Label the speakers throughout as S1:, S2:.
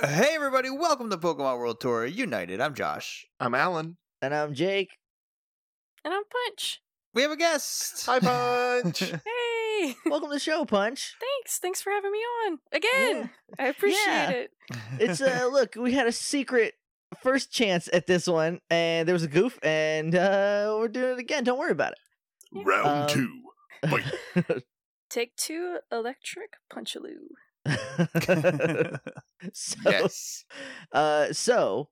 S1: Hey everybody, welcome to Pokemon World Tour United. I'm Josh.
S2: I'm Alan.
S3: And I'm Jake.
S4: And I'm Punch.
S1: We have a guest.
S2: Hi, Punch.
S4: Hey!
S3: Welcome to the show, Punch.
S4: Thanks. Thanks for having me on. Again. I appreciate
S3: Yeah.
S4: it.
S3: It's uh look, we had a secret first chance at this one, and there was a goof, and uh we're doing it again. Don't worry about
S2: Round
S3: Um,
S2: two. Wait.
S4: Take two electric punchaloo.
S3: it. so,
S2: Yes.
S3: uh so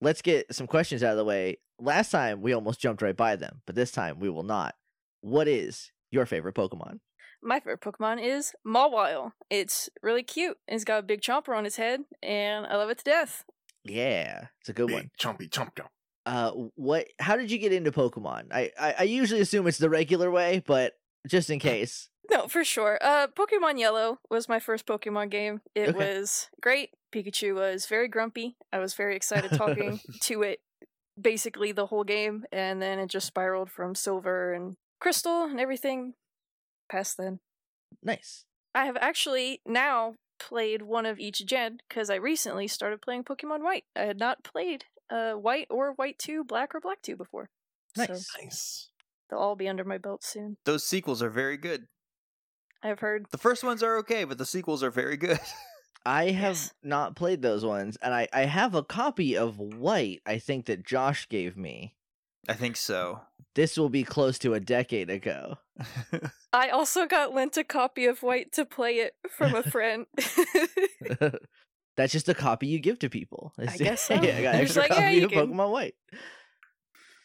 S3: let's get some questions out of the way. Last time we almost jumped right by them, but this time we will not. What is your favorite Pokemon?
S4: My favorite Pokemon is Mawile. It's really cute. It's got a big chomper on its head, and I love it to death.
S3: Yeah, it's a good one.
S2: Big Chompy chomp chomp.
S3: uh what how did you get into pokemon I, I i usually assume it's the regular way but just in case
S4: No, for sure. Uh, Pokemon Yellow was my first Pokemon game. It
S3: Okay.
S4: was great. Pikachu was very grumpy. I was very excited talking to it basically the whole game, and then it just spiraled from Silver and Crystal and everything past then.
S3: nice
S4: I have actually now played one of each gen because I recently started playing Pokemon White. I had not played uh, White or White 2, Black or Black 2 before.
S3: Nice.
S4: So
S2: Nice.
S4: they'll all be under my belt soon.
S1: Those sequels are very good.
S4: I've heard.
S1: The first ones are okay, but the sequels are very good.
S3: i have
S4: Yes.
S3: not played those ones and i i have a copy of white i think that josh gave me
S1: I think so.
S3: this will be close to a decade ago
S4: I also got lent a copy of White to play it from a friend.
S3: that's just a copy you give to people It's-
S4: guess so.
S3: yeah i got an
S4: You're just
S3: extra
S4: like, yeah,
S3: copy
S4: you
S3: of
S4: can-
S3: pokemon white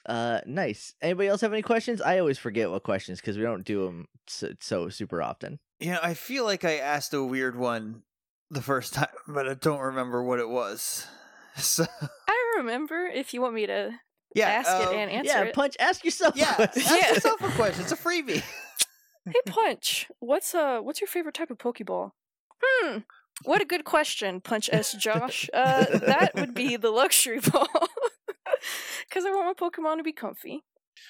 S3: uh nice anybody else have any questions i always forget what questions because we don't do them so, so super often
S1: yeah, I feel like I asked a weird one the first time, but I don't remember what it was. So
S4: I remember if you want me to
S1: yeah,
S4: ask
S1: um,
S4: it and answer
S3: yeah
S4: it.
S3: punch ask yourself a
S1: Yeah,
S3: question.
S1: ask
S4: Yeah.
S1: yourself a question. It's a freebie.
S4: hey Punch, what's uh what's your favorite type of Pokeball? Hmm. What a good question, Punch S Josh. Uh, that would be the luxury ball. Because I want my Pokemon to be comfy.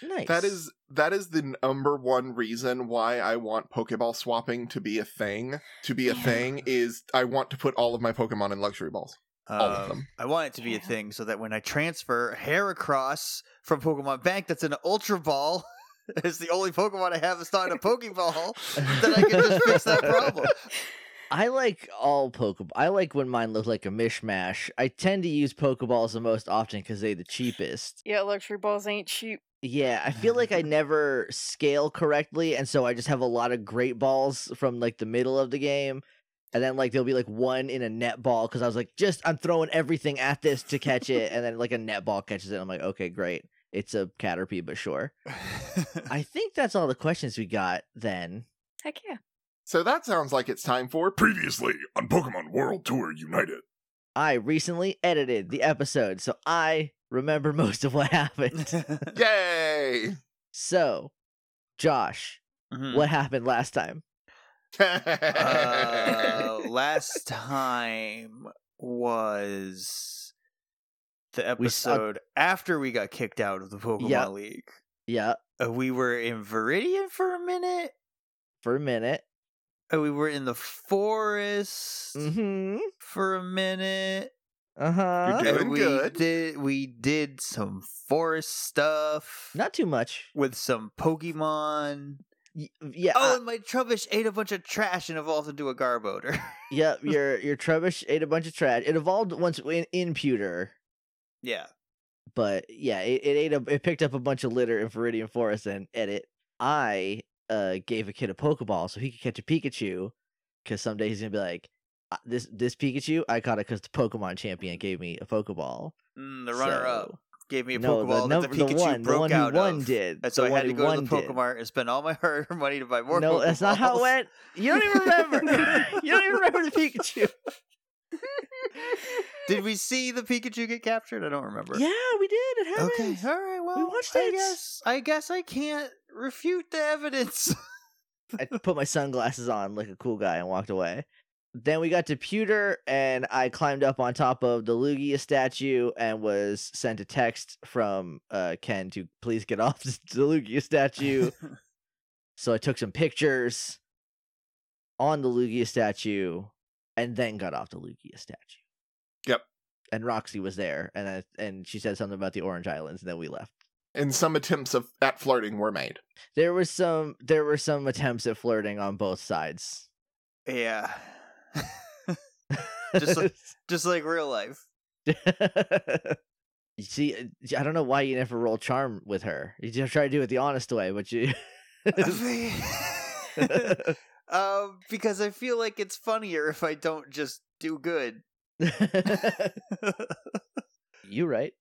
S3: Nice.
S2: That is that is the number one reason why I want Pokeball swapping to be a thing. To be a
S4: Yeah.
S2: thing is I want to put all of my Pokemon in luxury balls. All of
S1: Um,
S2: them.
S1: I want it to be a
S4: Yeah.
S1: thing so that when I transfer Heracross from Pokemon Bank, that's an Ultra Ball. It's the only Pokemon I have that's not in a Pokeball. Then I can just fix that problem.
S3: I like all Pokeball. I like when mine look like a mishmash. I tend to use Pokeballs the most often because they're the cheapest.
S4: Yeah, luxury balls ain't cheap.
S3: Yeah, I feel like I never scale correctly, and so I just have a lot of great balls from like the middle of the game. And then like there'll be like one in a net ball because I was like, just I'm throwing everything at this to catch it, and then like a net ball catches it. I'm like, okay, great. It's a Caterpie, but sure. I think that's all the questions we got then.
S4: Heck yeah.
S2: So that sounds like it's time for previously on Pokemon World Tour United.
S3: I recently edited the episode, so I remember most of what happened.
S2: Yay!
S3: So, Josh,
S1: Mhm.
S3: what happened last time?
S1: Uh, last time was the
S3: We saw-
S1: episode after we got kicked out of the Pokemon
S3: Yeah.
S1: League.
S3: Yeah,
S1: Uh, we were in Viridian for a minute.
S3: for a minute.
S1: Uh, we were in the forest
S3: Mm-hmm.
S1: for a minute.
S3: Uh huh.
S2: You're
S1: Uh,
S2: doing
S1: we
S2: good.
S1: did we did some forest stuff
S3: Not too much.
S1: with some Pokemon.
S3: Y- yeah.
S1: oh,
S3: uh,
S1: and my Trubbish ate a bunch of trash and evolved into a Garbodor.
S3: yep. Your your Trebush ate a bunch of trash. It evolved once in, in pewter,
S1: yeah,
S3: but yeah, it, it ate a it picked up a bunch of litter in Viridian Forest and ate it. I uh gave a kid a Pokeball so he could catch a Pikachu, because someday he's gonna be like, "Uh, this this Pikachu I caught it because the Pokemon champion gave me a Pokeball.
S1: mm, the runner-up.
S3: So-
S1: gave me a
S3: no,
S1: Pokeball
S3: the,
S1: that
S3: number-
S1: the Pikachu
S3: the one,
S1: broke
S3: the one
S1: out
S3: who won
S1: of.
S3: did.
S1: And so
S3: the
S1: I
S3: one
S1: had to
S3: who
S1: go to
S3: won
S1: the
S3: did.
S1: Pokemart and spend all my hard earned money to buy more.
S3: no, that's not how it
S1: Pokeballs.
S3: went. You don't even remember. you don't even remember the Pikachu.
S1: Did we see the Pikachu get captured? I don't remember.
S3: Yeah, we did. It happened.
S1: Okay. All right. Well,
S3: watched
S1: I
S3: it.
S1: guess I guess I can't refute the evidence.
S3: I put my sunglasses on like a cool guy and walked away. Then we got to Pewter, and I climbed up on top of the Lugia statue and was sent a text from uh, Ken to please get off the Lugia statue. so I took some pictures on the Lugia statue and then got off the Lugia statue.
S2: Yep.
S3: And Roxy was there, and I, and she said something about the Orange Islands, and then we left.
S2: And some attempts of at flirting were made.
S3: There was some there were some attempts at flirting on both sides.
S1: Yeah. Just like- Just like real life.
S3: You See, uh, I don't know why you never roll charm with her. You just try to do it the honest way, but you.
S1: um, because I feel like it's funnier if I don't just do good.
S3: you right.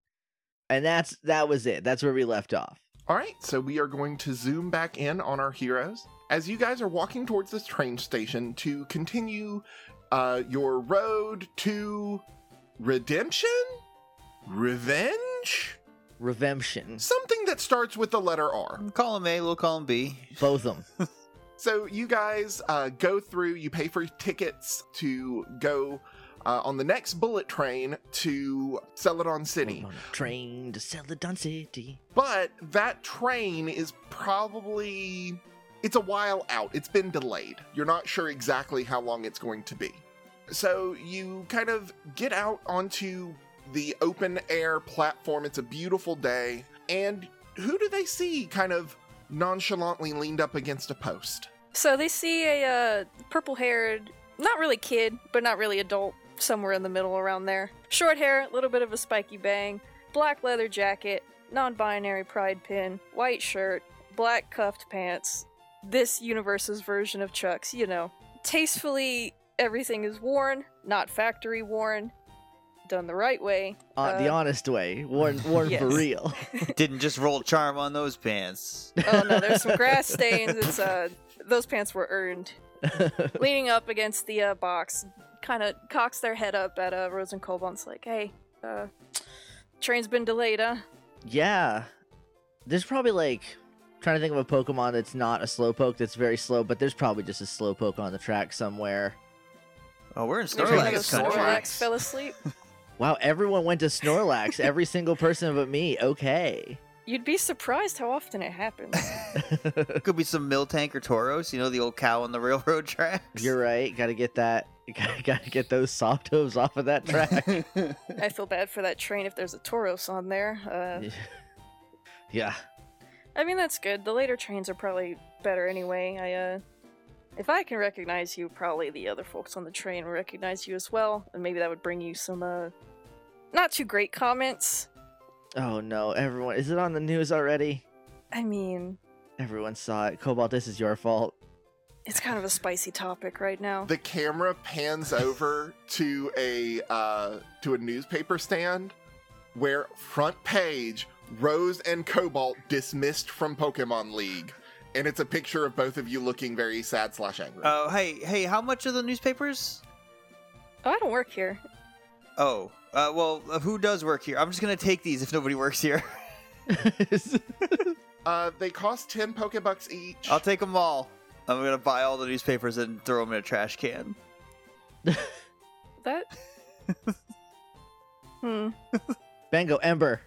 S3: And that's that was it. That's where we left off.
S2: All right, so we are going to zoom back in on our heroes. As you guys are walking towards this train station to continue uh, your road to redemption? Revenge?
S3: Redemption.
S2: Something that starts with the letter R.
S1: Column A, little column B.
S3: Both of them.
S2: So you guys uh, go through, you pay for tickets to go uh, on the next bullet train to Celadon City.
S3: on a train to Celadon City.
S2: But that train is probably. It's a while out. It's been delayed. You're not sure exactly how long it's going to be. So you kind of get out onto the open air platform. It's a beautiful day. And who do they see kind of nonchalantly leaned up against a post?
S4: So they see a uh, purple-haired, not really kid, but not really adult, somewhere in the middle around there. Short hair, little bit of a spiky bang, black leather jacket, non-binary pride pin, white shirt, black cuffed pants. This universe's version of Chuck's, you know. Tastefully, everything is worn, not factory worn, done the right way.
S3: Uh, the
S4: Uh,
S3: honest way, worn worn for
S4: Yes.
S3: real.
S1: Didn't just roll charm on those pants.
S4: Oh no, there's some grass stains. It's uh, those pants were earned. leaning up against the uh, box, kind of cocks their head up at uh, Rose and Colbunt's like, hey, uh, train's been delayed, huh?
S3: yeah, there's probably like trying to think of a Pokemon that's not a Slowpoke that's very slow, but there's probably just a Slowpoke on the track somewhere.
S1: Oh, we're in
S4: Maybe one of
S1: Snorlax
S4: those
S1: country.
S4: Snorlax fell asleep.
S3: Wow, everyone went to Snorlax. Every single person but me. Okay.
S4: You'd be surprised how often it happens.
S1: Could be some Miltank or Tauros, you know, the old cow on the railroad tracks.
S3: You're right. Got to get that. Got, got to get those soft hooves off of that track.
S4: I feel bad for that train if there's a Tauros on there. Uh,
S3: yeah.
S4: I mean, that's good. The later trains are probably better anyway. I, uh, if I can recognize you, probably the other folks on the train will recognize you as well, and maybe that would bring you some, uh, not too great comments.
S3: Oh no, everyone. Is it on the news already?
S4: I mean,
S3: Everyone saw it. Cobalt, this is your fault.
S4: it's kind of a spicy topic right now.
S2: The camera pans over to a uh, to a newspaper stand where front page Rose and Cobalt dismissed from Pokemon League, and it's a picture of both of you looking very sad slash angry.
S1: Oh, hey, hey, how much are the newspapers?
S4: Oh, I don't work here.
S1: Oh, uh, well, uh, who does work here? I'm just gonna take these if nobody works here.
S2: Uh, they cost ten Pokebucks each.
S1: I'll take them all. I'm gonna buy all the newspapers and throw them in a trash can.
S4: That. hmm.
S3: Bango Ember.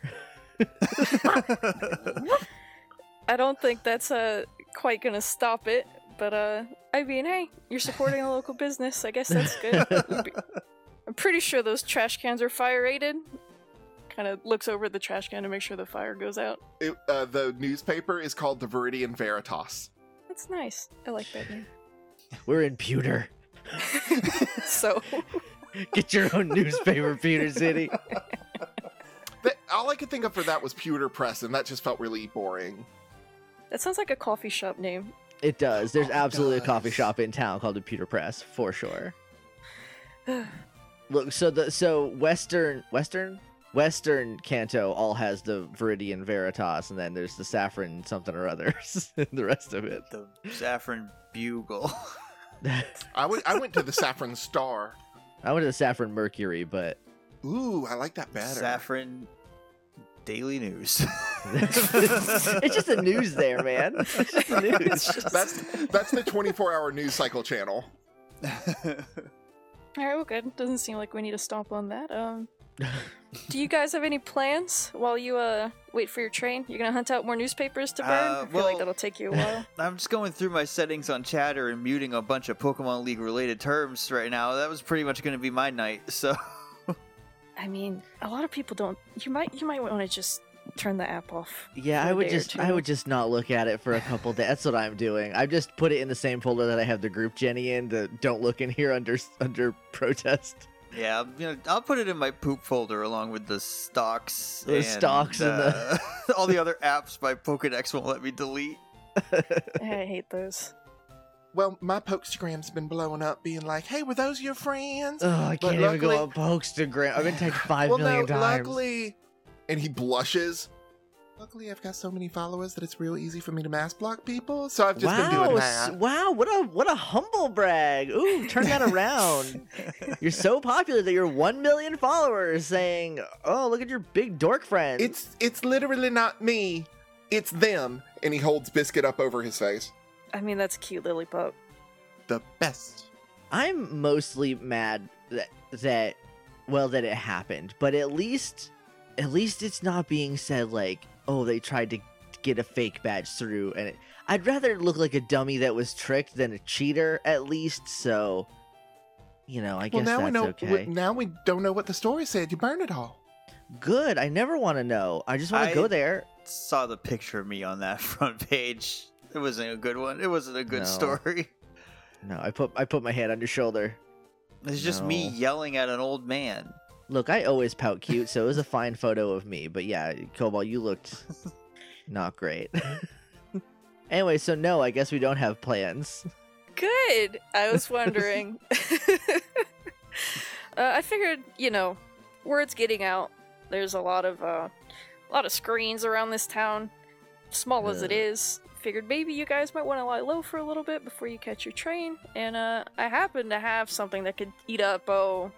S4: I don't think that's uh quite gonna stop it. But uh, I mean, hey, you're supporting a local business. I guess that's good. I'm pretty sure those trash cans are fire rated. Kind of looks over at the trash can to make sure the fire goes out.
S2: It- uh, the newspaper is called the Viridian Veritas.
S4: That's nice. I like that name.
S3: We're in Pewter.
S4: So
S3: Get your own newspaper, Pewter City.
S2: Th- all I could think of for that was Pewter Press, and that just felt really boring.
S4: that sounds like a coffee shop name.
S3: It does. There's
S2: Oh, it
S3: absolutely a coffee
S2: does.
S3: shop in town called the Pewter Press for sure. Look, so the so Western Western Western Canto all has the Viridian Veritas, and then there's the Saffron something or others. the rest of it.
S1: The Saffron Bugle.
S2: I went- I went to the Saffron Star.
S3: I went to the Saffron Mercury, but
S2: Ooh, I like that better.
S1: Saffron Daily News.
S3: it's just the news there, man. It's just the news.
S2: That's that's the 24 hour news cycle channel.
S4: All right, well, good. Doesn't seem like we need to stomp on that. Um, do you guys have any plans while you uh wait for your train? You're gonna hunt out more newspapers to burn.
S1: Uh,
S4: I feel
S1: well-
S4: like that'll take you a while.
S1: I'm just going through my settings on chatter and muting a bunch of Pokemon League related terms right now. That was pretty much going to be my night, so.
S4: I mean, a lot of people don't. You might you might want to just turn the app off.
S3: Yeah,
S4: for
S3: I
S4: a
S3: would
S4: day or
S3: just I
S4: two.
S3: would just not look at it for a couple days. That's what I'm doing. I just put it in the same folder that I have the group Jenny in. The don't look in here under under protest.
S1: Yeah, I'm gonna, I'll put it in my poop folder along with the stocks,
S3: The
S1: and,
S3: stocks and the-
S1: uh, all the other apps my Pokedex won't let me delete.
S4: I hate those.
S2: Well, my Pokestagram's been blowing up, being like, "Hey, were those your friends?"
S3: Oh, I
S2: But
S3: can't even go on
S2: luckily-
S3: Pokestagram. I've been typed five
S2: well,
S3: million
S2: no,
S3: times.
S2: luckily, and he blushes. Luckily, I've got so many followers that it's real easy for me to mass block people. So I've just
S3: wow,
S2: been doing
S3: s-
S2: that.
S3: wow, what a what a humble brag. Ooh, turn that around. you're so popular that you're 1 million followers saying, "Oh, look at your big dork friend."
S2: It's it's literally not me. It's them. And he holds biscuit up over his face.
S4: I mean, that's cute, Lillipup.
S2: The best.
S3: I'm mostly mad that that well that it happened, but at least at least it's not being said like, "Oh, they tried to get a fake badge through." And it, I'd rather look like a dummy that was tricked than a cheater at least, so you know, I
S2: well,
S3: guess
S2: now
S3: that's
S2: we know.
S3: okay.
S2: We, now we don't know what the story said. You burned it all.
S3: Good. I never want to know. I just want to
S1: I-
S3: go there.
S1: Saw the picture of me on that front page. It wasn't a good one. It wasn't a good
S3: No.
S1: story.
S3: No, I put I put my hand on your shoulder.
S1: It's just me
S3: No.
S1: yelling at an old man.
S3: Look, I always pout cute, so it was a fine photo of me. But yeah, Cobalt, you looked not great. anyway, so no, I guess we don't have plans.
S4: Good. I was wondering. uh, I figured, you know, word's getting out. There's a lot of uh, a lot of screens around this town, small as it
S3: Yeah.
S4: is. Figured maybe you guys might want to lie low for a little bit before you catch your train. And uh, I happen to have something that could eat up oh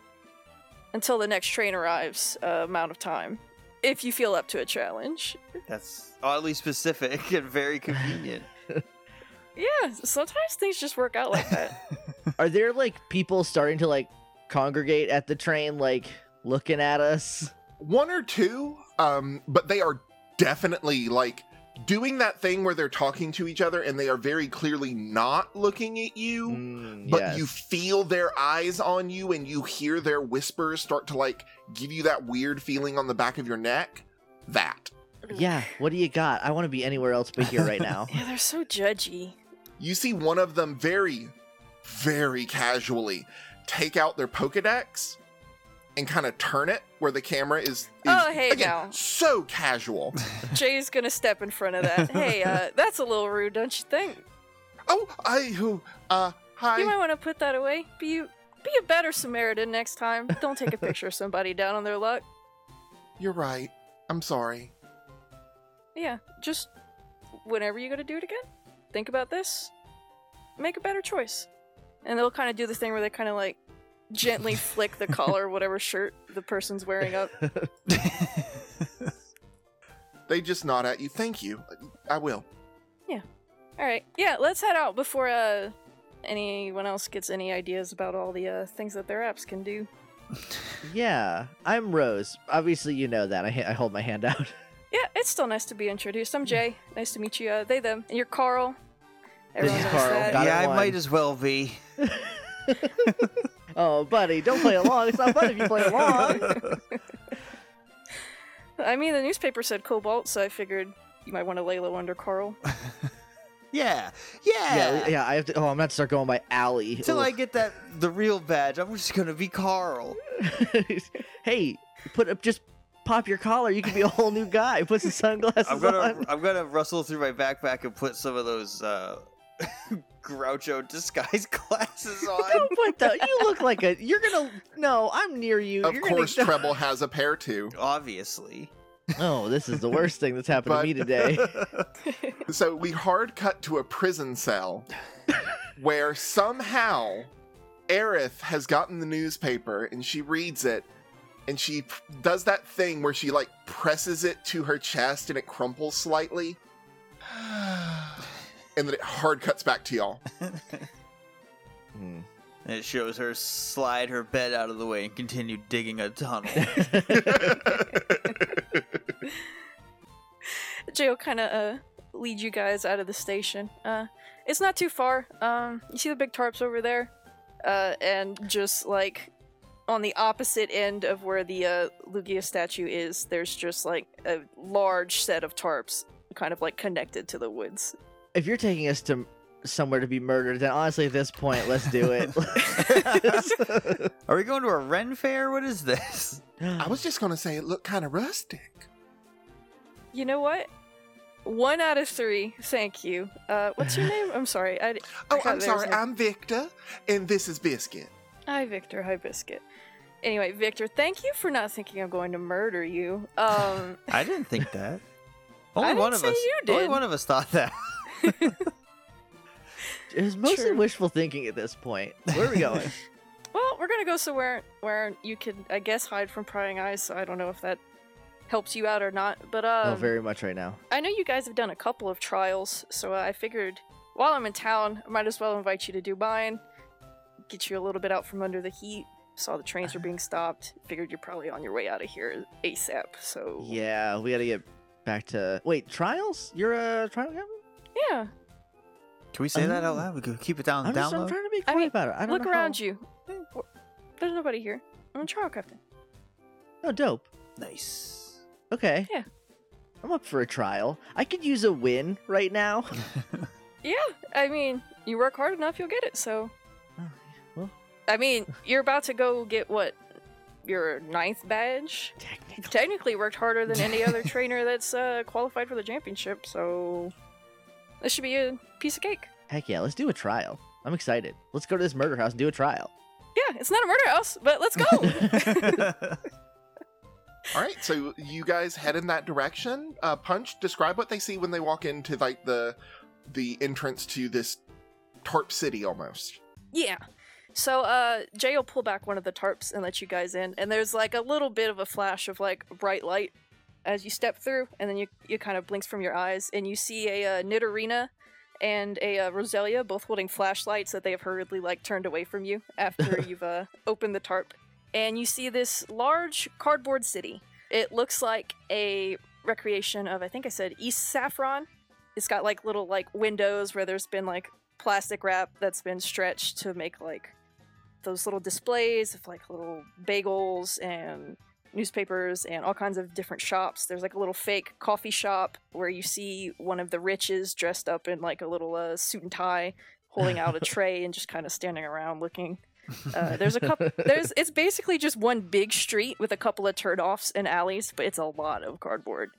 S4: until the next train arrives uh, amount of time. If you feel up to a challenge,
S1: That's oddly specific and very convenient.
S4: yeah. Sometimes things just work out like that.
S3: Are there like people starting to like congregate at the train, like looking at us?
S2: one or two um but they are definitely like doing that thing where they're talking to each other and they are very clearly not looking at you
S3: Mm,
S2: but
S3: yes.
S2: you feel their eyes on you and you hear their whispers start to like give you that weird feeling on the back of your neck that
S3: yeah. What do you got? I want to be anywhere else but here right now.
S4: Yeah, they're so judgy.
S2: you see one of them very very casually take out their pokédex and kind of turn it where the camera is, is
S4: Oh, hey,
S2: again,
S4: now.
S2: so casual
S4: Jay's gonna step in front of that. Hey, uh, that's a little rude, don't you think?
S2: oh i who uh hi
S4: You might want to put that away. Be be a better Samaritan next time. Don't take a picture of somebody down on their luck.
S2: You're right. I'm sorry.
S4: Yeah, just whenever you're gonna do it again, think about this. Make a better choice. And they'll kind of do the thing where they kind of like gently flick the collar, whatever shirt the person's wearing up.
S2: They just nod at you. Thank you. I will.
S4: All right, yeah, let's head out before uh anyone else gets any ideas about all the uh, things that their apps can do.
S3: yeah, I'm Rose. Obviously, you know that. I, ha- I hold my hand out.
S4: Yeah, it's still nice to be introduced. I'm Jay. Nice to meet you. Uh, they, them. And you're Carl.
S3: This
S4: Everyone
S3: is
S4: knows
S3: Carl.
S4: that.
S3: Got it
S1: yeah, I
S3: one.
S1: might as well be.
S3: oh, buddy, don't play along. It's not fun if you play along.
S4: I mean, the newspaper said Cobalt, so I figured you might want to lay low under Carl.
S1: Yeah,
S3: yeah,
S1: yeah.
S3: yeah. I have to. Oh, I'm about to start going by alley.
S1: Until I
S3: Ugh.
S1: get that the real badge, I'm just gonna be Carl.
S3: hey, put up just pop your collar. You can be a whole new guy. Put some sunglasses
S1: I'm gonna
S3: on.
S1: I'm gonna rustle through my backpack and put some of those uh, Groucho disguise glasses on.
S3: Don't put the. You look like a. You're gonna. No, I'm near you.
S2: Of
S3: You're gonna-
S2: course, Treble has a pair too.
S1: Obviously.
S3: Oh, this is the worst thing that's happened to
S2: But-
S3: me today.
S2: So we hard cut to a prison cell where somehow Aerith has gotten the newspaper and she reads it and she p- does that thing where she like presses it to her chest and it crumples slightly. and then it hard cuts back to y'all.
S3: Hmm.
S1: And it shows her slide her bed out of the way and continue digging a tunnel.
S4: Jay will kind of uh, lead you guys out of the station. Uh, it's not too far. Um, you see the big tarps over there? Uh, and just like on the opposite end of where the uh, Lugia statue is, there's just like a large set of tarps, kind of like connected to the woods.
S3: If you're taking us to somewhere to be murdered, then honestly, at this point, let's do it.
S1: Are we going to a Ren fair? What is this?
S2: I was just gonna say it looked kind of rustic.
S4: You know what? One out of three. Thank you. Uh, what's your name? I'm sorry. I,
S2: Oh,
S4: thought
S2: I'm
S4: there was
S2: sorry.
S4: no-
S2: I'm Victor, and this is Biscuit.
S4: Hi, Victor. Hi, Biscuit. Anyway, Victor, thank you for not thinking I'm going to murder you. Um,
S1: I didn't think that.
S4: I
S1: Only
S4: didn't
S1: one of
S4: say
S1: us.
S4: you
S1: Only
S4: did.
S1: one of us thought that.
S3: it was mostly
S4: True.
S3: wishful thinking at this point. Where are we going?
S4: well, we're gonna go somewhere where you can, I guess, hide from prying eyes. So I don't know if that helps you out or not. But um,
S3: oh, very much right now.
S4: I know you guys have done a couple of trials, so uh, I figured while I'm in town, I might as well invite you to do mine. Get you a little bit out from under the heat. Saw the trains were being stopped. Figured you're probably on your way out of here ASAP. So
S3: Yeah, we got to get back to wait trials. You're a trial captain.
S4: yeah.
S1: Can we say that out loud? We could keep it down.
S3: I'm, just, I'm
S1: download.
S3: trying to be
S4: I
S3: quiet
S4: mean,
S3: about it. I don't
S4: Look
S3: know
S4: around
S3: how-
S4: you. Eh, There's nobody here. I'm a trial captain.
S3: Oh, dope.
S1: nice.
S3: Okay.
S4: Yeah.
S3: I'm up for a trial. I could use a win right now.
S4: Yeah, I mean, you work hard enough, you'll get it. So,
S3: Oh, well,
S4: I mean, you're about to go get what your ninth badge.
S3: technically.
S4: You've technically worked harder than any other trainer that's uh, qualified for the championship. So, this should be a piece of cake.
S3: Heck yeah, let's do a trial. I'm excited. Let's go to this murder house and do a trial.
S4: Yeah, it's not a murder house, but let's go.
S1: Uh,
S2: All right, so you guys head in that direction. Uh, Punch, describe what they see when they walk into like the the entrance to this tarp city almost.
S4: Yeah. So uh Jay will pull back one of the tarps and let you guys in, and there's like a little bit of a flash of like bright light as you step through, and then you you kind of blinks from your eyes, and you see a uh, Nidorina and a uh, Roselia both holding flashlights that they have hurriedly like turned away from you after you've uh, opened the tarp, and you see this large cardboard city. It looks like a recreation of I think I said East Saffron. It's got like little like windows where there's been like plastic wrap that's been stretched to make like those little displays of like little bagels and newspapers and all kinds of different shops. There's like a little fake coffee shop where you see one of the riches dressed up in like a little uh, suit and tie, holding out a tray and just kind of standing around looking. Uh, there's a couple. There's it's basically just one big street with a couple of turnoffs and alleys, but it's a lot of cardboard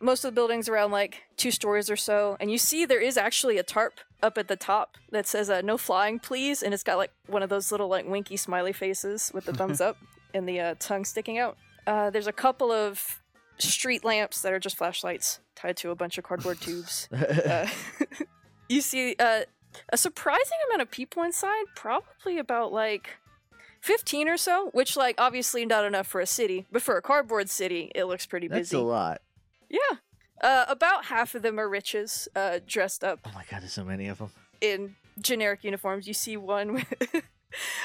S4: most of the buildings around like two stories or so and you see there is actually a tarp up at the top that says uh, no flying please and it's got like one of those little like winky smiley faces with the thumbs up and the uh, tongue sticking out uh, there's a couple of street lamps that are just flashlights tied to a bunch of cardboard tubes uh, you see uh, a surprising amount of people inside probably about like 15 or so which like obviously not enough for a city but for a cardboard city it looks pretty
S3: That's
S4: busy
S3: a lot.
S4: yeah. Uh, about half of them are riches, uh, dressed up
S3: Oh my god, there's so many of them.
S4: in generic uniforms. You see one with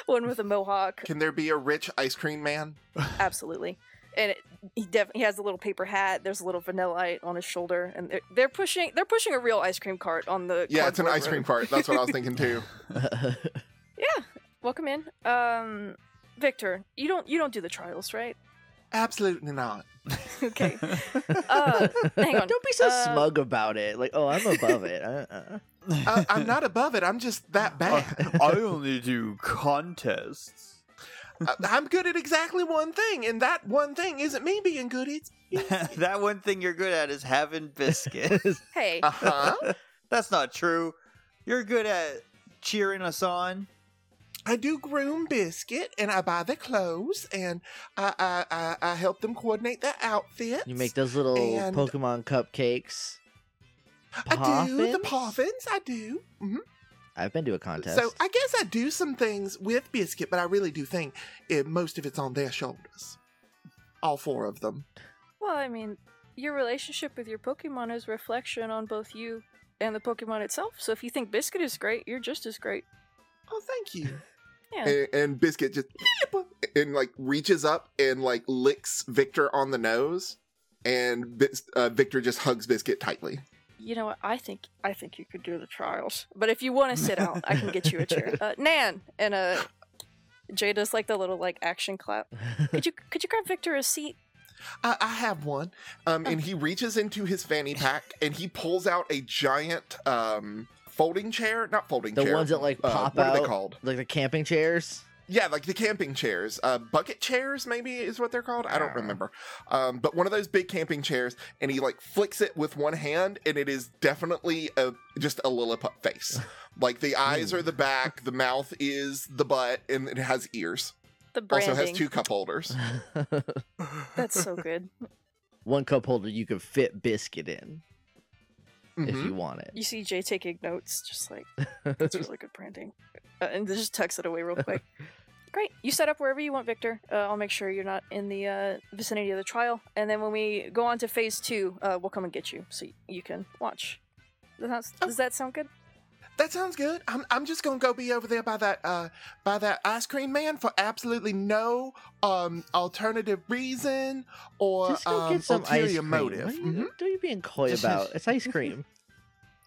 S4: one with a mohawk,
S2: Can there be a rich ice cream man?
S4: absolutely, and it, he definitely has a little paper hat. There's a little vanillite on his shoulder, and they're, they're pushing they're pushing a real ice cream cart on the
S2: Yeah, it's an
S4: cardboard
S2: ice cream
S4: road.
S2: cart. That's what I was thinking too.
S4: Yeah, welcome in, um, Victor. You don't you don't do the trials, right?
S2: Absolutely not.
S4: Okay. Uh, hang on.
S3: Don't be so
S4: Uh,
S3: smug about it. Like, oh, I'm above it. Uh,
S2: Uh, I'm not above it. I'm just that bad.
S1: I only do contests.
S2: Uh, I'm good at exactly one thing, and that one thing isn't me being good. It's
S1: that one thing you're good at is having biscuit.
S3: uh.
S4: Hey,
S2: uh huh.
S1: That's not true. You're good at cheering us on.
S2: I do groom biscuit, and I buy the clothes, and I I I, I help them coordinate their outfits.
S3: you make those little
S2: And-
S3: Pokemon cupcakes.
S2: I do the
S3: Poffins?
S2: poffins. I do. hmm
S3: I've been to a contest.
S2: So I guess I do some things with biscuit, but I really do think it, most of it's on their shoulders. All four of them.
S4: Well, I mean, your relationship with your Pokemon is reflection on both you and the Pokemon itself. So if you think Biscuit is great, you're just as great.
S2: Oh, thank you.
S4: Yeah.
S2: and, and biscuit just and like reaches up and like licks Victor on the nose, and Bis- uh, Victor just hugs Biscuit tightly.
S4: You know what? I think I think you could do the trials. But if you want to sit out, I can get you a chair. Uh, Nan and uh, Jada's like the little like action clap. Could you could you grab Victor a seat?
S2: I, I have one. Um, and he reaches into his fanny pack and he pulls out a giant um folding chair, not folding
S3: the
S2: chair.
S3: ones that like
S2: uh,
S3: pop
S2: what are they
S3: out,
S2: called?
S3: like the camping chairs.
S2: Yeah, like the camping chairs, uh, bucket chairs, maybe is what they're called. I don't
S3: Ah.
S2: remember. Um, but one of those big camping chairs, and he like flicks it with one hand, and it is definitely a just a lillipup face. Like the eyes
S3: Ooh.
S2: are the back, the mouth is the butt, and it has ears.
S4: The branding.
S2: Also has two cup holders.
S4: That's so good.
S3: One cup holder you could fit biscuit in if
S2: Mhm.
S3: you want
S4: You
S3: it.
S4: see Jay taking notes, just like that's really good branding, uh, and they just tucks it away real quick. Great, you set up wherever you want, Victor. Uh, I'll make sure you're not in the uh, vicinity of the trial, and then when we go on to phase two, uh, we'll come and get you so y- you can watch. Does that,
S2: Oh.
S4: does that sound good?
S2: That sounds good. I'm I'm just gonna go be over there by that uh by that ice cream man for absolutely no um alternative reason or
S3: Just go
S2: um,
S3: get some
S2: ulterior
S3: ice cream.
S2: motive.
S3: What are you,
S2: Mhm.
S3: what are you being coy
S1: Just-
S3: about? It's ice cream.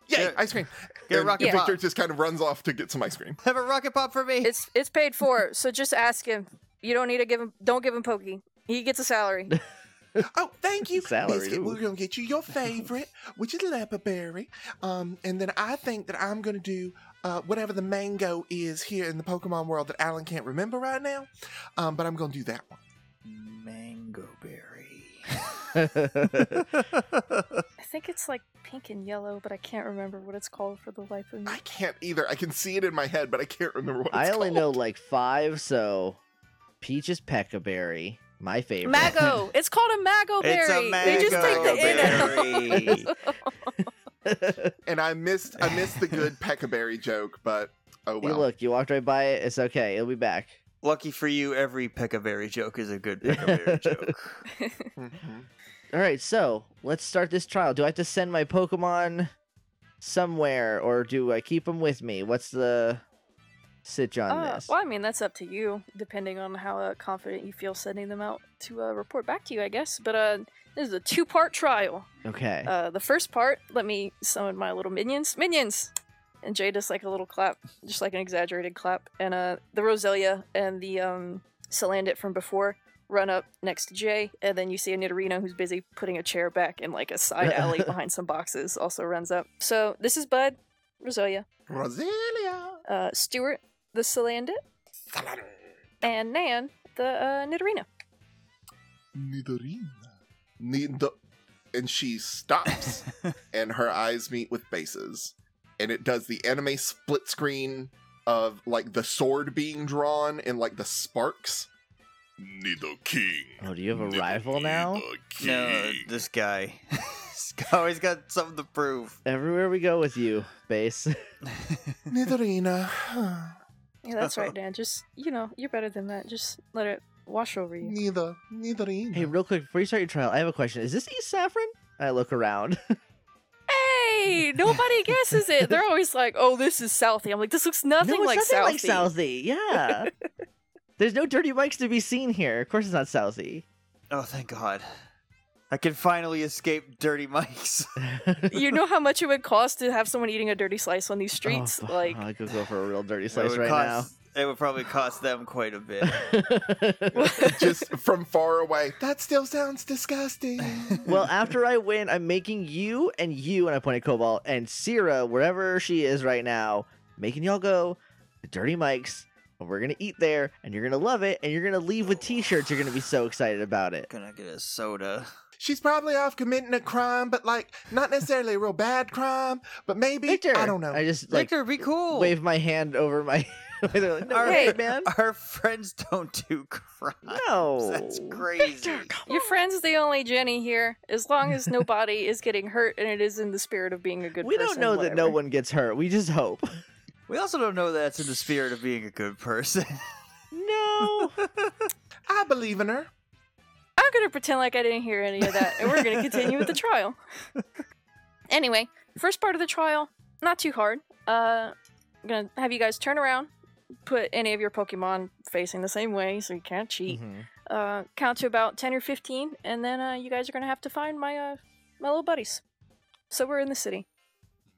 S2: Yeah,
S1: Yeah.
S2: ice cream.
S1: Get a
S2: and
S1: rocket
S4: Yeah.
S2: Victor
S1: pop.
S2: just kind of runs off to get some ice cream.
S1: Have a rocket pop for me.
S4: It's it's paid for, so just ask him. You don't need to give him. Don't give him pokey. He gets a salary.
S2: Oh, thank you.
S3: Salary,
S2: Biscuit,
S3: ooh.
S2: we're gonna get you your favorite, which is leopard berry. Um, and then I think that I'm gonna do uh, whatever the mango is here in the Pokemon world that Alan can't remember right now. Um, but I'm gonna do that one.
S1: Mango berry.
S4: I think it's like pink and yellow, but I can't remember what it's called for the life of me.
S2: I can't either. I can see it in my head, but I can't remember what it's
S3: I only
S2: called.
S3: know like five, so peach is peckaberry, my favorite.
S4: Mago. It's called a mago berry.
S1: It's a mango
S4: they just take the in and out.
S1: berry.
S2: And I missed I missed the good peckaberry joke, but oh
S3: You
S2: well.
S3: look, you walked right by it. It's okay. It'll be back.
S1: Lucky for you, every peckaberry joke is a good peckaberry joke.
S2: Mhm.
S3: All right, so let's start this trial. Do I have to send my Pokemon somewhere, or do I keep them with me? What's the sitch on
S4: Uh,
S3: this?
S4: well, I mean, that's up to you, depending on how uh, confident you feel sending them out to uh, report back to you, I guess. But uh, this is a two part trial.
S3: Okay.
S4: Uh, the first part, let me summon my little minions. Minions! And Jay does like a little clap, just like an exaggerated clap. And uh, the Roselia and the um, Salandit from before run up next to Jay. And then you see a Nidorino who's busy putting a chair back in like a side alley behind some boxes also runs up. So this is Bud, Roselia,
S2: Roselia.
S4: uh, Stuart, the Salandit, and Nan, the uh, Nidorino.
S2: Nidorina. Nido- and she stops and her eyes meet with bases. And it does the anime split screen of like the sword being drawn and like the sparks. Neither king.
S3: oh, do you have a rival now?
S1: no, this guy. This guy always got something to prove.
S3: Everywhere we go with you, base.
S2: Nidorina.
S4: Yeah, that's right, Nan. Just, you know, you're better than that. Just let it wash over you.
S2: Neither. Nidorina.
S3: hey, real quick before you start your trial, I have a question. Is this East Saffron? I look around.
S4: Hey, nobody guesses it. They're always like, "Oh, this is Southie." I'm like, "This looks nothing
S3: no,
S4: like
S3: it's nothing
S4: Southie."
S3: like Southie. Yeah. There's no dirty mics to be seen here. Of course, it's not Southie.
S1: Oh, thank God. I can finally escape Dirty Mike's.
S4: You know how much it would cost to have someone eating a dirty slice on these streets?
S3: Oh,
S4: like,
S3: I could go for a real dirty
S1: It
S3: slice
S1: would
S3: right
S1: cost- It would probably cost them quite a bit.
S3: now.
S2: Just from far away. That still sounds disgusting.
S3: well, after I win, I'm making you and you, and I point at Cobalt and Sierra, wherever she is right now, making y'all go to Dirty Mike's. And we're gonna eat there, and you're gonna love it, and you're gonna leave with T-shirts. You're gonna be so excited about it.
S1: Gonna get a soda.
S2: She's probably off committing a crime, but like not necessarily a real bad crime, but maybe
S3: Victor,
S2: I don't know.
S3: I just like
S1: Victor, be cool.
S3: wave my hand over my. They're like, no,
S1: Our-
S3: way, man.
S1: Our friends don't do crime.
S3: No,
S1: That's crazy.
S3: Victor, come
S4: your friend's the only Jenny here. As long as nobody is getting hurt, and it is in the spirit of being a good
S3: we
S4: person.
S3: don't know that no
S4: whatever.
S3: one gets hurt. We just hope.
S1: We also don't know that's in the spirit of being a good person.
S3: No.
S2: I believe in her.
S4: I'm gonna pretend like I didn't hear any of that, and we're gonna continue with the trial. anyway, first part of the trial, not too hard. Uh, I'm gonna have you guys turn around, put any of your Pokemon facing the same way, so you can't cheat.
S2: Mm-hmm.
S3: Mhm.
S4: Uh, count to about ten or fifteen, and then uh, you guys are gonna have to find my uh, my little buddies. So we're in the city.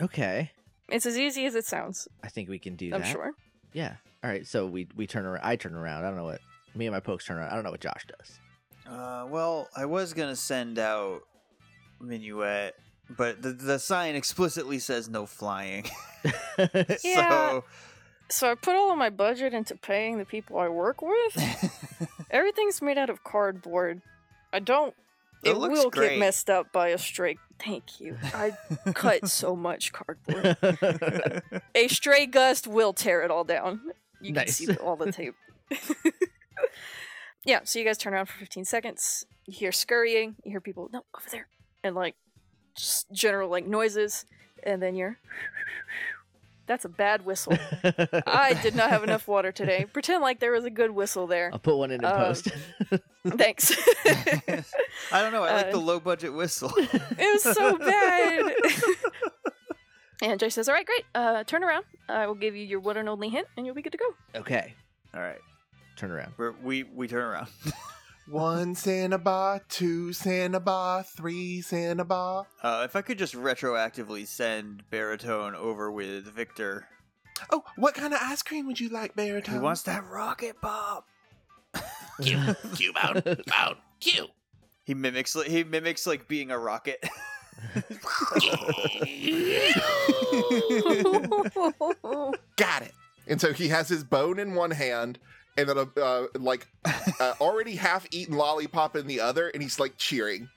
S3: Okay,
S4: It's as easy as it sounds.
S3: I think we can do
S4: I'm
S3: that.
S4: sure.
S3: Yeah. All right, so we we turn around. I turn around. I don't know what me and my pokes turn around. I don't know what Josh does.
S1: Uh, well, I was gonna send out Minuet, but the the sign explicitly says no flying.
S4: Yeah. So I put all of my budget into paying the people I work with.
S1: So
S4: Everything's made out of cardboard. I don't.
S1: It
S4: It,
S1: looks
S4: will
S1: great.
S4: get messed up by a stray. Thank you. I cut so much cardboard. A stray gust will tear it all down. You
S3: Nice.
S4: can see all the tape. yeah, so you guys turn around for 15 seconds. You hear scurrying. You hear people, no, over there. And like just general like noises. And then you're. That's a bad whistle. I did not have enough water today. Pretend like there was a good whistle there.
S3: I'll put one in in
S4: Um,
S3: post.
S4: Thanks. it
S1: I don't know. I like
S4: Uh,
S1: the low budget whistle.
S4: was so bad. and Jay says, "All right, great. Uh, turn around. I will give you your one and only hint, and you'll be good to go."
S3: okay,
S1: All right,
S3: turn around.
S1: we're, we we turn around.
S2: One Cinnabar, two Cinnabar, three Cinnabar.
S1: Uh, if I could just retroactively send Baritone over with Victor,
S2: Oh, what kind of ice cream would you like,
S1: he
S4: Um,
S2: Baritone?
S1: wants that rocket pop.
S2: cube out, out, cube.
S1: He mimics li- he mimics like being a rocket.
S3: Hmm,
S2: Got it. And so he has his bone in one hand, and then a uh, like uh, already half-eaten lollipop in the other, and he's like cheering.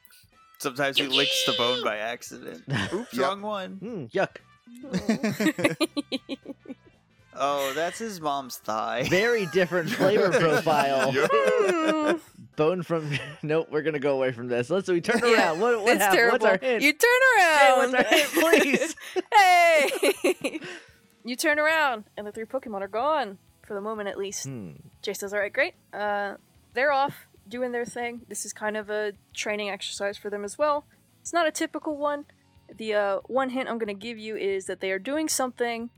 S1: Sometimes he licks the bone by accident. Oops,
S2: Yep.
S1: wrong one.
S3: Mm, yuck.
S1: Oh, that's his mom's thigh.
S3: Very different flavor profile.
S2: Yeah.
S4: Hmm.
S3: Bone from nope. We're gonna go away from this. Let's. We turn
S4: Yeah,
S3: around. What, what
S4: it's
S3: happened?
S4: terrible.
S3: What's our hint?
S4: You turn around.
S3: Hey, what's our hint,
S4: hey. you turn around, and the three Pokemon are gone for the moment, at least.
S3: Hmm.
S4: Jay says, "All right, great. Uh, they're off doing their thing. This is kind of a training exercise for them as well. It's not a typical one. The uh, one hint I'm going to give you is that they are doing something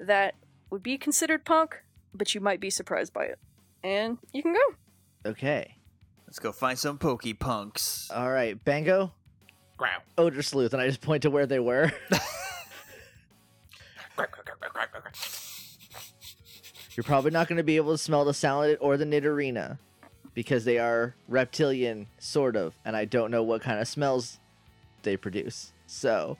S4: that would be considered punk, but you might be surprised by it. And you can go.
S3: Okay.
S1: Let's go find some pokey punks.
S3: All right. Bango.
S2: Growl.
S3: Odor sleuth, and I just point to where they were. You're probably not going to be able to smell the Saladin or the Nidorina because they are reptilian, sort of, and I don't know what kind of smells they produce. So,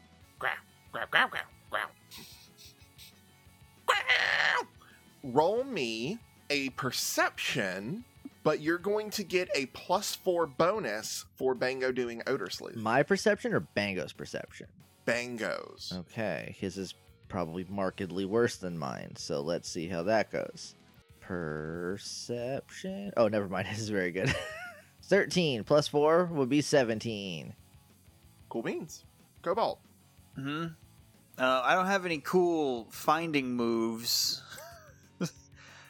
S2: Roll me a perception, but you're going to get a plus four bonus for Bango doing odor sleuth.
S3: my perception or Bango's perception?
S2: Bango's.
S3: Oh. Okay, his is probably markedly worse than mine, so let's see how that goes. Perception. Oh, never mind. His is very good. 13 plus 4 would be 17.
S2: Cool beans. Cobalt.
S1: Hmm. Uh, I don't have any cool finding moves,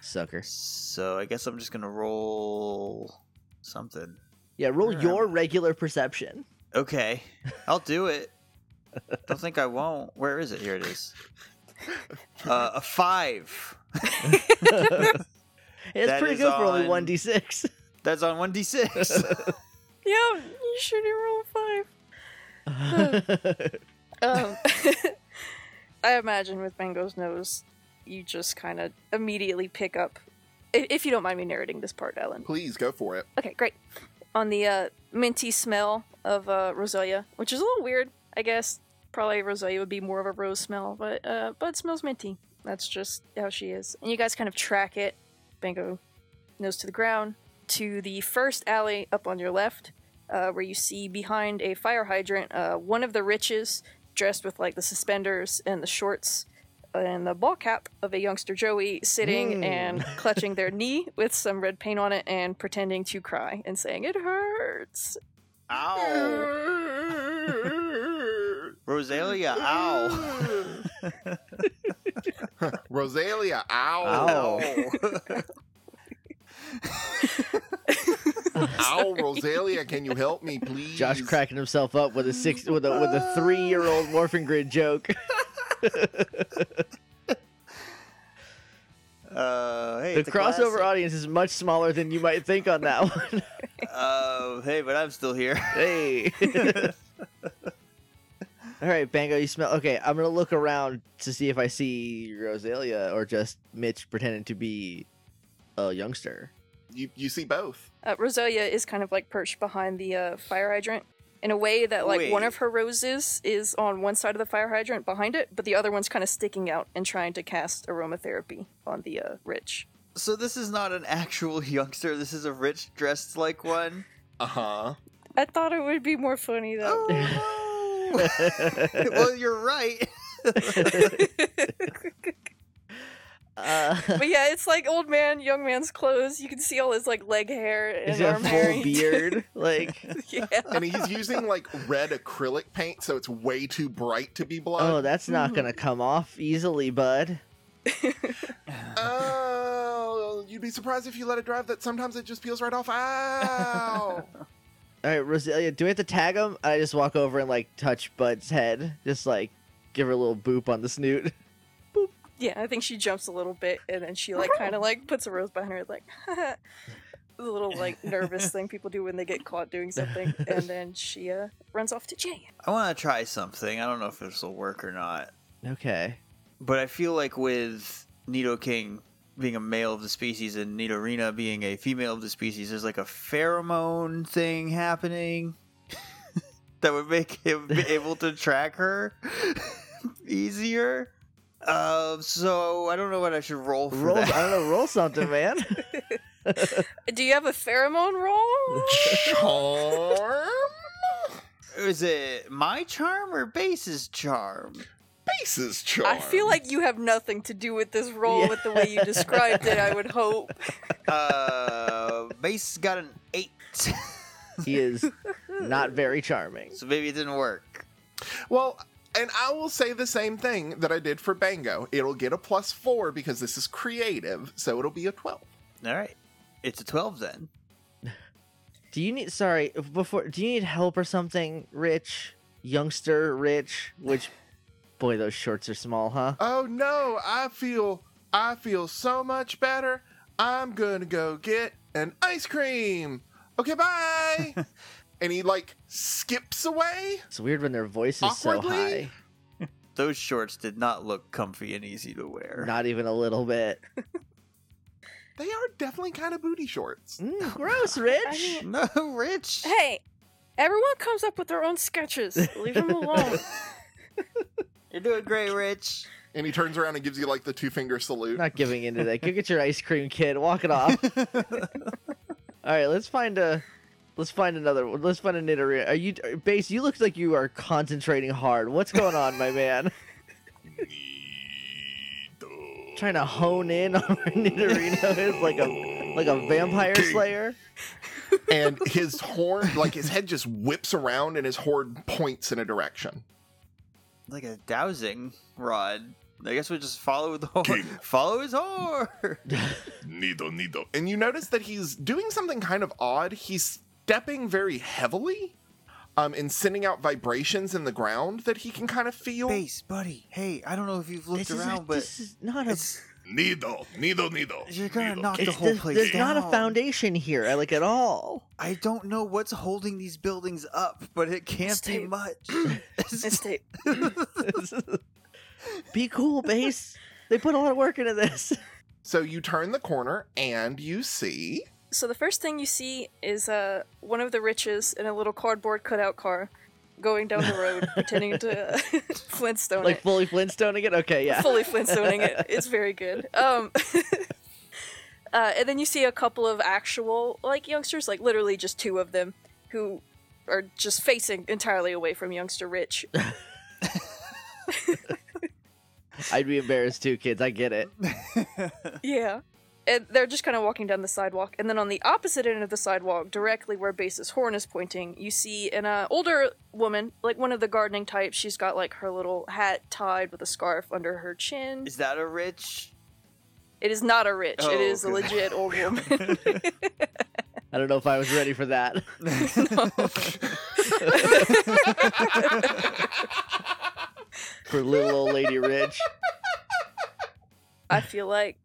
S3: Sucker.
S1: so I guess I'm just gonna roll something.
S3: Yeah, roll
S1: Yeah.
S3: your regular perception.
S1: Okay, I'll do it. Don't think I won't. Where is it? Here it is. Uh, a five.
S3: It's
S1: That
S3: pretty
S1: is
S3: good for only
S1: on-
S3: 1d6.
S1: That's on one d six.
S4: Yeah, you should roll five. Um, I imagine with Mango's nose, you just kind of immediately pick up. i- If you don't mind me narrating this part, Ellen.
S2: Please go for it.
S4: Okay, great. On the uh, minty smell of uh, Roselia, which is a little weird, I guess. Probably Roselia would be more of a rose smell, but uh, Bud smells minty. That's just how she is. And you guys kind of track it. Bango, nose to the ground, to the first alley up on your left, uh, where you see behind a fire hydrant uh, one of the riches dressed with like the suspenders and the shorts and the ball cap of a youngster Joey sitting
S3: Mm.
S4: and clutching their knee with some red paint on it and pretending to cry and saying, It hurts.
S1: Ow, Rosalia. Ow.
S2: Rosalia, ow.
S3: Ow.
S2: Ow, Rosalia, can you help me, please?
S3: Josh cracking himself up with a six with a with a three year old Morphin Grid joke.
S1: Uh, hey,
S3: The
S1: it's a
S3: crossover
S1: classic.
S3: audience is much smaller than you might think on that one.
S1: Oh, Uh, hey, but I'm still here.
S3: hey, All right, Bango, you smell. Okay, I'm gonna look around to see if I see Rosalia or just Mitch pretending to be a youngster.
S2: You you see both.
S4: Uh, Rosalia is kind of like perched behind the uh, fire hydrant in a way that like one of
S1: Wait.
S4: her roses is on one side of the fire hydrant behind it, but the other one's kind of sticking out and trying to cast aromatherapy on the uh, rich.
S1: So this is not an actual youngster. This is a rich dressed like one.
S2: Uh huh.
S4: I thought it would be more funny though.
S1: Oh no! well, you're right.
S3: uh,
S4: But yeah, it's like old man, young man's clothes. You can see all his like leg hair and
S3: is he a
S4: arm hair.
S3: full beard? Like,
S4: yeah.
S2: And he's using like red acrylic paint, so it's way too bright to be
S3: oh,
S2: blood.
S3: that's not gonna come off easily, bud.
S2: Oh, you'd be surprised if you let it drive. That sometimes it just peels right off. Ow!
S3: All right, Rosalia, do we have to tag him? I just walk over and like touch Bud's head, just like give her a little boop on the snoot.
S4: Yeah, I think she jumps a little bit and then she like kind of like puts a rose behind her like the little like nervous thing people do when they get caught doing something and then she uh, runs off to Jay.
S1: I want to try something. I don't know if this will work or not,
S3: Okay.
S1: but I feel like with Nido King being a male of the species and Nidorina being a female of the species, there's like a pheromone thing happening that would make him be able to track her easier. Um, so I don't know what I should roll for
S3: Roll, I
S1: that.
S3: don't know, roll something, man.
S4: Do you have a pheromone roll?
S2: Charm
S1: Is it my charm or base's charm?
S2: bases charm.
S4: I feel like you have nothing to do with this roll with the way you described it, I would hope.
S1: Uh, base got an eight,
S3: he is not very charming.
S1: so maybe it didn't work.
S2: Well, and I will say the same thing that I did for Bango. It'll get a plus four because this is creative, so it'll be a twelve.
S1: All right, it's a twelve then.
S3: Do you need sorry before? Do you need help or something, Rich? Youngster, Rich. Which, boy, those shorts are small, huh?
S2: Oh no, I feel I feel so much better. I'm gonna go get an ice cream. Okay, bye. and he like skips away.
S3: It's weird when their voice is so
S2: Awkwardly?
S3: high.
S1: Those shorts did not look comfy and easy to wear.
S3: Not even a little bit.
S2: They are definitely kind of booty shorts.
S3: Mm, gross, Rich.
S4: I mean-
S1: no, Rich.
S4: Hey, everyone comes up with their own sketches. Leave them alone.
S1: You're doing great, Rich.
S2: And he turns around and gives you like the two finger salute.
S3: not giving into that. Go get your ice cream, kid. Walk it off. All right, let's find a. Let's find another. one. Let's find a knitter. Are you base? You look like you are concentrating hard. What's going on, my man? Trying to hone in on where Nidorino is like a like a vampire slayer.
S2: and his horn, like his head just whips around and his horn points in a direction.
S1: like a dowsing rod. I guess we just follow the horn. Follow his horn.
S2: Nido, nido. And you notice that he's doing something kind of odd. He's stepping very heavily um, and sending out vibrations in the ground that he can kind of feel.
S1: Base, buddy. Hey, I don't know if you've looked
S3: This is,
S1: around,
S3: a,
S1: but
S3: this is not a.
S1: it's
S5: Nido, nido, nido.
S1: You're gonna
S5: nido.
S1: knock the
S3: it's-
S1: whole
S3: there's
S1: place
S3: there's not a
S1: down.
S3: foundation here, I like at all.
S1: I don't know what's holding these buildings up, but it can't
S4: It's
S1: be
S4: tape.
S1: much.
S4: It's tape.
S3: Be cool, base. They put a lot of work into this.
S2: So you turn the corner and you see.
S4: So the first thing you see is uh, one of the riches in a little cardboard cutout car going down the road, pretending to uh, Flintstone
S3: Like
S4: it.
S3: fully Flintstoning it. Okay, yeah.
S4: fully Flintstoning it. It's very good. Um, uh, and then you see a couple of actual like youngsters, like literally just two of them, who are just facing entirely away from youngster Rich.
S3: I'd be embarrassed too, kids. I get it.
S4: yeah. And they're just kind of walking down the sidewalk, and then on the opposite end of the sidewalk, directly where Base's horn is pointing, you see an uh, older woman, like one of the gardening types. She's got like her little hat tied with a scarf under her chin.
S1: Is that a rich?
S4: It is not a rich;
S1: Oh,
S4: it is a
S1: okay.
S4: legit old woman.
S3: I don't know if I was ready for that. for little old lady Rich.
S4: I feel like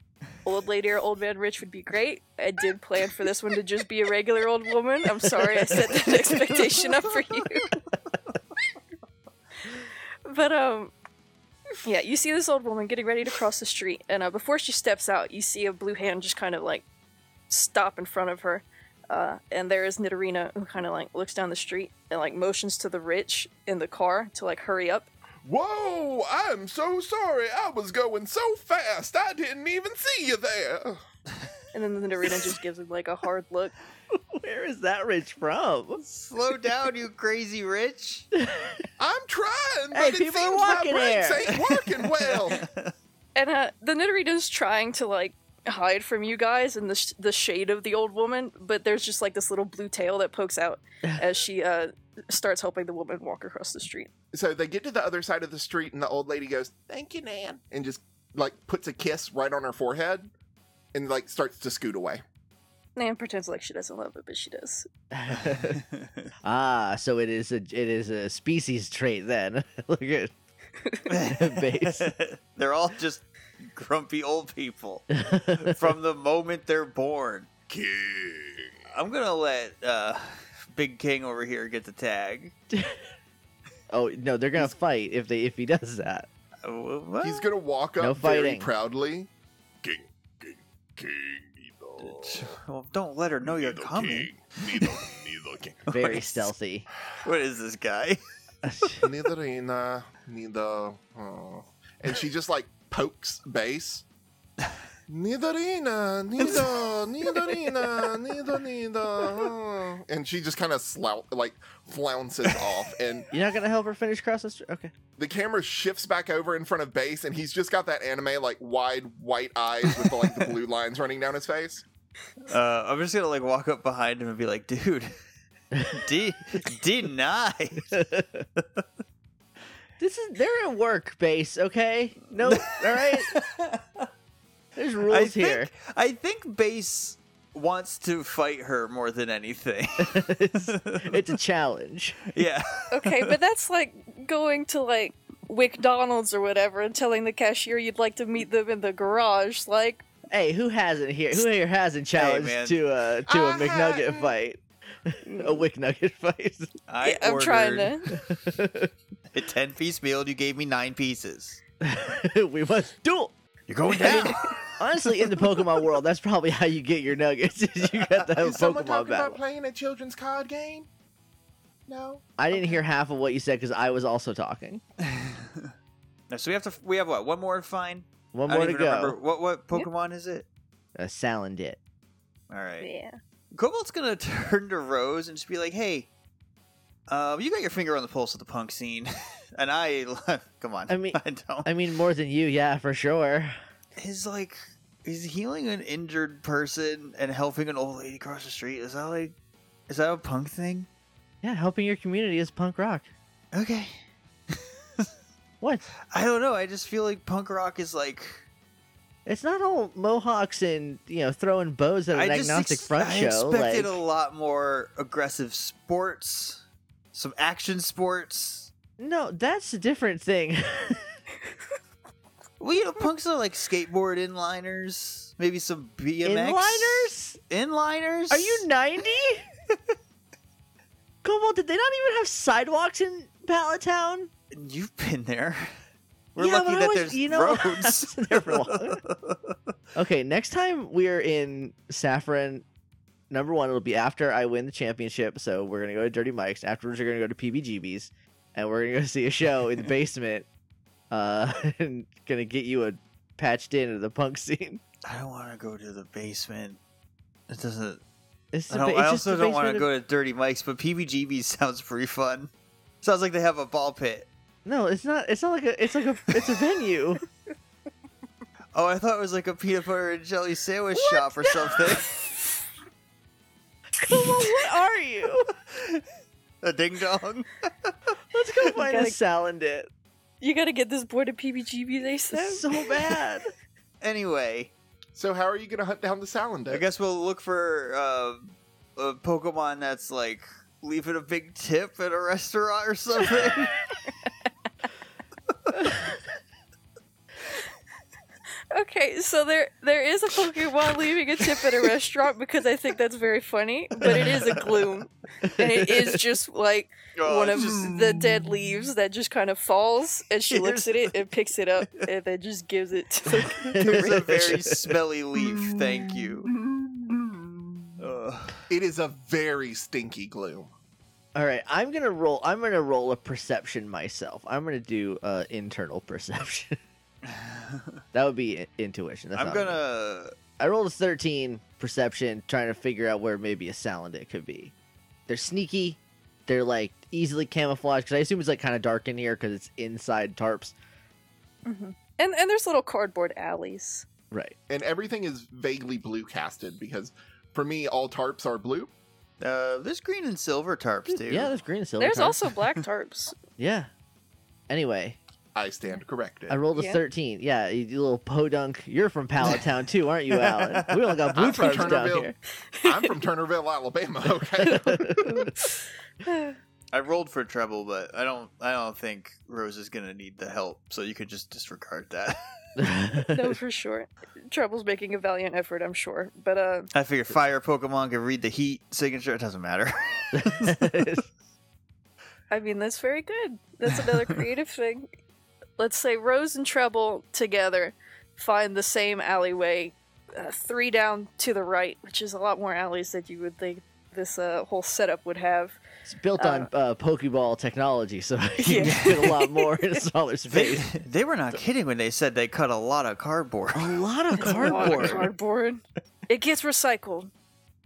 S4: old lady or old man rich would be great. I did plan for this one to just be a regular old woman. I'm sorry I set that expectation up for you. but um yeah you see this old woman getting ready to cross the street and uh, before she steps out you see a blue hand just kind of like stop in front of her uh, and there is Nidorina who kind of like looks down the street and like motions to the rich in the car to like hurry up
S2: Whoa, I'm so sorry. I was going so fast, I didn't even see you there.
S4: and then Nidorina just gives him like a hard look
S3: Where is that rich from?
S1: Slow down, you crazy rich.
S2: I'm trying, but
S3: Hey,
S2: it
S3: people are
S2: seems
S3: walking
S2: my
S3: here.
S2: brakes ain't working well.
S4: and uh, the Nidorina's trying to like hide from you guys in the, sh- the shade of the old woman but there's just like this little blue tail that pokes out as she uh, starts helping the woman walk across the street
S2: so they get to the other side of the street, and the old lady goes, "Thank you, Nan," and just like puts a kiss right on her forehead, and like starts to scoot away.
S4: Nan pretends like she doesn't love it, but she does.
S3: ah, so it is a it is a species trait then. Look at Base.
S1: They're all just grumpy old people from the moment they're born.
S5: King.
S1: I'm gonna let uh, Big King over here get the tag.
S3: Oh no, they're gonna fight if they if he does that.
S1: Uh, what?
S2: He's gonna walk up
S3: No
S2: very
S3: fighting.
S2: proudly.
S5: King. King. King. Nido.
S1: Well, don't let her know Oh, you're
S5: Nido
S1: coming.
S5: King. Nido. Nido King.
S3: Very
S1: Nice.
S3: stealthy.
S1: What is this guy?
S2: neither Ina, neither. Oh. And she just like pokes bass. Neither Ina, neither, neither Ina, neither, neither. oh. And she just kind of slout, like flounces off. And
S3: You're not gonna help her finish crossing the street? Okay.
S2: the camera shifts back over in front of bass, and he's just got that anime, like wide white eyes with the, like the blue lines running down his face.
S1: Uh, I'm just gonna like walk up behind him and be like, dude, de- deny.
S3: This is they're at work base, okay? No, all right. There's rules
S1: I
S3: here.
S1: think, I think Base wants to fight her more than anything.
S3: it's, it's a challenge.
S1: yeah.
S4: Okay, but that's like going to like Wick Donald's or whatever and telling the cashier you'd like to meet them in the garage. Like,
S3: Hey, who hasn't here? Who here hasn't challenged
S1: man.
S3: to uh to a
S2: I
S3: McNugget
S2: hadn't.
S3: fight? a Wick Nugget fight.
S1: I
S4: yeah, I'm trying
S1: ordered
S4: to.
S1: a ten piece meal. and You gave me nine pieces.
S3: we must duel.
S1: You're going down.
S3: Honestly, in the Pokemon world, that's probably how you get your nuggets. is you got the Pokemon battle.
S2: playing a children's card game? No.
S3: I didn't hear half of what you said because I was also talking.
S1: No, so we have to. We have what? One more to find.
S3: One
S1: I
S3: more
S1: don't
S3: to
S1: even remember
S3: go.
S1: what what Pokemon is it?
S3: Uh, Salandit.
S1: All right.
S4: Yeah.
S1: Cobalt's gonna turn to Rose and just be like, "Hey, uh, you got your finger on the pulse of the punk scene, and I come on.
S3: I mean-
S1: I don't.
S3: I mean, more than you, yeah, for sure.
S1: Is like, is healing an injured person and helping an old lady cross the street? Is that like, is that a punk thing?
S3: Yeah, helping your community is punk rock.
S1: Okay.
S3: What?
S1: I don't know. I just feel like punk rock is like.
S3: It's not all mohawks and you know throwing bows at an
S1: I just
S3: agnostic
S1: ex-
S3: front
S1: I
S3: show.
S1: expected
S3: Like,
S1: a lot more aggressive sports, some action sports.
S3: no, that's a different thing.
S1: Well, you know, punks are like skateboard inliners, maybe some BMX
S3: Inliners?
S1: Inliners?
S3: Are you ninety? Cobalt, did they not even have sidewalks in Palatown?
S1: You've been there. We're
S3: Yeah,
S1: lucky
S3: but I
S1: that
S3: was-
S1: there's
S3: you know,
S1: roads.
S3: They're wrong. okay, next time we're in Saffron, number one, it'll be after I win the championship. So we're gonna go to Dirty Mike's. Afterwards, we're gonna go to PBGB's, and we're gonna go see a show in the basement. Uh, and gonna get you a patched in to the punk scene.
S1: I don't want to go to the basement. It doesn't.
S3: It's
S1: I,
S3: the ba-
S1: don't,
S3: it's
S1: I
S3: just
S1: also
S3: the
S1: don't want
S3: basement
S1: to
S3: of-
S1: go to Dirty Mike's, but PBGB sounds pretty fun. Sounds like they have a ball pit.
S3: No, it's not. It's not like a. It's like a. It's a venue.
S1: Oh, I thought it was like a peanut butter and jelly sandwich shop or something.
S3: Come on, what are you?
S1: a ding dong.
S3: Let's go find a
S4: gotta-
S3: salandit.
S4: You gotta get this boy to PBGB, they said.
S3: It's so bad.
S1: Anyway,
S2: So how are you gonna hunt down the Salander?
S1: I guess we'll look for uh, a Pokemon that's like leaving a big tip at a restaurant or something.
S4: Okay, so there there is a Pokemon leaving a tip at a restaurant because I think that's very funny, but it is a gloom. And it is just like
S1: Oh,
S4: one of
S1: it's
S4: the dead lears that just kind of falls and she looks at it and picks it up and then just gives it to the
S1: Here's a very smelly leaf. Thank you. Ugh.
S2: It is a very stinky gloom.
S3: All right, I'm gonna roll. I'm gonna roll a perception myself. I'm gonna do uh, internal perception. that would be i- intuition. That's
S1: I'm
S3: not-
S1: gonna.
S3: I rolled a 13 perception, trying to figure out where maybe a Salandit could be. They're sneaky. They're like easily camouflaged because I assume it's like kind of dark in here because it's inside tarps.
S4: And and there's little cardboard alleys.
S3: Right.
S2: And everything is vaguely blue casted because for me, all tarps are blue.
S1: Uh, there's green and silver tarps too.
S3: Hmm, Yeah, there's green and silver.
S4: There's
S3: tarps.
S4: also black tarps.
S3: yeah. Anyway,
S2: I stand corrected.
S3: I rolled a
S4: Yeah.
S3: 13. Yeah, you you little podunk. You're from Palatown too, aren't you, Alan? We all got blue
S2: I'm from
S3: tarps down
S2: Turnerville.
S3: here.
S2: I'm from Turnerville, Alabama. Okay.
S1: I rolled for treble, but I don't. I don't think Rose is gonna need the help, so you could just disregard that.
S4: no, for sure. Trouble's making a valiant effort, I'm sure. But uh
S1: I figure fire Pokemon can read the heat signature. It doesn't matter.
S4: I mean, that's very good. That's another creative thing. Let's say Rose and Treble together find the same alleyway, uh, three down to the right, which is a lot more alleys that you would think this uh, whole setup would have.
S3: It's built on uh, Pokeball technology, so you can
S4: Yeah.
S3: fit a lot more in a smaller
S1: they,
S3: space.
S1: they were not kidding when they said they cut a lot of cardboard.
S3: A lot of
S4: It's a lot of
S3: cardboard.
S4: cardboard. It gets recycled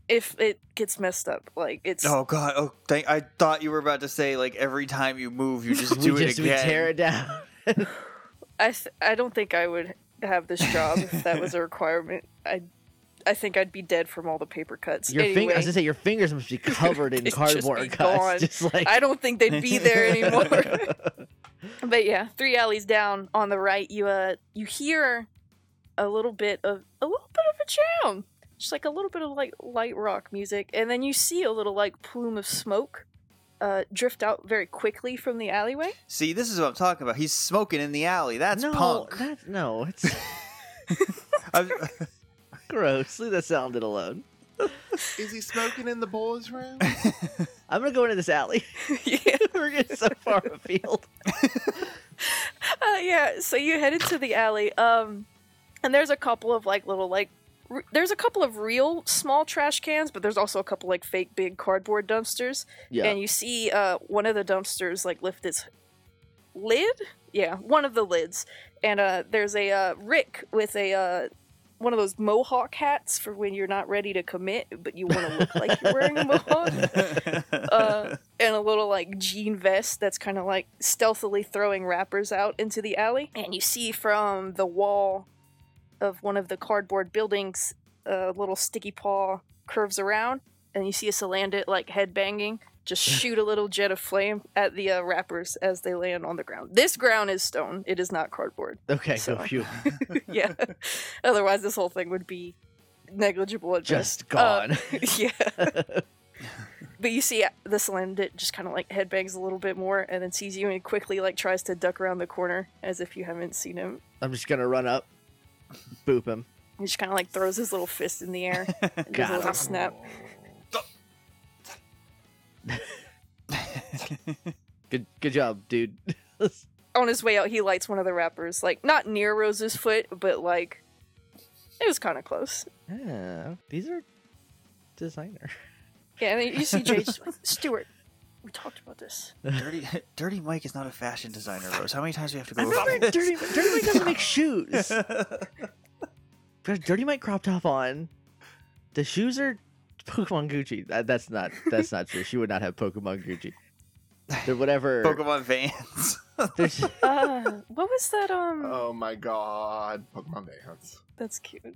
S4: if it gets messed up. Like it's
S1: Oh god! Oh, thank, I thought you were about to say like every time you move, you just do
S3: we
S1: it
S3: just we
S1: again.
S3: tear it down.
S4: I th- I don't think I would have this job if that was a requirement. I I think I'd be dead from all the paper cuts.
S3: Your
S4: anyway.
S3: finger, I was gonna say your fingers must be covered in
S4: It's just be
S3: cardboard
S4: gone.
S3: cuts. Just like
S4: I don't think they'd be there anymore. but yeah, three alleys down on the right, you uh you hear a little bit of a little bit of a jam. Just like a little bit of like light rock music, and then you see a little like plume of smoke uh drift out very quickly from the alleyway.
S1: See, this is what I'm talking about. He's smoking in the alley. That's
S3: no,
S1: punk.
S3: That, no, it's
S1: I'm-
S3: gross. Leave that sounded alone.
S2: is he smoking in the boys' room?
S3: I'm gonna go into this alley.
S4: yeah.
S3: We're getting so far afield.
S4: Uh, yeah, so you head into the alley. Um and there's a couple of like little like r- there's a couple of real small trash cans, but there's also a couple like fake big cardboard dumpsters.
S3: Yeah,
S4: and you see uh, one of the dumpsters like lift its lid yeah one of the lids and uh, there's a uh, rick with a uh, one of those mohawk hats for when you're not ready to commit but you want to look like you're wearing a mohawk uh, and a little like jean vest that's kind of like stealthily throwing wrappers out into the alley and you see from the wall of one of the cardboard buildings a little sticky paw curves around and you see a salandit like head banging just shoot a little jet of flame at the uh, wrappers as they land on the ground this ground is stone it is not cardboard
S3: okay,
S4: so-
S3: go phew.
S4: yeah otherwise this whole thing would be negligible at best.
S3: Just
S4: Uh,
S3: gone.
S4: yeah. but you see the Salandit just kind of like headbangs a little bit more and then sees you and quickly like tries to duck around the corner as if you haven't seen him.
S3: I'm just gonna run up, boop him.
S4: He just kind of like throws his little fist in the air and does a
S3: Got
S4: little
S3: him.
S4: snap.
S3: Good, good job, dude.
S4: On his way out, he lights one of the wrappers, like not near Rose's foot, but like it was kind of close.
S3: yeah, these are designer.
S4: Yeah, and then you see Jay just like, Stuart, we talked about this.
S1: dirty, dirty Mike is not a fashion designer, Rose. How many times do we have to go
S3: I
S1: over
S3: remember
S1: this?
S3: Dirty, Dirty Mike doesn't make shoes. Got a Dirty Mike crop top on. The shoes are Pokemon Gucci. That, that's not that's not true. She would not have Pokemon Gucci. They're whatever.
S1: Pokemon Vans.
S3: they're-
S4: Uh, what was that? Um,
S2: oh my god, Pokemon Vans.
S4: That's cute.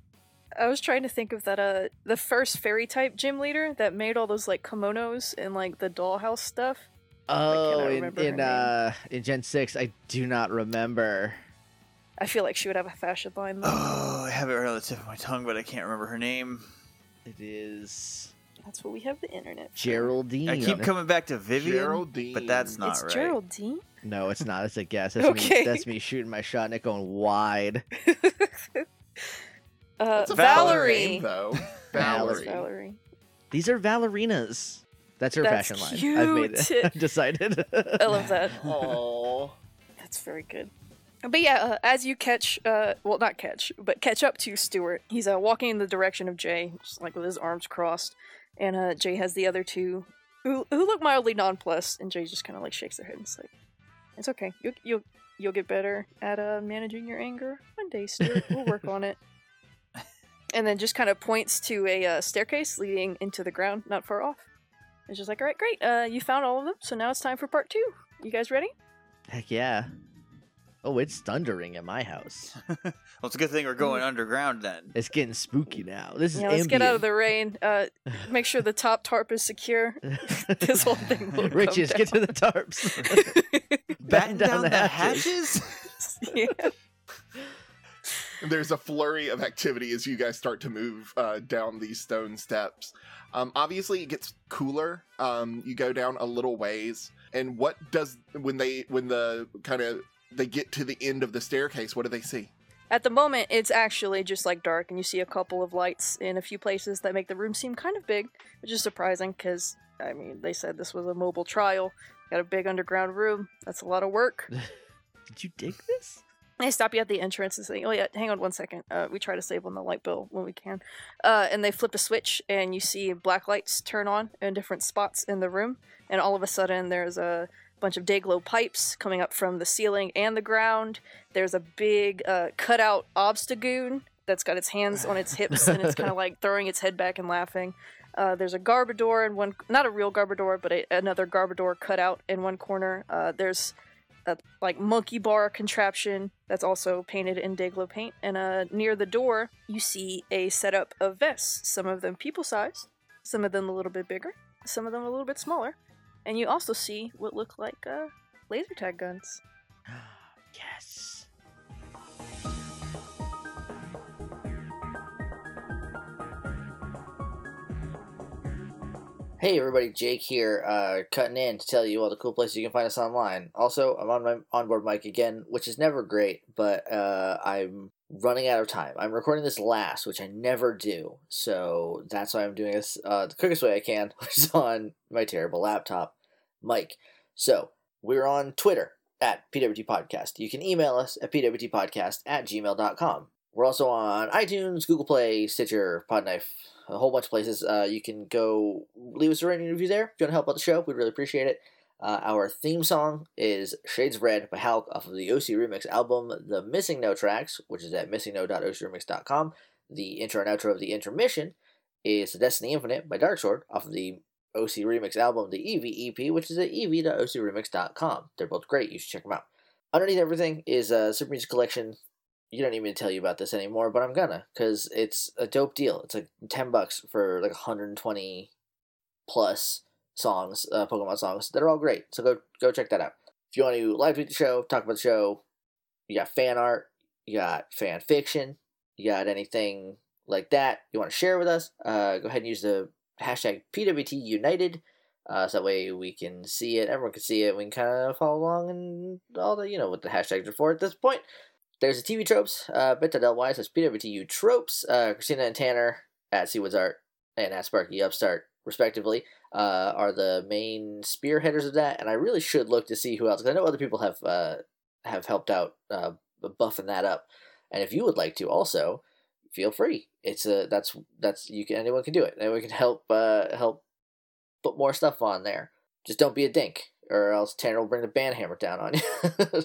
S4: I was trying to think of that uh the first fairy type gym leader that made all those like kimonos and like the dollhouse stuff.
S3: oh, in
S4: remember her
S3: in
S4: name?
S3: uh in Gen six, I do not remember.
S4: I feel like she would have a fashion line though.
S1: oh, I have it right on the tip of my tongue, but I can't remember her name.
S3: It is
S4: That's what we have the internet. for.
S3: Geraldine.
S1: I keep coming back to Vivian,
S2: Geraldine.
S1: but that's not
S4: it's
S1: right.
S4: Geraldine.
S3: no, it's not. It's a guess. That's me.
S4: Okay.
S3: That's me shooting my shot and it going wide.
S4: Uh,
S2: That's a valid
S4: Valerie.
S2: name, though.
S4: Alice
S2: Valerie.
S4: Valerie.
S6: These are ballerinas. That's her
S4: That's
S6: fashion line. I've made
S4: cute.
S6: it. I've decided.
S4: I love that.
S2: Aw.
S4: That's very good. But yeah, uh, as you catch, uh, well, not catch, but catch up to Stuart, he's uh, walking in the direction of Jay, just like with his arms crossed, and uh, Jay has the other two, who who look mildly nonplussed, and Jay just kind of like shakes their head and is like, "It's okay, you'll you'll you'll get better at uh, managing your anger one day, Stuart. We'll work on it." And then just kind of points to a uh, staircase leading into the ground, not far off. It's just like, "All right, great, uh, you found all of them, so now it's time for part two. You guys ready?"
S6: Heck yeah. Oh, it's thundering at my house.
S1: well, it's a good thing we're going underground then.
S6: It's getting spooky now. This is
S4: Yeah, let's get out of
S6: ambient.
S4: the rain. Uh, make sure the top tarp is secure. This whole thing will come
S6: Riches, get to the tarps.
S1: Batten down, the,
S6: hatches.
S1: hatches.
S4: yeah.
S2: There's a flurry of activity as you guys start to move uh, down these stone steps. Um, obviously, it gets cooler. Um, you go down a little ways, and what does when they when the kind of they get to the end of the staircase? What do they see?
S4: At the moment, it's actually just like dark, and you see a couple of lights in a few places that make the room seem kind of big, which is surprising because I mean they said this was a mobile trial. Got a big underground room. That's a lot of work.
S6: Did you dig this?
S4: They stop you at the entrance and say, "Oh yeah, hang on one second. Uh, we try to save on the light bill when we can." Uh, and they flip a switch, and you see black lights turn on in different spots in the room. And all of a sudden, there's a bunch of day glow pipes coming up from the ceiling and the ground. There's a big uh, cutout obstagoon that's got its hands on its hips and it's kind of like throwing its head back and laughing. Uh, there's a Garbodor and one, not a real Garbodor, but a, another Garbodor cutout in one corner. Uh, there's a like monkey bar contraption that's also painted in Dayglo paint. And uh, near the door, you see a setup of vests. Some of them people sized, some of them a little bit bigger, some of them a little bit smaller. And you also see what look like uh, laser tag guns.
S6: yes.
S3: Hey everybody, Jake here, uh, cutting in to tell you all the cool places you can find us online. Also, I'm on my onboard mic again, which is never great, but uh, I'm running out of time. I'm recording this last, which I never do, so that's why I'm doing this uh, the quickest way I can, which is on my terrible laptop mic. So we're on Twitter at PWT Podcast. You can email us at pwtpodcast at gmail.com. We're also on iTunes, Google Play, Stitcher, Podknife, a whole bunch of places. Uh, you can go leave us a rating and review there. If you want to help out the show, we'd really appreciate it. Uh, our theme song is Shades of Red by Halk off of the OC Remix album The Missing No Tracks, which is at missingno.ocremix.com. The intro and outro of the intermission is The Destiny Infinite by Darksword off of the OC Remix album The E EV EP, which is at E ev.ocremix.com. They're both great. You should check them out. Underneath everything is uh, Super Music Collection you don't need me to tell you about this anymore, but I'm gonna because it's a dope deal. It's like ten bucks for like 120 plus songs, uh, Pokemon songs. They're all great, so go go check that out. If you want to live tweet the show, talk about the show, you got fan art, you got fan fiction, you got anything like that you want to share with us, uh, go ahead and use the hashtag PWT United. Uh, so that way we can see it, everyone can see it, we can kind of follow along and all the, you know, what the hashtags are for at this point. There's the TV tropes, uh, bit.ly slash PWTU tropes, uh, Christina and Tanner at Seawoods Art and at Sparky Upstart, respectively, uh, are the main spearheaders of that. And I really should look to see who else, because I know other people have uh, have helped out uh, buffing that up. And if you would like to, also feel free. It's a that's that's you can anyone can do it. Anyone can help uh, help put more stuff on there. Just don't be a dink, or else Tanner will bring the band hammer down on you.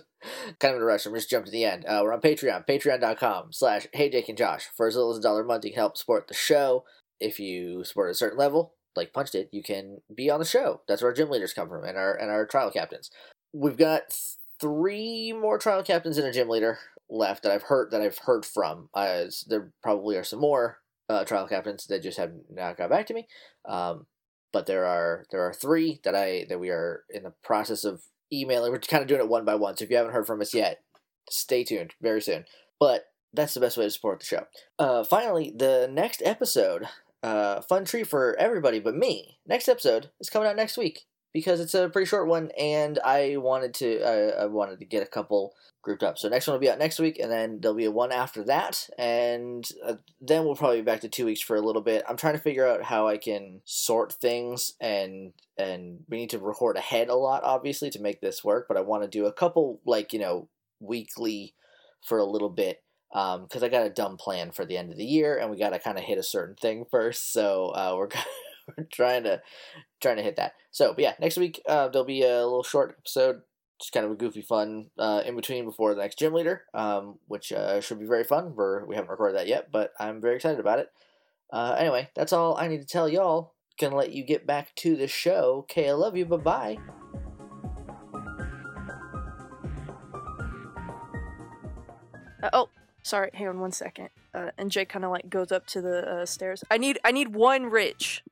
S3: kind of in a rush. I'm just jumping to the end. Uh, we're on Patreon, patreon.com slash Hey Jake and Josh. For as little as a dollar a month, you can help support the show. If you support at a certain level, like Punch did, you can be on the show. That's where our gym leaders come from and our and our trial captains. We've got three more trial captains and a gym leader left that I've heard that I've heard from. Uh, s- there probably are some more uh, trial captains that just have not got back to me. Um, but there are there are three that I that we are in the process of emailing. We're kind of doing it one by one. So if you haven't heard from us yet, stay tuned very soon. But that's the best way to support the show. Uh, finally, the next episode, uh, fun tree for everybody but me. Next episode is coming out next week
S7: because it's a pretty short one, and I wanted to I, I wanted to get a couple grouped up. So next one will be out next week, and then there'll be a one after that, and uh, then we'll probably be back to two weeks for a little bit. I'm trying to figure out how I can sort things, and and we need to record ahead a lot, obviously, to make this work. But I want to do a couple like you know weekly for a little bit because I got a dumb plan for the end of the year, and we got to kind of hit a certain thing first. So uh, we're we're trying to trying to hit that. So, but yeah, next week uh, there'll be a little short episode, just kind of a goofy, fun uh, in between before the next gym leader, um, which uh, should be very fun. We're we haven't recorded that yet, but I'm very excited about it. Uh, anyway, that's all I need to tell y'all. Gonna let you get back to the show. Okay, I love you. Bye bye.
S4: Uh, oh, sorry. Hang on one second. Uh, and Jake kind of like goes up to the uh, stairs. I need I need one rich.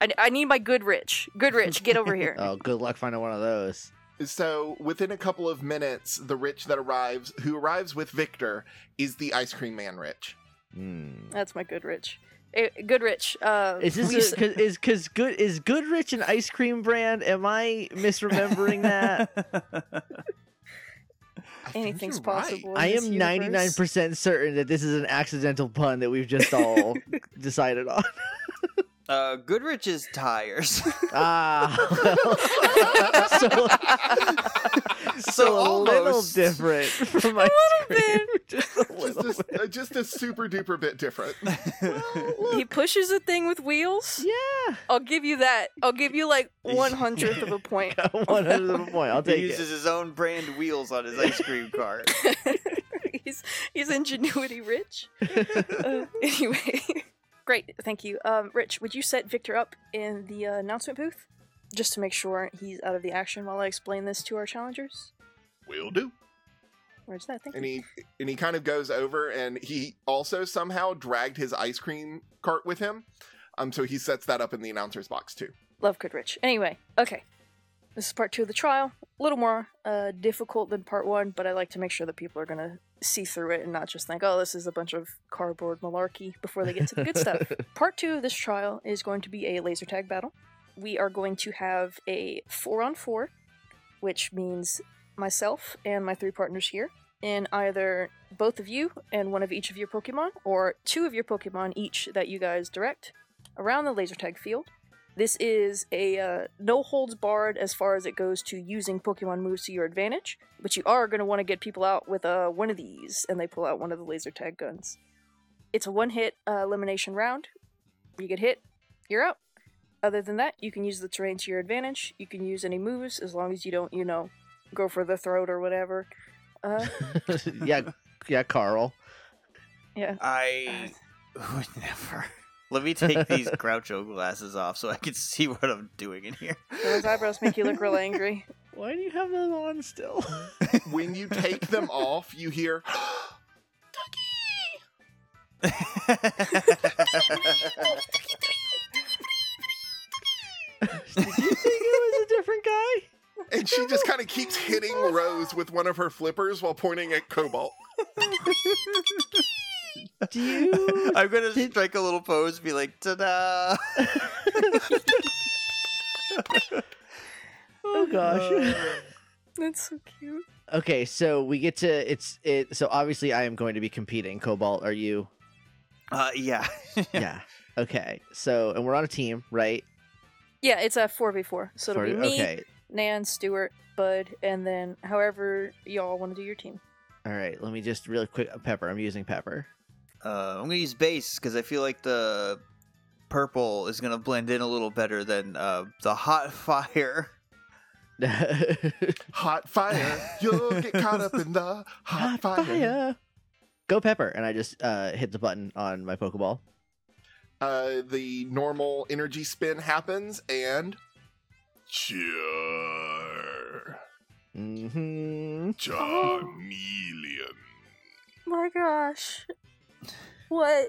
S4: I, I need my good rich. Good rich, get over here.
S3: Oh, good luck finding one of those.
S2: So within a couple of minutes, the rich that arrives, who arrives with Victor, is the ice cream man rich.
S3: Hmm.
S4: That's my good rich. Eh, good rich. Uh,
S3: Is
S4: we
S3: this
S4: used
S3: a,
S4: to-
S3: cause, is because good is Goodrich an ice cream brand? Am I misremembering that?
S1: that.
S2: I think
S4: anything's
S2: you're right.
S4: possible? in
S3: I
S4: this
S3: am ninety nine
S4: universe.
S3: percent certain that this is an accidental pun that we've just all decided on.
S1: uh, Goodrich's tires.
S3: Ah, well, so, so a little
S1: almost.
S3: different from ice
S4: little
S3: cream. Just a
S2: Just
S3: little
S2: a,
S3: bit.
S2: uh, just a super duper bit different.
S4: He pushes a thing with wheels.
S3: Yeah,
S4: I'll give you that. I'll give you like one hundredth of a point.
S3: one hundred point. I'll
S1: he
S3: take
S1: uses
S3: it.
S1: his own brand wheels on his ice cream car.
S4: he's he's ingenuity rich. Uh, anyway, great, thank you. Um, Rich, would you set Victor up in the uh, announcement booth just to make sure he's out of the action while I explain this to our challengers?
S5: Will do.
S4: Where's that? Thank
S2: And
S4: you.
S2: he and he kind of goes over and he also somehow dragged his ice cream cart with him. Um so he sets that up in the announcer's box too.
S4: Love good Rich. Anyway, okay. This is part two of the trial. A little more uh, difficult than part one, but I like to make sure that people are gonna see through it and not just think, "Oh, this is a bunch of cardboard malarkey." Before they get to the good stuff. Part two of this trial is going to be a laser tag battle. We are going to have a four on four, which means myself and my three partners here, and either both of you and one of each of your Pokemon, or two of your Pokemon each that you guys direct around the laser tag field. This is a uh, no holds barred as far as it goes to using Pokemon moves to your advantage, but you are going to want to get people out with uh, one of these, and they pull out one of the laser tag guns. It's a one hit uh, elimination round. You get hit, you're out. Other than that, you can use the terrain to your advantage. You can use any moves as long as you don't, you know, go for the throat or whatever. Uh,
S3: yeah, yeah, Carl.
S4: yeah.
S1: I would never. Let me take these Groucho glasses off so I can see what I'm doing in here.
S4: Those eyebrows make you look real angry.
S3: Why do you have those on still?
S2: When you take them off, you hear
S3: Did you think it was a different guy?
S2: and she just kind of keeps hitting Rose with one of her flippers while pointing at Cobalt.
S3: Do you?
S1: I'm gonna strike a little pose, be like, ta-da!
S3: Oh gosh.
S4: That's so cute.
S3: okay, so we get to it's it. So obviously, I am going to be competing. Cobalt, are you?
S1: Uh, yeah.
S3: Yeah. Okay. So, and we're on a team, right?
S4: Yeah, it's a 4v4. So it'll
S3: For-
S4: be me,
S3: okay.
S4: Nan, Stewart, Bud, and then however y'all want to do your team.
S3: All right. Let me just really quick. uh, Pepper. I'm using pepper.
S1: Uh, I'm gonna use base because I feel like the purple is gonna blend in a little better than uh, the hot fire.
S2: Hot fire, you'll get caught up in the hot fire.
S3: Go pepper, and I just uh, hit the button on my Pokeball.
S2: Uh, the normal energy spin happens, and
S5: Sure.
S3: hmm
S2: Oh.
S5: Chameleon.
S4: My gosh. What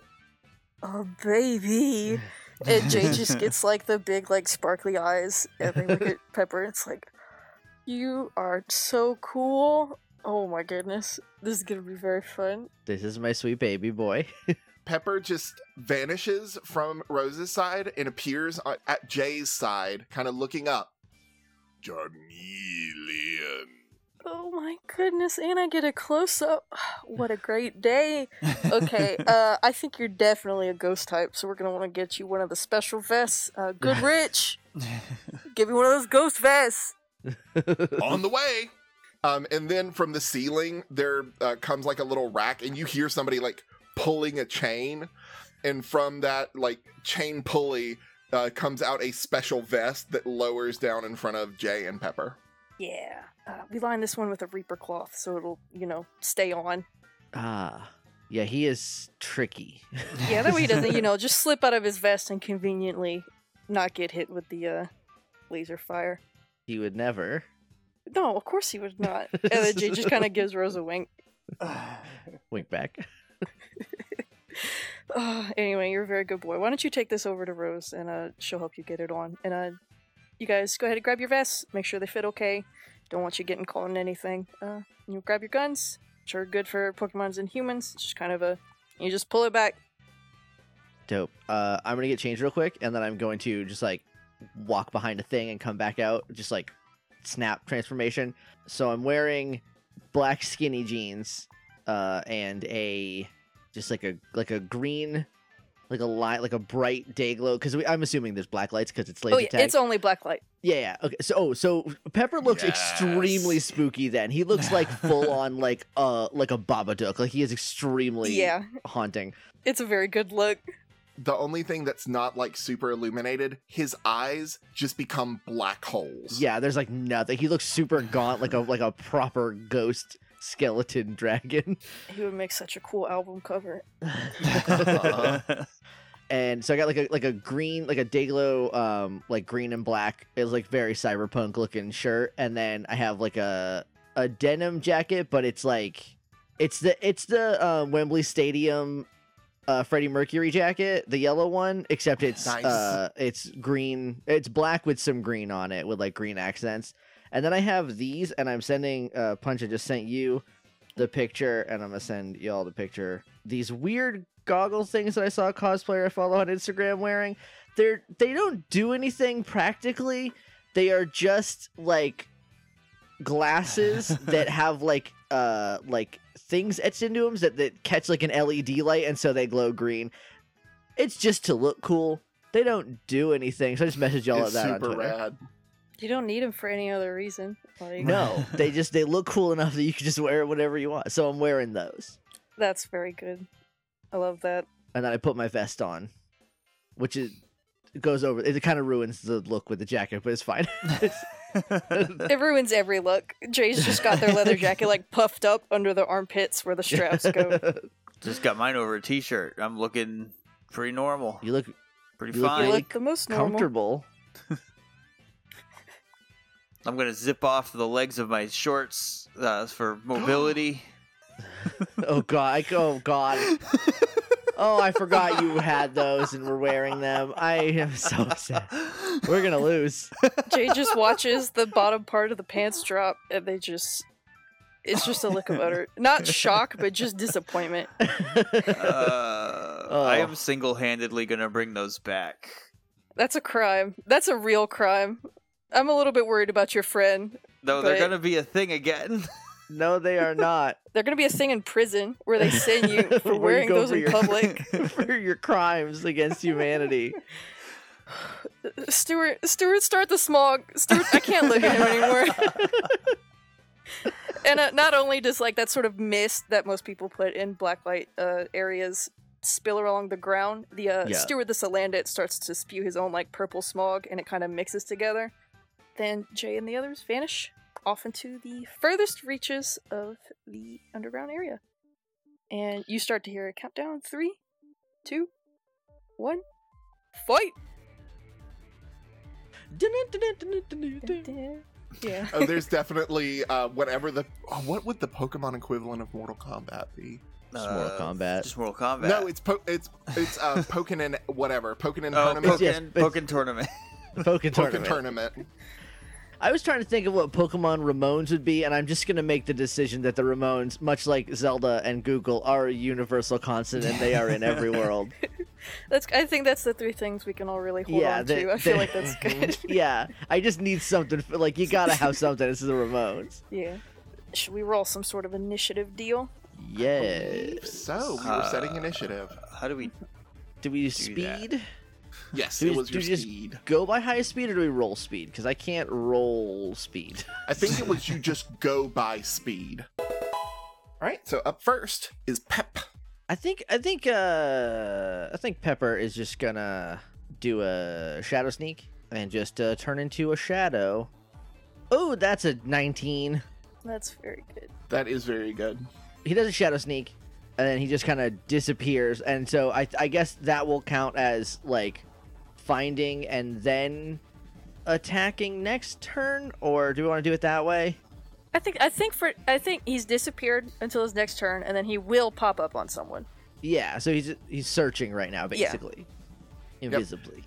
S4: a baby. And Jay just gets like the big, like, sparkly eyes. And they look at Pepper. and It's like, you are so cool. Oh my goodness. This is going to be very fun.
S3: This is my sweet baby boy.
S2: Pepper just uh, vanishes from Rose's side and appears on- at Jay's side, kind of looking up.
S5: Charmeleon.
S4: Oh my goodness, and I get a close up. What a great day. Okay, uh, I think you're definitely a ghost type, so we're gonna want to get you one of the special vests. Uh, Good Rich, give me one of those ghost vests.
S2: on the way. Um, and then from the ceiling, there uh, comes like a little rack, and you hear somebody like pulling a chain. And from that like chain pulley uh, comes out a special vest that lowers down in front of Jay and Pepper.
S4: Yeah, uh, we line this one with a Reaper cloth, so it'll you know stay on.
S3: ah, yeah, he is tricky.
S4: Yeah, that way he doesn't you know just slip out of his vest and conveniently not get hit with the uh, laser fire.
S3: He would never.
S4: No, of course he would not. And then Jay just kind of gives Rose a wink.
S3: Wink back.
S4: Ugh, anyway, you're a very good boy. Why don't you take this over to Rose and uh, she'll help you get it on. And uh, you guys go ahead and grab your vests. Make sure they fit okay. Don't want you getting caught in anything. Uh, you grab your guns, which are good for Pokemons and humans. It's just kind of a you just pull it back.
S3: Dope. Uh, I'm gonna get changed real quick, and then I'm going to just like walk behind a thing and come back out, just like snap transformation. So I'm wearing black skinny jeans, uh, and a just like a like a green, like a light, like a bright day glow. Because I'm assuming there's black lights because it's laser
S4: oh yeah,
S3: tag.
S4: it's only black light.
S3: Yeah, yeah. Okay. So, oh, so Pepper looks extremely
S5: Yes.
S3: spooky. Then he looks like full on like uh like a Babadook. Like he is extremely
S4: Yeah,
S3: haunting.
S4: it's a very good look.
S2: The only thing that's not like super illuminated, his eyes just become black holes.
S3: Yeah, there's like nothing. He looks super gaunt, like a like a proper ghost skeleton dragon.
S4: He would make such a cool album cover.
S1: Uh-huh.
S3: and so I got like a like a green like a Dayglow um like green and black. It was like very cyberpunk looking shirt, and then I have like a a denim jacket, but it's like it's the it's the uh, Wembley Stadium uh, Freddie Mercury jacket, the yellow one, except it's
S2: Nice.
S3: uh it's green, it's black with some green on it with like green accents. And then I have these, and I'm sending uh, Punch. I just sent you the picture, and I'm gonna send y'all the picture. These weird goggle things that I saw a cosplayer I follow on Instagram wearing. They're they don't do anything practically. They are just like glasses that have like uh like things etched into them that, that catch like an LED light and so they glow green. It's just to look cool. They don't do anything. So I just messaged y'all
S2: it's
S3: at that on
S2: super
S3: Twitter.
S2: rad.
S4: You don't need him for any other reason. Like,
S3: No, they just they look cool enough that you can just wear whatever you want. So I'm wearing those,
S4: that's very good. I love that.
S3: and then I put my vest on, which is it goes over. It kind of ruins the look with the jacket, but it's fine.
S4: It ruins every look. Jay's just got their leather jacket like puffed up under the armpits where the straps go.
S1: Just got mine over a t-shirt. I'm looking pretty normal,
S3: you look
S1: pretty
S3: you look
S1: fine.
S4: You
S3: really
S4: look the most normal.
S3: comfortable.
S1: I'm gonna zip off the legs of my shorts uh, for mobility.
S3: Oh god! I, oh god! Oh, I forgot you had those and were wearing them. I am so sad. We're gonna lose.
S4: Jay just watches the bottom part of the pants drop and they just it's just a look of utter not shock but just disappointment.
S1: Uh, I
S3: Oh.
S1: am single-handedly gonna bring those back.
S4: That's a crime. That's a real crime. I'm a little bit worried about your friend.
S1: Though they're
S4: But-
S1: gonna be a thing again.
S3: no, they are not
S4: They're gonna be a thing in prison where they send you
S3: Where
S4: for
S3: you
S4: wearing
S3: go
S4: those
S3: for
S4: in
S3: your-
S4: public.
S3: for your crimes against humanity.
S4: Stuart, Stuart, start the smog. Stuart, I can't look at him anymore. and uh, not only does like that sort of mist that most people put in blacklight uh, areas spill along the ground, the uh,
S3: Yeah.
S4: Stuart the Salandit starts to spew his own like purple smog, and it kind of mixes together. Then Jay and the others vanish off into the furthest reaches of the underground area, and you start to hear a countdown: three, two, one, fight. Yeah.
S2: Oh, there's definitely uh, whatever the oh, what would the Pokemon equivalent of Mortal Kombat be?
S3: Just Mortal
S1: Uh,
S3: Kombat.
S1: Just Mortal Kombat.
S2: No, it's po- it's it's uh, Pokemon whatever Pokemon
S1: oh,
S2: tournament.
S1: Pokken,
S3: Yes, but-
S1: Pokken tournament.
S3: Pokken
S2: Pokemon
S3: tournament.
S2: tournament.
S3: I was trying to think of what Pokemon Ramones would be, and I'm just gonna make the decision that the Ramones, much like Zelda and Google, are a universal constant and they are in every world.
S4: That's. I think that's the three things we can all really hold
S3: Yeah,
S4: on
S3: the-
S4: to. I feel
S3: the-
S4: like that's good.
S3: yeah, I just need something. For, like you gotta have something. This is the Ramones.
S4: yeah. Should we roll some sort of initiative deal?
S3: Yes.
S2: Believe So we were setting initiative.
S1: How do we?
S3: Do we use
S1: Do that.
S3: speed?
S2: Yes,
S3: do
S2: it
S3: we-
S2: was
S3: do
S2: your
S3: we just-
S2: speed.
S3: Go by high speed or do we roll speed? Because I can't roll speed.
S2: I think it was you just go by speed. All right, so up first is Pep.
S3: I think I think uh I think Pepper is just gonna do a shadow sneak and just uh, turn into a shadow. Oh, that's a 19.
S4: That's very good.
S2: That is very good.
S3: He does a shadow sneak and then he just kind of disappears and so I I guess that will count as like finding and then attacking next turn or do we want to do it that way?
S4: I think. I think for. I think he's disappeared until his next turn, and then he will pop up on someone.
S3: Yeah, so he's he's searching right now
S4: Yeah.
S3: basically. Invisibly.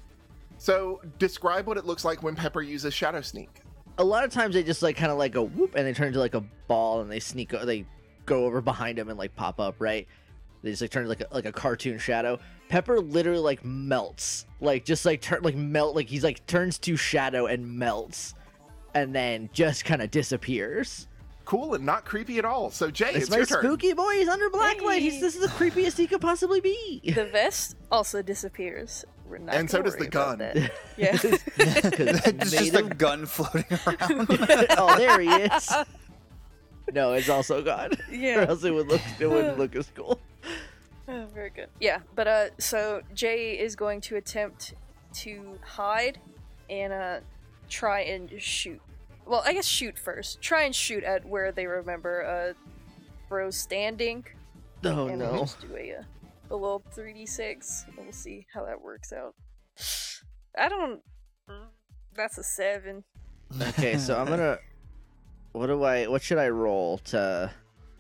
S2: So describe what it looks like when Pepper uses Shadow Sneak.
S3: a lot of times they just like kind of like go whoop and they turn into like a ball and they sneak o- they go over behind him and like pop up right they just like turn into, like a, like a cartoon shadow pepper literally like melts like just like turn like melt like he's like turns to shadow and melts and then just kind of disappears
S2: Cool and not creepy at all. So Jay, it's,
S3: it's, my
S2: your turn.
S3: spooky boy he's under blacklight he's
S4: Hey.
S3: this is the creepiest he could possibly be
S4: The vest also disappears. We're not
S2: And so
S4: gonna
S2: does the
S4: worry about
S2: gun.
S4: that. Yeah.
S3: 'Cause- 'cause
S1: It's just a
S3: native-
S1: gun floating around.
S3: oh there he is no it's also gone or
S4: yeah.
S3: else it would look it wouldn't look as cool
S4: Oh, very good. Yeah, but uh, so Jay is going to attempt to hide and uh, try and shoot. Well, I guess shoot first. Try and shoot at where they remember uh, bro standing.
S3: Oh
S4: and
S3: no.
S4: we'll just do a, uh, a little 3d6 and we'll see how that works out. I don't. That's a seven.
S3: Okay, so I'm gonna. What do I? What should I roll to?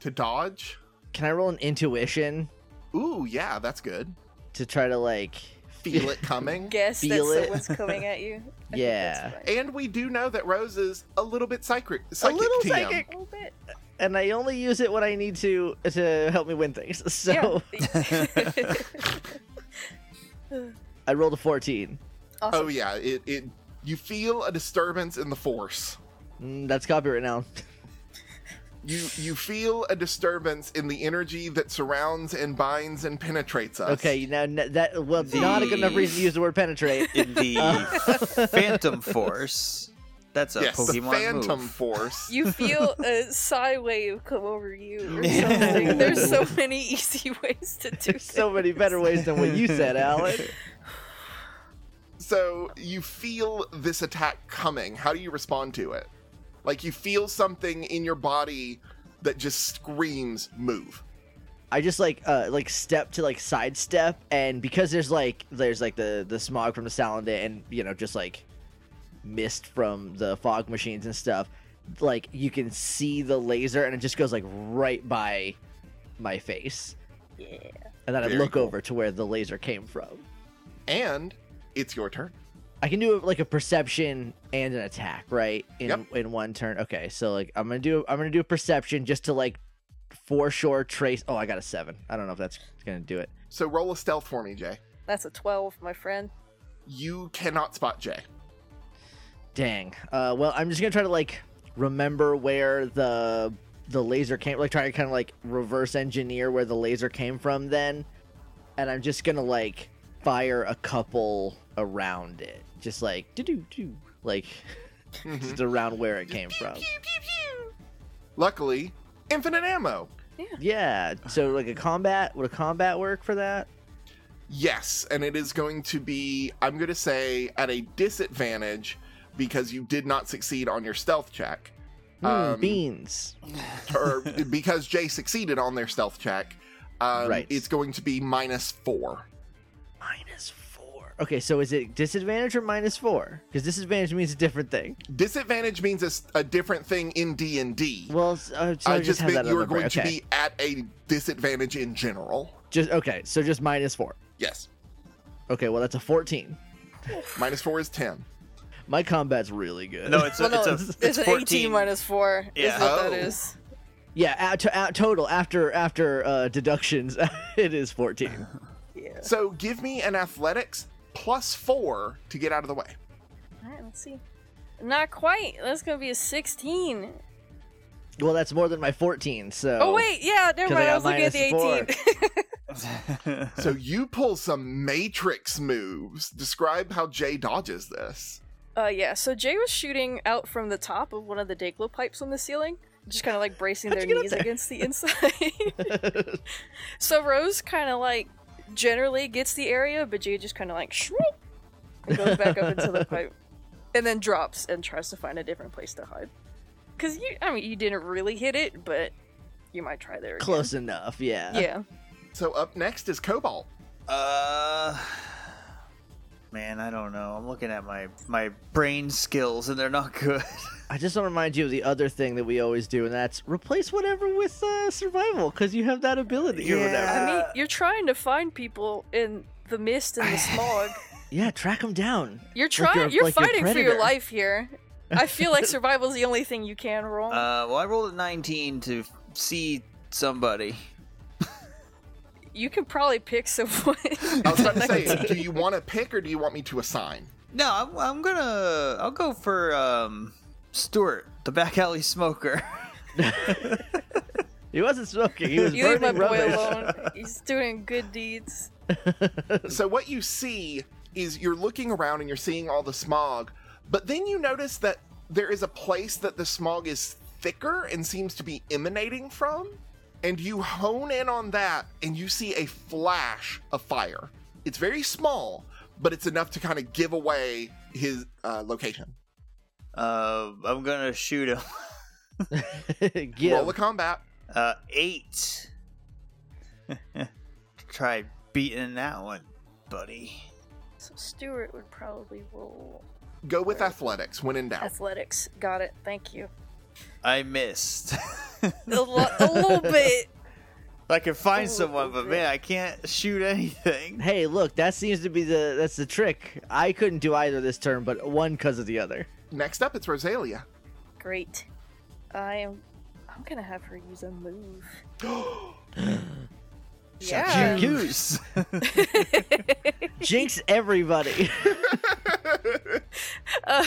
S2: To dodge.
S3: Can I roll an intuition
S2: Ooh, yeah, that's good.
S3: to try to like?
S2: Feel it coming.
S4: Guess
S3: Feel
S4: that's
S3: it.
S4: what's coming at you. I think that's
S3: Yeah.
S4: fine.
S2: And we do know that Rose is a little bit psychic.
S3: A
S2: psychic
S3: little
S2: TM.
S3: psychic,
S4: A little bit.
S3: and I only use it when I need to to help me win things. So
S4: Yeah.
S3: I rolled a 14.
S4: awesome.
S2: Oh yeah, it, it you feel a disturbance in the force.
S3: Mm, that's copyright now.
S2: You you feel a disturbance in the energy that surrounds and binds and penetrates us.
S3: Okay, you know n- that well, not a good enough reason to use the word penetrate.
S1: In
S3: Uh.
S1: the Phantom Force. That's a
S2: yes, the
S1: Pokemon
S2: Phantom
S1: move.
S2: Force.
S4: You feel a side wave come over you or something. There's so many easy ways to do
S3: There's so many better ways than what you said, Alan.
S2: So you feel this attack coming. How do you respond to it? Like you feel something in your body that just screams move.
S3: I just like uh like step to like sidestep and because there's like there's like the the smog from the Salandit and you know just like mist from the fog machines and stuff like you can see the laser and it just goes like right by my face
S4: Yeah.
S3: and then I
S2: Very
S3: look
S2: cool.
S3: over to where the laser came from.
S2: And it's your turn.
S3: I can do like a perception and an attack, right? In
S2: Yep.
S3: in one turn. Okay, so like I'm gonna do I'm gonna do a perception just to like for sure trace. Oh, I got a seven. I don't know if that's gonna do it.
S2: So roll a stealth for me, Jay.
S4: That's a 12, my friend.
S2: You cannot spot Jay.
S3: Dang. Uh, well, I'm just gonna try to like remember where the the laser came. Like try to kind of like reverse engineer where the laser came from. Then, and I'm just gonna like fire a couple around it, just like do do do, like
S2: Mhm.
S3: just around where it came from.
S2: Luckily, infinite ammo.
S3: Yeah. So like a combat would a combat work for that?
S2: Yes, and it is going to be, I'm going to say, at a disadvantage because you did not succeed on your stealth check.
S3: Hmm,
S2: Um,
S3: beans.
S2: or because Jay succeeded on their stealth check. Um,
S3: Right.
S2: It's going to be minus four.
S3: Minus four. Okay, so is it disadvantage or minus four? Because disadvantage means a different thing.
S2: Disadvantage means it's a different thing in D and D.
S3: Well, s- uh, so I,
S2: I
S3: just,
S2: just
S3: have
S2: meant
S3: that
S2: you
S3: on
S2: are
S3: the brain.
S2: going to
S3: Okay.
S2: be at a disadvantage in general.
S3: Just okay, so just minus four.
S2: Yes,
S3: Okay, well that's a fourteen.
S2: minus four is ten.
S3: My combat's really good.
S1: No, it's a, it's a it's,
S4: It's, an
S1: 14.
S4: 18 minus 4
S1: Yeah.
S4: is what that
S2: Oh.
S4: is.
S3: yeah, at, to, at total after after uh, deductions, it is fourteen.
S4: Yeah.
S2: So give me an athletics plus four to get out of the way.
S4: All right, let's see. Not quite. That's gonna be a sixteen.
S3: Well, that's more than my 14. So.
S4: Oh wait, yeah, never
S3: 'Cause I
S4: mind. I,
S3: got
S4: was looking at the
S3: minus
S4: eighteen.
S2: So you pull some matrix moves. Describe how Jay dodges this.
S4: uh, yeah. So Jay was shooting out from the top of one of the Daglo pipes on the ceiling, just kind of like bracing
S3: How'd
S4: their
S3: you get up
S4: knees
S3: there?
S4: against the inside. so Rose kind of like generally gets the area, but Jay just kind of like shroop and goes back up into the pipe, and then drops and tries to find a different place to hide. Cause you, I mean, you didn't really hit it, but you might try there. again.
S3: Close enough, yeah.
S4: Yeah.
S2: So up next is Cobalt.
S1: Uh, man, I don't know. I'm looking at my my brain skills, and they're not good.
S3: I just want to remind you of the other thing that we always do, and that's replace whatever with uh, survival, because you have that ability or whatever.
S4: I mean,
S1: Uh,
S4: you're trying to find people in the mist and the smog.
S3: Yeah, track them down.
S4: You're
S3: Like
S4: trying.
S3: you're-
S4: you're
S3: like you're
S4: fighting for your
S3: Predator.
S4: life here. I feel like survival's the only thing you can roll.
S1: Uh, well, I rolled a 19 to see somebody.
S4: you can probably pick someone.
S2: I was about to say, do you want to pick or do you want me to assign?
S1: No, I'm, I'm gonna. I'll go for um, Stuart, the back alley smoker.
S3: He wasn't smoking. He was
S4: you leave
S3: burning
S4: my boy
S3: rubbish.
S4: alone. He's doing good deeds.
S2: So what you see is you're looking around and you're seeing all the smog, but then you notice that there is a place that the smog is thicker and seems to be emanating from, and you hone in on that and you see a flash of fire. It's very small, but it's enough to kind of give away his uh, location.
S1: Uh, I'm gonna shoot him.
S3: Give.
S2: Roll a combat.
S1: Uh, eight. Try beating that one, buddy.
S4: So Stuart would probably roll
S2: Go with athletics when in doubt.
S4: athletics. Got it. Thank you.
S1: I missed.
S4: A, lo- a little bit.
S1: I can find
S4: Oh,
S1: someone, but
S4: okay.
S1: man, I can't shoot anything.
S3: Hey, look, that seems to be the that's the trick. I couldn't do either this turn, but one because of the other.
S2: Next up, it's Rosalia.
S4: Great. I am. I'm gonna have her use a move. yeah.
S1: Goose.
S3: Jinx everybody.
S4: Uh,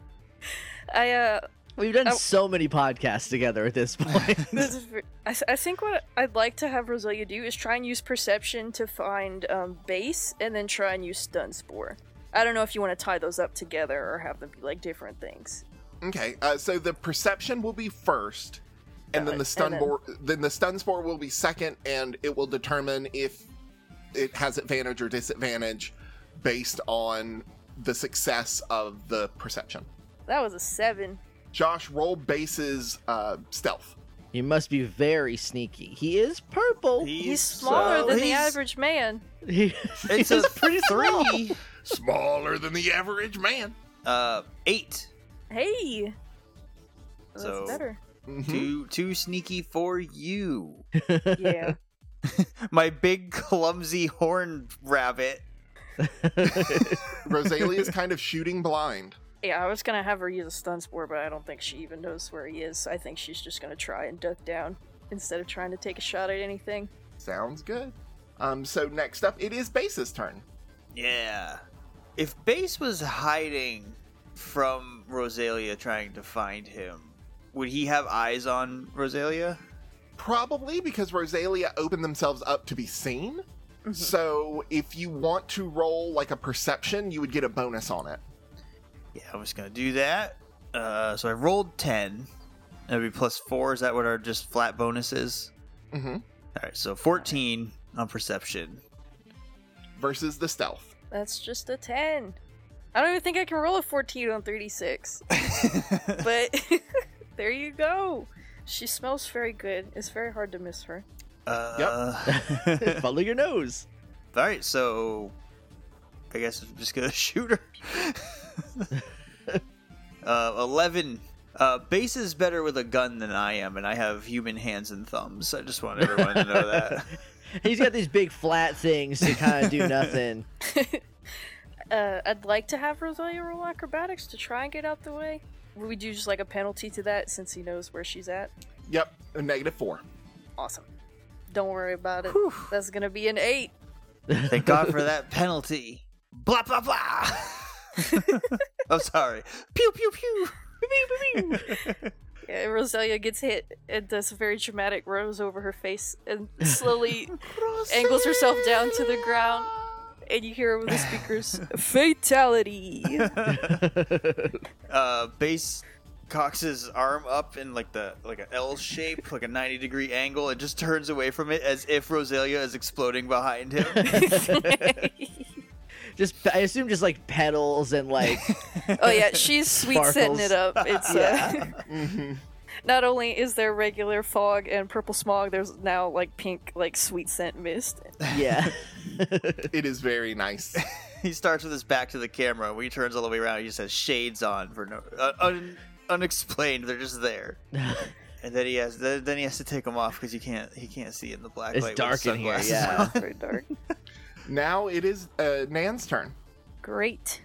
S4: I uh,
S3: We've done
S4: Oh.
S3: so many podcasts together at this point.
S4: this is, ver- I, th- I think what I'd like to have Roselia do is try and use perception to find um, base, and then try and use stun spore. I don't know if you want to tie those up together or have them be like different things.
S2: Okay, uh, so the perception will be first, and
S4: Got
S2: then
S4: it.
S2: the stun
S4: And then-
S2: bor- then the stun spore will be second, and it will determine if it has advantage or disadvantage based on the success of the perception.
S4: That was a seven.
S2: Josh, roll bases uh, stealth.
S3: he must be very sneaky. He is purple. He,
S4: He's smaller
S1: so-
S4: than the
S1: he's-
S4: average man.
S1: It's
S3: he's
S1: a pretty three.
S2: Smaller than the average man.
S1: Uh, eight.
S4: Hey, that's
S1: So-
S4: better.
S2: Mm-hmm.
S1: Too too sneaky for you.
S4: Yeah.
S1: My big clumsy horned rabbit.
S2: Rosalia is kind of shooting blind.
S4: Yeah, I was gonna have her use a stun spore, but I don't think she even knows where he is. So I think she's just gonna try and duck down instead of trying to take a shot at anything.
S2: Sounds good. Um, so next up, it is Base's turn.
S1: Yeah. If Base was hiding from Rosalia trying to find him, would he have eyes on Rosalia?
S2: Probably because Rosalia opened themselves up to be seen. So if you want to roll like a perception, you would get a bonus on it.
S1: Yeah, I'm just gonna do that. Uh, so I rolled ten. That'd be plus four. Is that what our just flat bonus is?
S2: hmm
S1: All right, so fourteen on perception.
S2: Versus the stealth.
S4: That's just a 10. I don't even think I can roll a 14 on 36. but there you go. She smells very good. It's very hard to miss her.
S1: Uh,
S3: Follow your nose.
S1: All right, so I guess I'm just gonna shoot her. uh, Eleven. Uh, base is better with a gun than I am, and I have human hands and thumbs. I just want everyone to know that.
S3: He's got these big flat things to kind of do nothing.
S4: Uh, I'd like to have Rosalia roll acrobatics to try and get out the way. Would we do just like a penalty to that since he knows where she's at?
S2: Yep, a negative four.
S4: Awesome. Don't worry about it. That's gonna be an 8.
S1: Thank God for that penalty. Blah blah blah. I'm sorry. Pew pew pew.
S4: Yeah, Roselia gets hit and does a very dramatic rose over her face and slowly angles herself down to the ground. And you hear over the speakers, fatality.
S1: uh, base Cox's arm up in like the like an L shape, like a 90 degree angle, and just turns away from it as if Rosalia is exploding behind him.
S3: just I assume just like pedals and like
S4: oh, yeah, she's sweet setting it
S3: Sparkles.
S4: up. It's uh,
S3: yeah. Mm-hmm.
S2: hmm
S4: Not only is there regular fog and purple smog, there's now like pink, like sweet scent mist.
S3: yeah.
S2: It is very nice.
S1: he starts with his back to the camera. When he turns all the way around, he just has shades on for no uh, un, unexplained. They're just there. And then he has then then he has to take them off because he can't he can't see in the black
S3: It's
S1: light. with
S3: dark in here,
S1: sunglasses
S3: yeah.
S1: on.
S4: It's very dark.
S2: Now it is uh, Nan's turn.
S4: Great.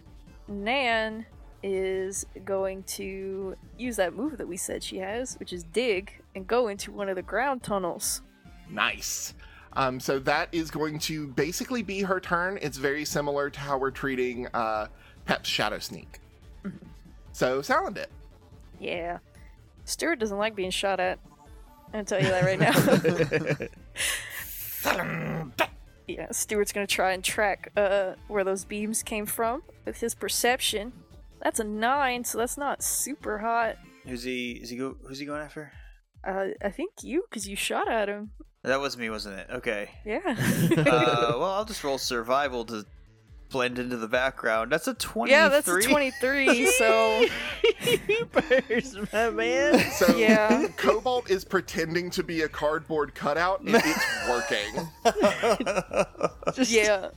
S4: Nan is going to use that move that we said she has, which is dig, and go into one of the ground tunnels.
S2: Nice. Um, so that is going to basically be her turn. It's very similar to how we're treating uh, Pep's Shadow Sneak. So sound it.
S4: Yeah. Stuart doesn't like being shot at. I'm gonna tell you that right now. yeah, Stuart's gonna try and track uh, where those beams came from with his perception. That's a nine, so that's not super hot.
S1: Who's he? Is he go, who's he going after?
S4: Uh, I think you, because you shot at him.
S1: That was me, wasn't it? Okay.
S4: Yeah.
S1: Uh, well, I'll just roll survival to blend into the background. That's a twenty.
S4: yeah, that's a 23, so.
S3: Burst, my man.
S2: So
S4: Yeah.
S2: Cobalt is pretending to be a cardboard cutout, and it's working.
S3: Just
S4: Yeah.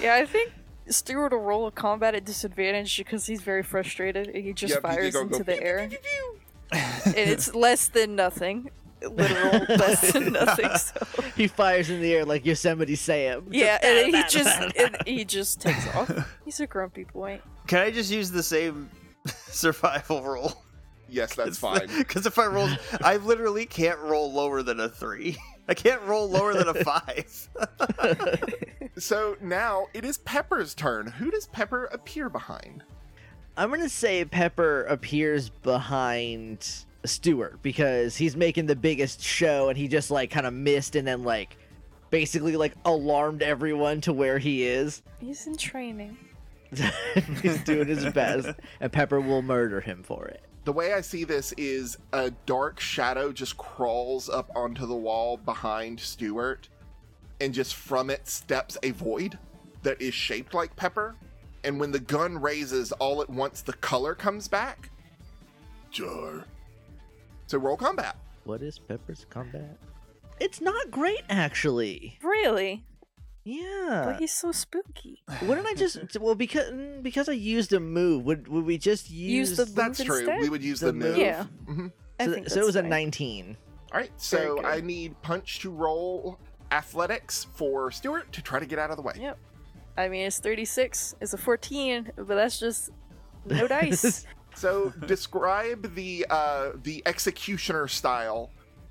S4: yeah, I think Stewart will roll a combat at disadvantage because he's very frustrated and he just
S2: Yep, you
S4: fires
S2: go- go
S4: into
S2: pew,
S4: the air. and it's less than nothing. Literal less than nothing. So.
S3: he fires in the air like Yosemite Sam.
S4: Yeah, and he just and he just takes off. He's a grumpy boy.
S1: Can I just use the same survival roll?
S2: Yes, that's fine.
S1: Because if I roll, I literally can't roll lower than a three. I can't roll lower than a five.
S2: So now it is Pepper's turn. Who does Pepper appear behind?
S3: I'm gonna say Pepper appears behind Stewart because he's making the biggest show and he just like kind of missed and then like basically like alarmed everyone to where he is.
S4: He's in training.
S3: he's doing his best and Pepper will murder him for it.
S2: The way I see this is a dark shadow just crawls up onto the wall behind Stuart, and just from it steps a void that is shaped like Pepper. And when the gun raises all at once, the color comes back.
S5: Jar.
S2: So roll combat.
S3: What is Pepper's combat? It's not great actually.
S4: Really?
S3: Yeah.
S4: but he's so spooky.
S3: Wouldn't I just well because mm, because I used a move? Would would we just use,
S4: Use the
S3: so,
S2: That's
S4: Move
S2: true.
S4: instead?
S2: We would use the,
S3: The
S2: move.
S3: move.
S4: Yeah.
S2: Mhm.
S4: I think
S3: Mm-hmm. so it was
S4: that's
S3: a
S4: fine.
S3: nineteen.
S2: All right.
S4: Very
S2: So
S4: good.
S2: I need Punch to roll athletics for Stuart to try to get out of the way.
S4: Yep. I mean, it's 36, it's a 14, but that's just no dice.
S2: So describe the uh, the executioner style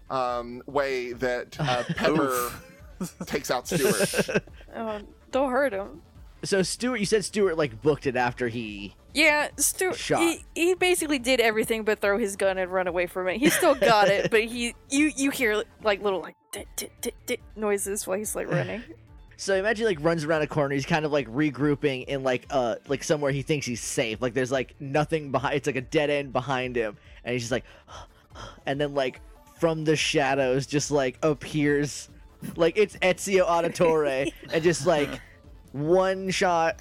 S2: um, way that uh, Pepper takes out Stewart.
S4: oh, don't hurt him.
S3: So Stuart, you said Stuart like booked it after he.
S4: Yeah, Stu.
S3: Shot.
S4: He, he basically did everything but throw his gun and run away from it. He still got it, but he you you hear like little like dit, dit, dit, dit noises while he's like running.
S3: So imagine he, like runs around a corner. He's kind of like regrouping in like uh like somewhere he thinks he's safe. Like there's like nothing behind. It's like a dead end behind him, and he's just like, and then like from the shadows just like appears, like it's Ezio Auditore, and just like one shot,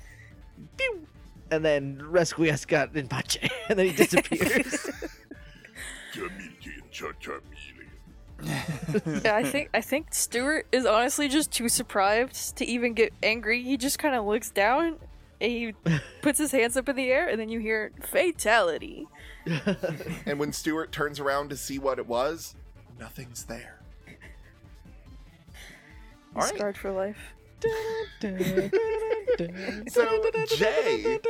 S3: pew, and then Resquiescat in pace, and then he disappears.
S5: Chameleon. Cha chameleon.
S4: yeah, I think I think Stuart is honestly just too surprised to even get angry. He just kind of looks down and he puts his hands up in the air, and then you hear fatality.
S2: and when Stewart turns around to see what it was, nothing's there.
S4: He's
S2: Alright.
S4: scarred for life.
S2: So Jay,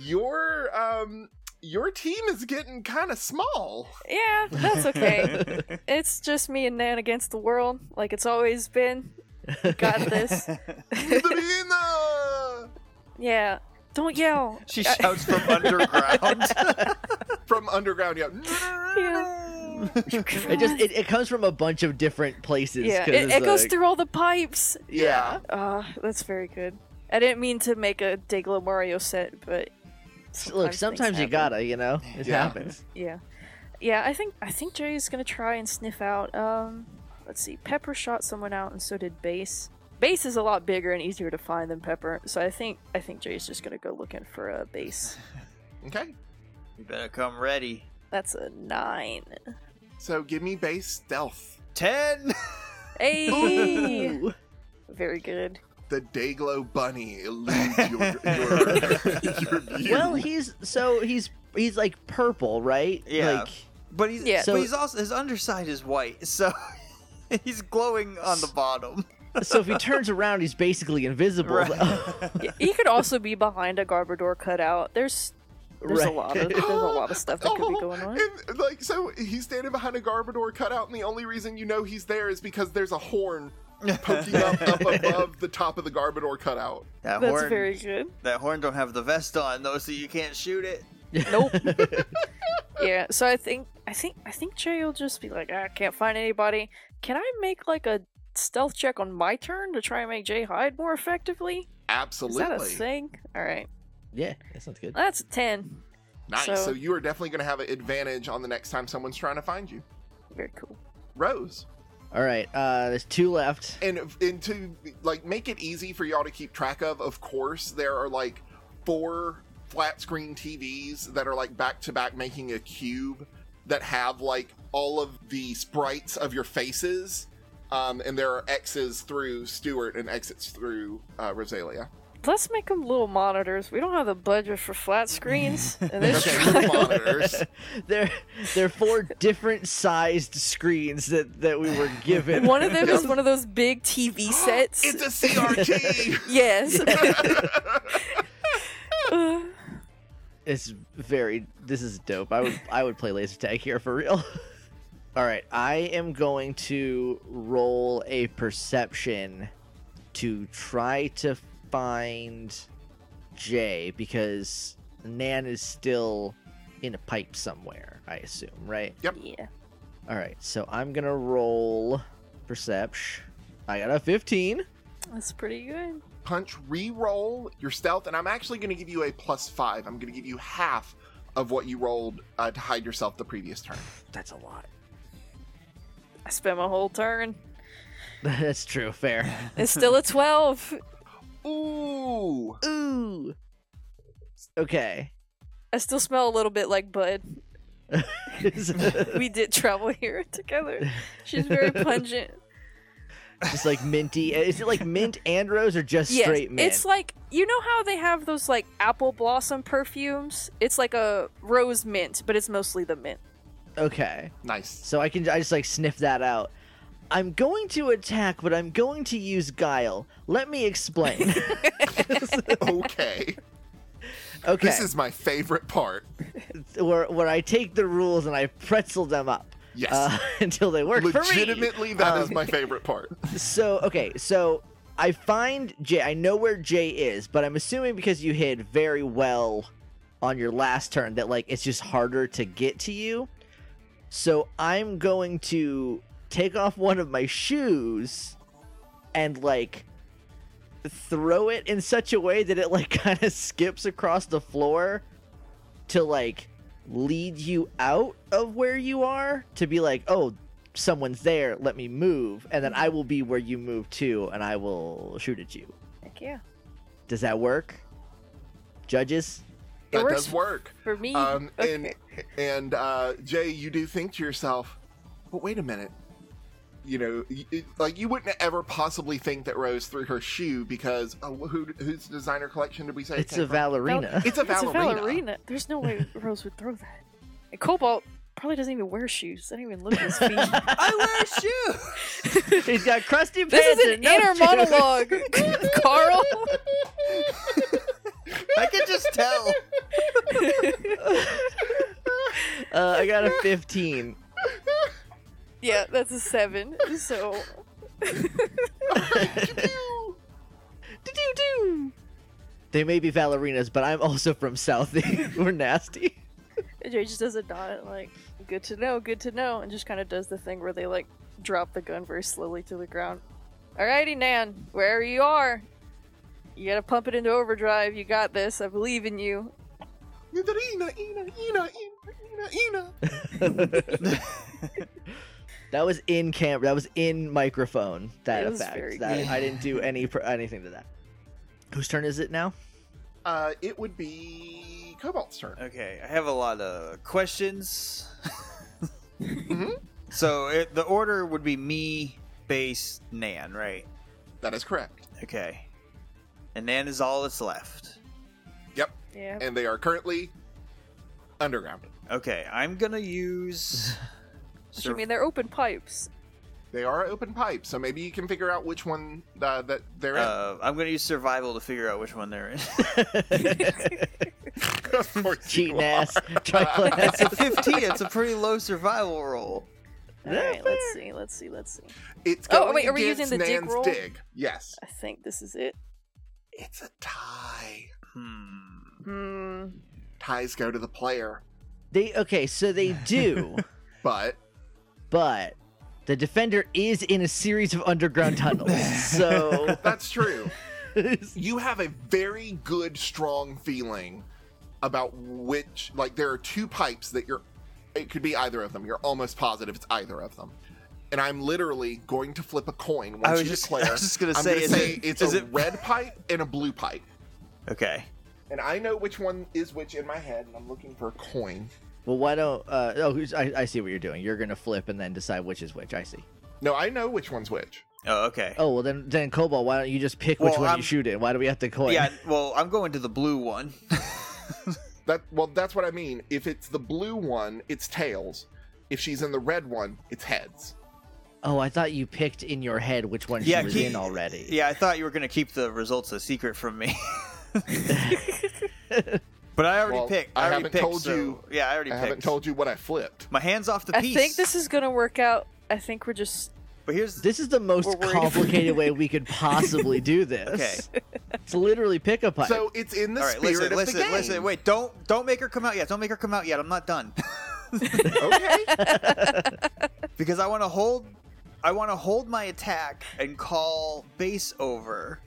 S2: your um your team is getting kind of small.
S4: Yeah, that's okay. it's just me and Nan against the world, like it's always been. Got this.
S2: Nidorina!
S4: yeah. Don't yell.
S1: she shouts from underground.
S2: From underground, yeah.
S4: Yeah.
S3: It just it, it comes from a bunch of different places.
S4: yeah,
S3: 'cause
S4: it
S3: it's
S4: echoes
S3: like-
S4: through all the pipes.
S2: Yeah.
S4: Uh, that's very good. I didn't mean to make a Degla Mario set, but
S3: Look,
S4: things
S3: sometimes you
S4: happen.
S3: gotta, you know, it
S2: Yeah.
S3: happens.
S4: Yeah. Yeah, I think I think Jerry's gonna try and sniff out. Um let's see, Pepper shot someone out and so did Base. Base is a lot bigger and easier to find than Pepper, so I think I think Jerry's just gonna go looking for a base.
S2: Okay.
S1: you better come ready.
S4: That's a nine.
S2: So give me base stealth.
S1: Ten.
S4: Hey
S3: Ooh.
S4: Very good.
S2: The Dayglow Bunny eludes your, your, your view.
S3: Well, he's so he's he's like purple, right?
S1: Yeah.
S3: Like
S1: But he's
S4: Yeah.
S3: So-
S1: but he's also his underside is white, so he's glowing on the bottom.
S3: so if he turns around, he's basically invisible.
S1: Right.
S4: Y- He could also be behind a Garbodor cutout. There's there's a
S3: Right.
S4: lot of there's a lot of stuff that could be going on.
S2: Oh, And, like, so he's standing behind a Garbodor cutout, and the only reason you know he's there is because there's a horn poking up, up above the top of the Garbodor cutout.
S1: That
S4: That's
S1: horn
S4: very good.
S1: that horn don't have the vest on though, so you can't shoot it.
S4: Nope. yeah, so I think I think I think Jay will just be like, I can't find anybody. Can I make like a stealth check on my turn to try and make Jay hide more effectively? Is
S2: Absolutely.
S4: that a thing? All right,
S3: yeah, that sounds good.
S4: that's a ten.
S2: Nice.
S4: So-
S2: so you are definitely going to have an advantage on the next time someone's trying to find you.
S4: Very cool.
S2: Rose.
S3: All right, uh, there's two left.
S2: and and to like make it easy for y'all to keep track of of course there are like four flat screen tvs that are like back to back making a cube that have like all of the sprites of your faces um, and there are x's through stuart and exits through uh, rosalia
S4: Let's make them little monitors. We don't have the budget for flat screens. And this
S2: okay little
S4: trial-
S2: monitors
S3: There, there are four different sized screens that that we were given.
S4: one of them is one of those big TV sets.
S2: it's a crt
S4: yes. Uh,
S3: It's very. This is dope. I would I would play laser tag here for real. All right, I am going to roll a perception to try to find Jay because Nan is still in a pipe somewhere. I assume, right?
S4: yeah.
S3: All right, so I'm gonna roll perception. I got a 15.
S4: That's pretty good.
S2: punch re-roll your stealth and i'm actually going to give you a plus five i'm going to give you half of what you rolled uh, to hide yourself the previous turn
S3: That's a lot.
S4: I spent my whole turn.
S3: That's true. Fair.
S4: It's still a twelve.
S2: Ooh.
S3: Ooh. Okay.
S4: I still smell a little bit like Bud. We did travel here together. She's very pungent.
S3: Just like minty. Is it like mint and rose or just
S4: Yes,
S3: straight mint?
S4: it's like you know how they have those like apple blossom perfumes. It's like a rose mint, but it's mostly the mint.
S3: okay.
S2: Nice.
S3: So I can I just like sniff that out. I'm going to attack, but I'm going to use guile. Let me explain.
S2: Okay.
S3: okay.
S2: This is my favorite part.
S3: where where I take the rules and I pretzel them up.
S2: Yes.
S3: Uh, until they work for me.
S2: Legitimately, that is
S3: Um,
S2: my favorite part.
S3: So okay, so I find Jay. I know where Jay is, but I'm assuming because you hid very well on your last turn that like it's just harder to get to you. So I'm going to take off one of my shoes and like throw it in such a way that it like kind of skips across the floor to like lead you out of where you are to be like, "Oh, someone's there, let me move, and then I will be where you move to, and I will shoot at you.
S4: Heck yeah,
S3: Does that work, judges?
S4: it
S2: That
S4: works
S2: does work.
S4: for me.
S2: Um, and
S4: Okay.
S2: and uh, Jay, you do think to yourself, but wait a minute. You know, y- it- like you wouldn't ever possibly think that Rose threw her shoe because uh, who, whose designer collection did we say? it
S3: It's
S2: came
S3: a
S2: from?
S3: ballerina.
S2: It's a
S4: It's a
S2: ballerina.
S4: ballerina. There's no way Rose would throw that. And Cobalt probably doesn't even wear shoes. I don't even look at his feet.
S1: I wear a shoe.
S3: He's got crusty pants.
S4: this is an
S3: and no
S4: inner
S3: shoes.
S4: monologue, Carl.
S1: I can just tell.
S3: Uh, I got a fifteen.
S4: yeah, that's a seven. So
S3: Do-do-do. They may be ballerinas, but I'm also from Southie. We're nasty.
S4: Jay just does a nod, like, good to know, good to know, and just kind of does the thing where they, like, drop the gun very slowly to the ground. Alrighty, Nan, wherever you are, you gotta pump it into overdrive. You got this. I believe in you.
S2: Ina, Ina, Ina, Ina, Ina.
S3: that was in camera. That was in microphone. That
S4: It was very
S3: effect. That,
S1: good.
S3: I didn't do any pr- anything to that. Whose turn is it now?
S2: Uh, it would be Cobalt's turn.
S1: Okay, I have a lot of questions. Mm-hmm.
S2: Mhm.
S1: So it, the order would be me, base, Nan, right?
S2: That is correct.
S1: Okay. And Nan is all that's left.
S4: Yeah.
S2: And they are currently underground.
S1: Okay, I'm gonna use.
S4: Which, I mean, they're open pipes.
S2: They are open pipe, so maybe you can figure out which one uh, that they're
S1: uh, I'm gonna use survival to figure out which one they're in.
S2: in. of course you
S3: Cheating
S2: are.
S3: ass, trifling ass.
S1: it's a 15. It's a pretty low survival roll.
S3: Yeah,
S4: Alright, let's see, let's see, let's see.
S2: It's
S4: Oh,
S2: going
S4: wait, are we
S2: against
S4: using the dig
S2: Nan's
S4: roll?
S2: dig. Yes.
S4: I think this is it.
S2: It's a tie.
S1: Hmm.
S4: Hmm.
S2: Ties go to the player,
S3: They okay, so they do,
S2: but
S3: but the defender is in a series of underground tunnels. So
S2: that's true. you have a very good strong feeling about which like there are two pipes that you're it could be either of them you're almost positive it's either of them and i'm literally going to flip a coin once
S1: I was
S2: you
S1: just-
S2: declare
S1: I was just gonna
S2: I'm
S1: say, is
S2: say
S1: it-
S2: it's
S1: is
S2: a
S1: it-
S2: red pipe and a blue pipe
S1: Okay.
S2: and i know which one is which in my head and i'm looking for a coin
S3: well, why don't? Uh, oh, who's, I, I see what you're doing. You're gonna flip and then decide which is which. I see.
S2: no i know which one's which
S1: Oh, okay.
S3: Oh well, then then Cobalt, why don't you just pick which
S1: Well,
S3: one
S1: I'm-
S3: you shoot in? Why do we have to coin?
S1: Yeah. Well, I'm going to the blue one.
S2: that well that's what i mean if it's the blue one it's tails if she's in the red one it's heads
S3: Oh, I thought you picked in your head which one
S1: Yeah,
S3: she was
S1: keep-
S3: in already.
S1: yeah, I thought you were gonna keep the results a secret from me. but I already
S2: Well,
S1: picked.
S2: I
S1: I, already
S2: haven't
S1: picked,
S2: told
S1: so-
S2: you-
S1: Yeah, I already
S2: i
S1: picked.
S2: haven't told you what i flipped
S1: My hands off the
S4: I
S1: piece.
S4: think this is gonna work out. I think we're just.
S1: But here's
S3: This is the most
S4: We're worried.
S3: complicated way we could possibly do this. Okay. It's literally pick a pipe.
S2: so it's in the
S1: all right.
S2: spirit
S1: Listen,
S2: of
S1: listen,
S2: the game.
S1: listen. Wait, don't don't make her come out yet. Don't make her come out yet. I'm not done
S2: okay.
S1: because I want to hold. I want to hold my attack and call base over.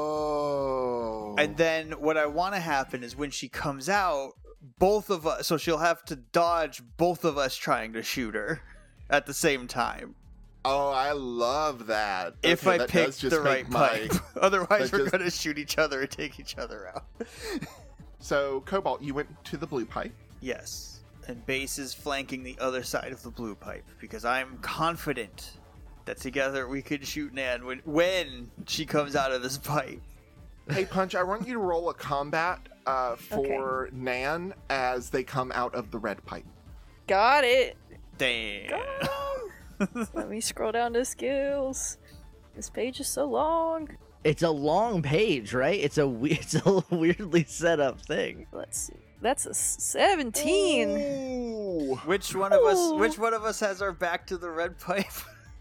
S2: Oh.
S1: And then what I want to happen is when she comes out, both of us. So she'll have to dodge both of us trying to shoot her at the same time.
S2: oh, I love that.
S1: if
S2: Okay,
S1: I
S2: that
S1: pick
S2: does just
S1: the
S2: make
S1: right pipe, otherwise
S2: that
S1: we're
S2: just-
S1: gonna shoot each other and take each other out.
S2: So, Cobalt, you went to the blue pipe.
S1: Yes, and base is flanking the other side of the blue pipe because I'm confident that together we can shoot Nan when when she comes out of this pipe.
S2: Hey, Punch, I want you to roll a combat uh, for Nan as they come out of the red pipe.
S4: Got it!
S1: Damn.
S4: Let me scroll down to skills. This page is so long.
S3: it's a long page, right? It's a we- it's a weirdly set up thing.
S4: Let's see. That's a 17.
S2: Ooh.
S1: Which one of us?
S4: Ooh.
S1: Which one of us has our back to the red pipe?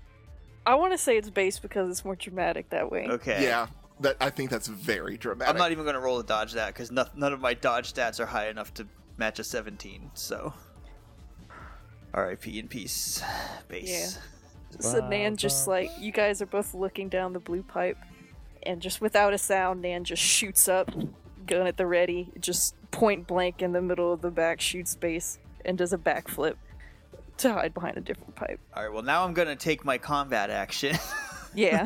S4: I want to say it's base because it's more dramatic that way.
S1: okay.
S2: Yeah, that I think that's very dramatic.
S1: I'm not even gonna roll a dodge that because no, none of my dodge stats are high enough to match a 17. So, R.I.P. in peace, base.
S4: So Nan just like, you guys are both looking down the blue pipe, and just without a sound, Nan just shoots up, gun at the ready, just point blank in the middle of the back, shoots base, and does a backflip to hide behind a different pipe.
S1: All right. Well, now I'm gonna take my combat action,
S4: Yeah.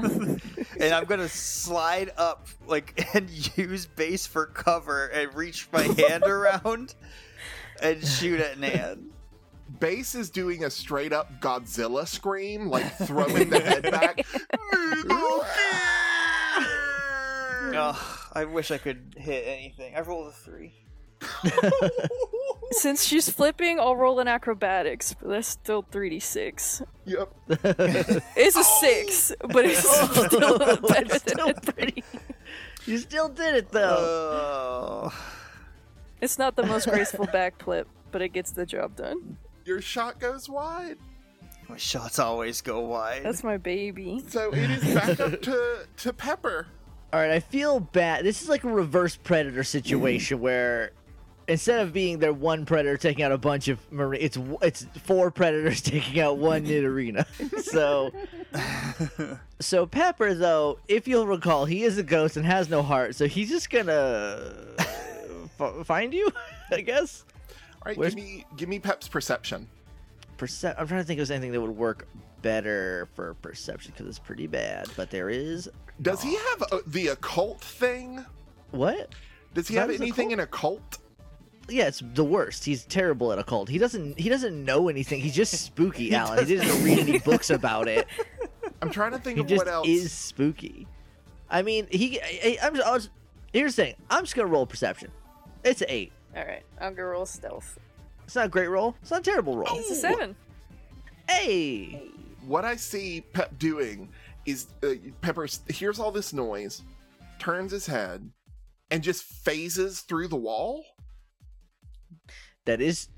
S1: and I'm gonna slide up like and use base for cover and reach my hand around and shoot at Nan.
S3: e-,
S2: Bass is doing a straight up Godzilla scream, like throwing the head back.
S1: Oh, I wish I could hit anything. I rolled a three.
S4: Since she's flipping, I'll roll an acrobatics, but that's still 3d6.
S2: yep.
S4: It's a 6, but it's still better
S3: Oh! That's
S4: than
S3: still
S4: a 3.
S3: You still did it though.
S1: Oh.
S4: It's not the most graceful backflip, but it gets the job done.
S2: Your shot goes wide.
S1: My shots always go wide.
S4: That's my baby.
S2: So it is back up to to Pepper.
S3: All right, I feel bad. This is like a reverse predator situation where instead of being their one predator taking out a bunch of marine, it's w- it's four predators taking out one nidorina. so so Pepper though, if you'll recall, he is a ghost and has no heart, so he's just gonna f- find you, I guess.
S2: All right,
S3: Where's-
S2: give me give me Pep's perception.
S3: Percep- I'm trying to think of anything that would work better for perception because it's pretty bad. But there is
S2: Does he have uh the occult thing?
S3: what?
S2: Does he
S3: That
S2: have
S3: is
S2: anything in occult?
S3: Yeah, it's the worst. He's terrible at occult. He doesn't. He doesn't know anything. He's just spooky, Alan. He doesn't read any books about it.
S2: I'm trying to think
S3: He
S2: of
S3: just
S2: what else.
S3: is spooky. I mean, he. I, I- I'm. I was, here's the thing. I'm just gonna roll perception. It's an eight.
S4: All right, I'm gonna roll stealth.
S3: It's not a great roll. It's not a terrible roll.
S4: It's a seven.
S3: Hey,
S2: What I see Pep doing is uh, Pepper s- hears all this noise, turns his head, and just phases through the wall.
S3: that is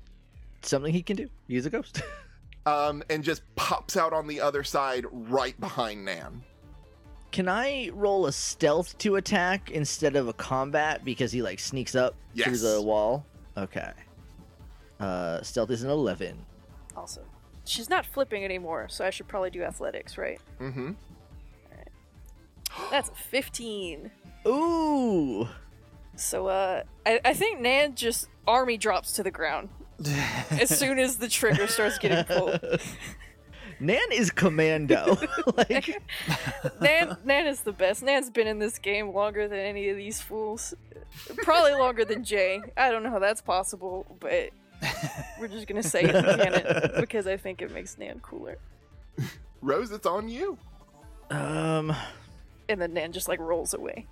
S3: something he can do. He's a ghost.
S2: um, and just pops out on the other side right behind Nan.
S3: can I roll a stealth to attack instead of a combat because he like sneaks up through
S2: Yes.
S3: the wall? Okay. Uh, stealth is an eleven.
S4: Also, she's not flipping anymore, so I should probably do athletics, right?
S2: Mm-hmm.
S4: That's a fifteen.
S3: Ooh.
S4: So, uh, I, I think Nan just army drops to the ground as soon as the trigger starts getting pulled.
S3: Nan is commando. like
S4: Nan, Nan is the best. Nan's been in this game longer than any of these fools. Probably longer than Jay. I don't know how that's possible, but we're just gonna say it, can it because I think it makes Nan cooler.
S2: Rose, it's on you.
S3: um
S4: And then Nan just like rolls away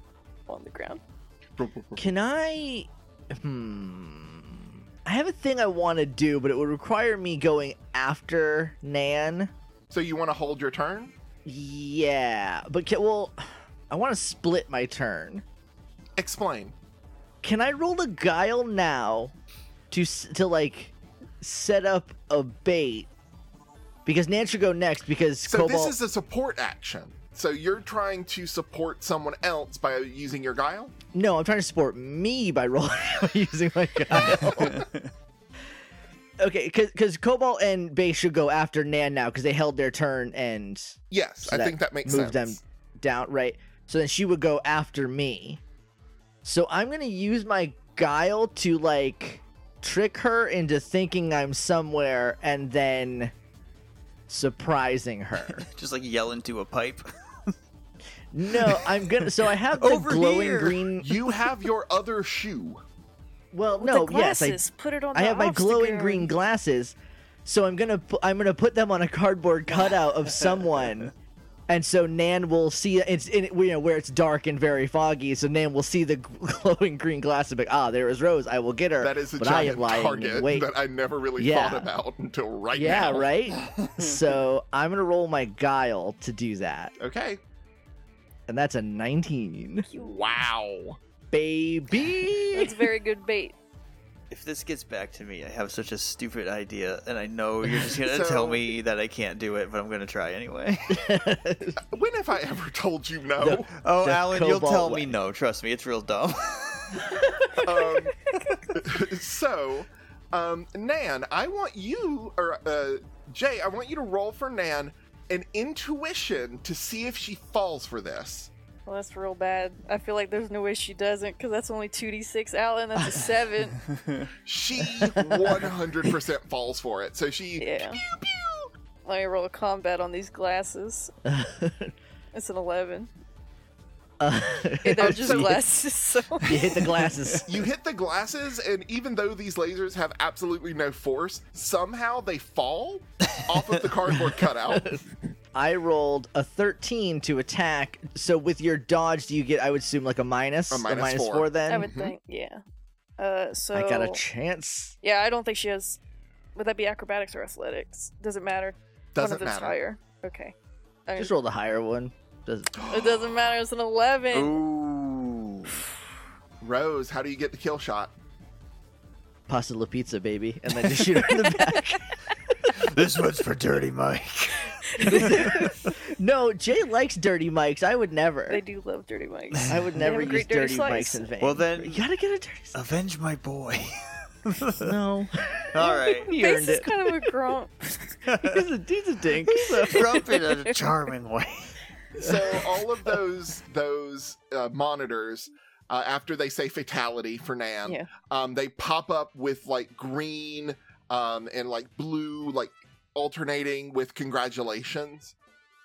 S4: on the ground.
S3: can I hmm I have a thing I want to do, but it would require me going after Nan.
S2: So you want to hold your turn?
S3: Yeah, but can, well I want to split my turn.
S2: Explain.
S3: Can I roll a guile now to s- to like set up a bait? Because Nan should go next because
S2: So
S3: Cobalt
S2: this is a support action. So you're trying to support someone else by using your guile.
S3: No, I'm trying to support me by rolling using my guile. okay, because Cobalt and Bay should go after Nan now because they held their turn and
S2: Yes,
S3: So
S2: I
S3: that
S2: think that makes
S3: moved
S2: sense.
S3: them down. Right. So then she would go after me. So I'm gonna use my guile to like trick her into thinking I'm somewhere and then surprising her.
S1: Just like yell into a pipe.
S3: no, I'm gonna. So I have the
S1: Over
S3: glowing
S1: here.
S3: green.
S2: You have your other shoe.
S3: Well,
S4: With
S3: no,
S4: the
S3: yes,
S4: glasses,
S3: I
S4: put it on.
S3: I
S4: the
S3: have my glowing
S4: Obstagoon.
S3: green glasses, so I'm gonna pu- I'm gonna put them on a cardboard cutout of someone, and so Nan will see it's in you know where it's dark and very foggy, so Nan will see the g- glowing green glasses, and be like ah, there is Rose, I will get her.
S2: That is a
S3: but I
S2: giant
S3: am lying in
S2: target
S3: wait.
S2: that I never really
S3: Yeah.
S2: thought about until right
S3: yeah,
S2: now.
S3: right. so I'm gonna roll my guile to do that,
S2: Okay.
S3: and that's a 19,
S2: Wow.
S3: baby.
S4: That's very good bait.
S1: If this gets back to me, I have such a stupid idea, and I know you're just gonna
S2: So-
S1: tell me that I can't do it, but I'm gonna try anyway.
S2: When have I ever told you no?
S3: The-
S1: Oh,
S3: The
S1: Alan, you'll
S3: cobalt
S1: tell
S3: way.
S1: me no. Trust me, it's real dumb.
S2: um, so, um, Nan, I want you, or uh, Jay, I want you to roll for Nan an intuition to see if she falls for this.
S4: Well, that's real bad. I feel like there's no way she doesn't because that's only two d six. Alan, that's a seven.
S2: She 100% falls for it. So she,
S4: yeah. Let me roll a combat on these glasses. It's an eleven.
S3: Uh,
S4: Yeah, They're
S2: Oh,
S4: just
S2: so-
S4: glasses. So
S3: you hit the glasses.
S2: you hit the glasses, and even though these lasers have absolutely no force, somehow they fall off of the cardboard cutout.
S3: I rolled a 13 to attack. So with your dodge, do you get, I would assume, like a minus?
S2: A minus four.
S3: then?
S4: I would think, yeah. Uh, so
S3: I got a chance.
S4: yeah, I don't think she has. Would that be acrobatics or athletics? Doesn't matter. One of
S2: Doesn't
S4: them's
S2: matter.
S4: higher. Okay. I mean,
S3: Just roll the higher one. Does-
S4: it doesn't matter. It's an eleven.
S1: Ooh.
S2: Rose, how do you get the kill shot?
S3: Pasta la pizza, baby. And then just shoot her in the back.
S1: this one's for Dirty Mike.
S3: no, Jay likes dirty mics. I would never.
S4: They do love Dirty Mikes.
S3: I would
S4: They have
S3: never
S4: a
S3: use
S4: great
S3: dirty,
S4: dirty
S3: mics
S4: slice.
S3: in vain.
S1: Well, then-
S3: you gotta get a dirty. Slice.
S1: Avenge my boy.
S3: No,
S1: All right.
S3: he
S4: Face
S3: earned
S4: is
S3: it.
S4: kind of a grump.
S3: He's a, he's a dink. So.
S1: Trump in a charming way.
S2: so all of those those uh, monitors uh, after they say fatality for Nan,
S4: Yeah.
S2: um, they pop up with like green um, and like blue, like alternating with congratulations.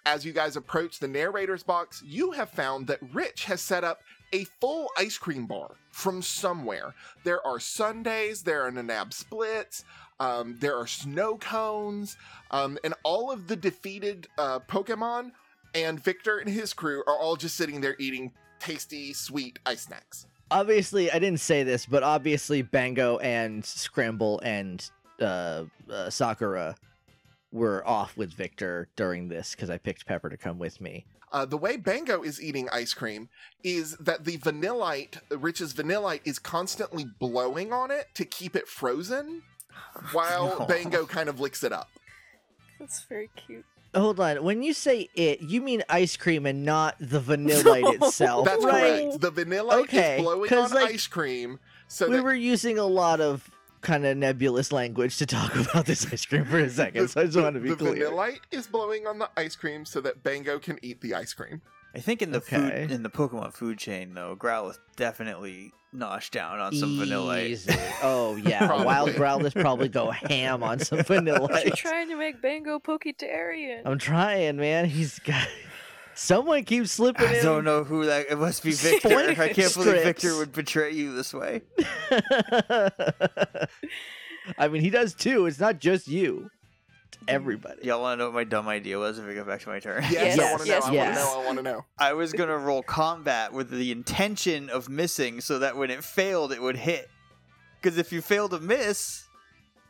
S2: As you guys approach the narrator's box, you have found that Rich has set up a full ice cream bar from somewhere. There are Sundays, there are Nanab splits, um, there are snow cones, um, and all of the defeated uh, Pokemon and Victor and his crew are all just sitting there eating tasty, sweet ice snacks.
S3: obviously, I didn't say this, but obviously, Bango and Scramble and uh, uh, Sakura were off with Victor during this because I picked Pepper to come with me.
S2: Uh, the way Bango is eating ice cream is that the vanillite, Rich's vanillite, is constantly blowing on it to keep it frozen while
S1: No.
S2: Bango kind of licks it up.
S4: That's very cute.
S3: Hold on. When you say it, you mean ice cream and not the vanillite itself,
S2: That's
S3: Oh, right?
S2: correct. The vanillite
S3: Okay,
S2: is blowing
S3: 'cause,
S2: on
S3: like,
S2: ice cream so
S3: we
S2: that
S3: were using a lot of kind of nebulous language to talk about this ice cream for a second, so I just want to be
S2: the
S3: clear.
S2: vanillite is blowing on the ice cream so that Bango can eat the ice cream.
S1: I think in the
S3: Okay.
S1: food in the Pokemon food chain though, Growlithe definitely noshed down on some vanilla.
S3: Easily. Oh yeah, wild
S2: Probably.
S3: growlers probably go ham on some vanilla.
S4: You're trying to make Bango Poketarian.
S3: I'm trying, man. He's got. Someone keeps slipping
S1: I
S3: in.
S1: don't know who that. It must be Victor. I can't believe
S3: Strips.
S1: Victor would betray you this way.
S3: I mean, he does too. It's not just you. It's everybody.
S1: Y'all want to know what my dumb idea was? If we go back to my turn,
S2: Yes, I
S3: Yes,
S2: want to
S4: yes,
S2: know.
S3: yes.
S2: I want to know. I want
S1: I was gonna roll combat with the intention of missing, so that when it failed, it would hit. Because if you fail to miss,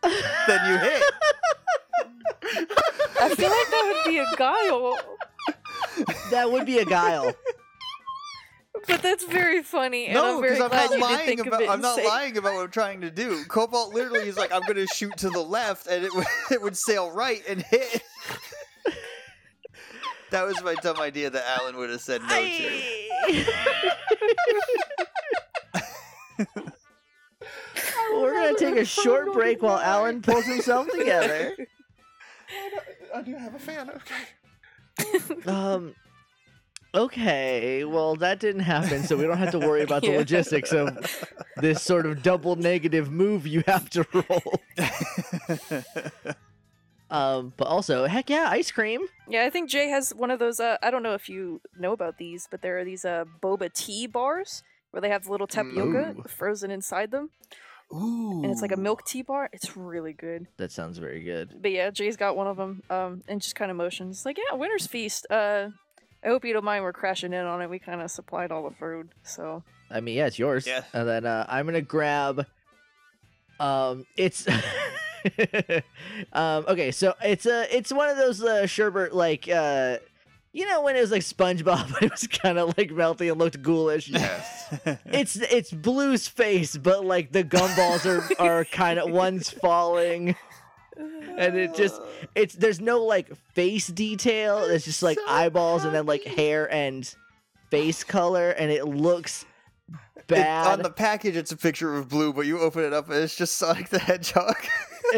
S1: then you hit.
S4: I feel like that would be a guile,
S3: That would be a guile.
S4: but that's very funny. And
S1: no,
S4: I'm very
S1: because I'm
S4: glad
S1: not
S4: you didn't
S1: lying
S4: think of
S1: about.
S4: it
S1: I'm
S4: and
S1: not
S4: say-
S1: lying about what I'm trying to do. Cobalt literally is like, I'm gonna shoot to the left, and it would, it would sail right and hit. that was my dumb idea that Alan would have said no to.
S3: We're gonna take a short break while Alan pulls himself together.
S2: to know. I do have a fan. Okay.
S3: Um. Okay, well that didn't happen, so we don't have to worry about the
S4: Yeah.
S3: logistics of this sort of double negative move you have to roll. Um, but also, heck yeah, ice cream.
S4: Yeah, I think Jay has one of those. Uh, I don't know if you know about these, but there are these uh, boba tea bars where they have little tapioca
S3: Ooh.
S4: frozen inside them,
S1: Ooh.
S4: and it's like a milk tea bar. It's really good.
S3: That sounds very good.
S4: But yeah, Jay's got one of them, um, and just kind of motions like, "Yeah, winter's feast." Uh, I hope you don't mind. We're crashing in on it. We kind of supplied all the food, so
S3: I mean, yeah, it's yours.
S1: Yeah.
S3: And then uh, I'm gonna grab. Um, it's. um. Okay, so it's a it's one of those uh, sherbet like uh, you know when it was like SpongeBob, it was kind of like melty and looked ghoulish.
S2: Yes.
S3: It's it's Blue's face, but like the gumballs are are kind of one's falling. And it just it's there's no like face detail. It's just like
S2: so
S3: eyeballs and then like hair and face color, and it looks
S1: It-
S3: bad.
S1: on the package, it's a picture of blue, but you open it up and it's just Sonic the Hedgehog.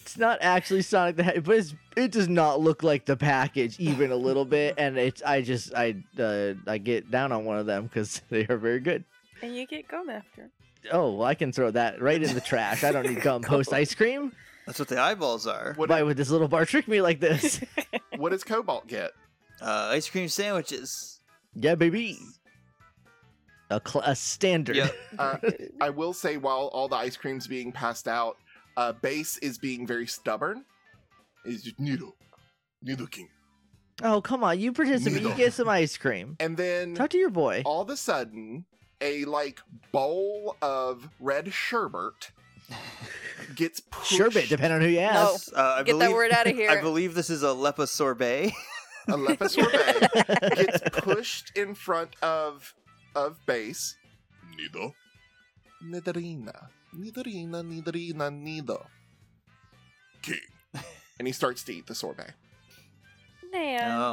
S3: it's not actually Sonic the Hedgehog, but it's, it does not look like the package even a little bit. And it's I just I uh, I get down on one of them because they are very good.
S4: and you get gum after.
S3: Oh, well, I can throw that right in the trash. I don't need gum post ice cream.
S1: That's what the eyeballs are.
S2: What-
S3: Why would this little bar trick me like this?
S2: what does Cobalt get?
S1: Uh, ice cream sandwiches.
S3: yeah, baby. A, cl- a standard.
S1: Yep.
S2: Uh, I will say, while all the ice cream's being passed out, uh, Base is being very stubborn.
S5: Is it Nido? Nido King.
S3: Oh, come on. You participate. You
S5: Needle.
S3: get some ice cream.
S2: And then
S3: Talk to your boy.
S2: all of a sudden, a like bowl of red sherbet gets pushed.
S3: Sherbet, depending on who you
S4: No.
S3: ask.
S1: Uh, I
S4: Get that
S1: believe-
S4: word outta
S1: I
S4: here.
S1: believe this is a lepa sorbet.
S2: a lepa sorbet gets pushed in front of of Base.
S5: Nido?
S2: Nidorina. Nidorina, Nidorina, Nido.
S5: King.
S2: And he starts to eat the sorbet.
S4: Nah.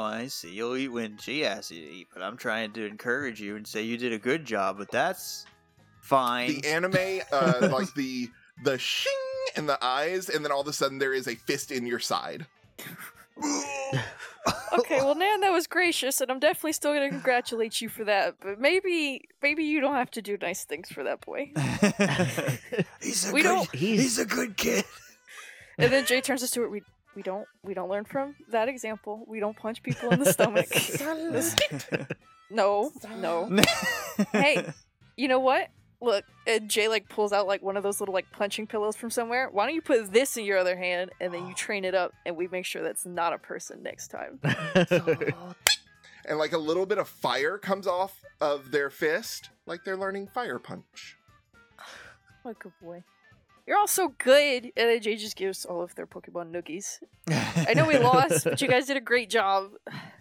S1: Oh, I see. You'll eat when she asks you to eat, but I'm trying to encourage you and say you did a good job, but that's fine.
S2: The anime, uh, like the the shing and the eyes, and then all of a sudden there is a fist in your side.
S4: Okay, well, Nan, that was gracious, and I'm definitely still gonna congratulate you for that. But maybe, maybe you don't have to do nice things for that boy.
S1: he's a
S4: We
S1: good,
S4: don't-
S1: He's...
S3: He's
S1: a good kid.
S4: And then Jay turns to Stuart. We we don't we don't learn from that example. We don't punch people in the stomach. no, no. Hey. You know what? Look, and Jay like pulls out like one of those little like punching pillows from somewhere. Why don't you put this in your other hand and then you train it up, and we make sure that's not a person next time.
S2: and like a little bit of fire comes off of their fist, like they're learning fire punch.
S4: What a good boy. You're all so good. And then Jay just gives all of their Pokemon noogies. I know we lost, but you guys did a great job.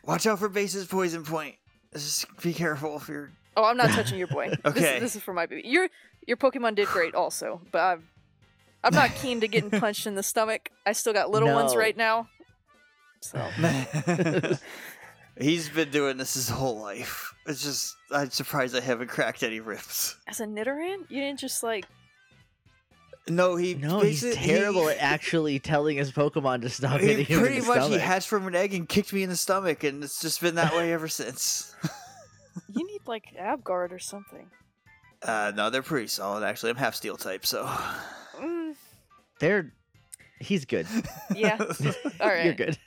S1: Watch out for base's poison point. Just be careful if you're.
S4: Oh, I'm not touching your boy. This,
S1: Okay.
S4: is- this is for my baby. Your your Pokemon did great also, but I'm I'm not keen to getting punched in the stomach. I still got little ones
S3: No.
S4: right now. So
S1: he's been doing this his whole life. It's just I'm surprised I haven't cracked any ribs.
S4: as a Nidoran, you didn't just like
S1: No, he
S3: no, he's
S1: basi-
S3: terrible
S1: he-
S3: at actually telling his Pokemon to stop
S1: He
S3: hitting him
S1: pretty
S3: in the
S1: much he
S3: stomach.
S1: hatched from an egg and kicked me in the stomach, and it's just been that way ever since.
S4: you need like Abguard or something.
S1: Uh, no, they're pretty solid actually. I'm half steel type, so
S4: Mm,
S3: They're he's good.
S4: yeah. All right.
S3: You're good.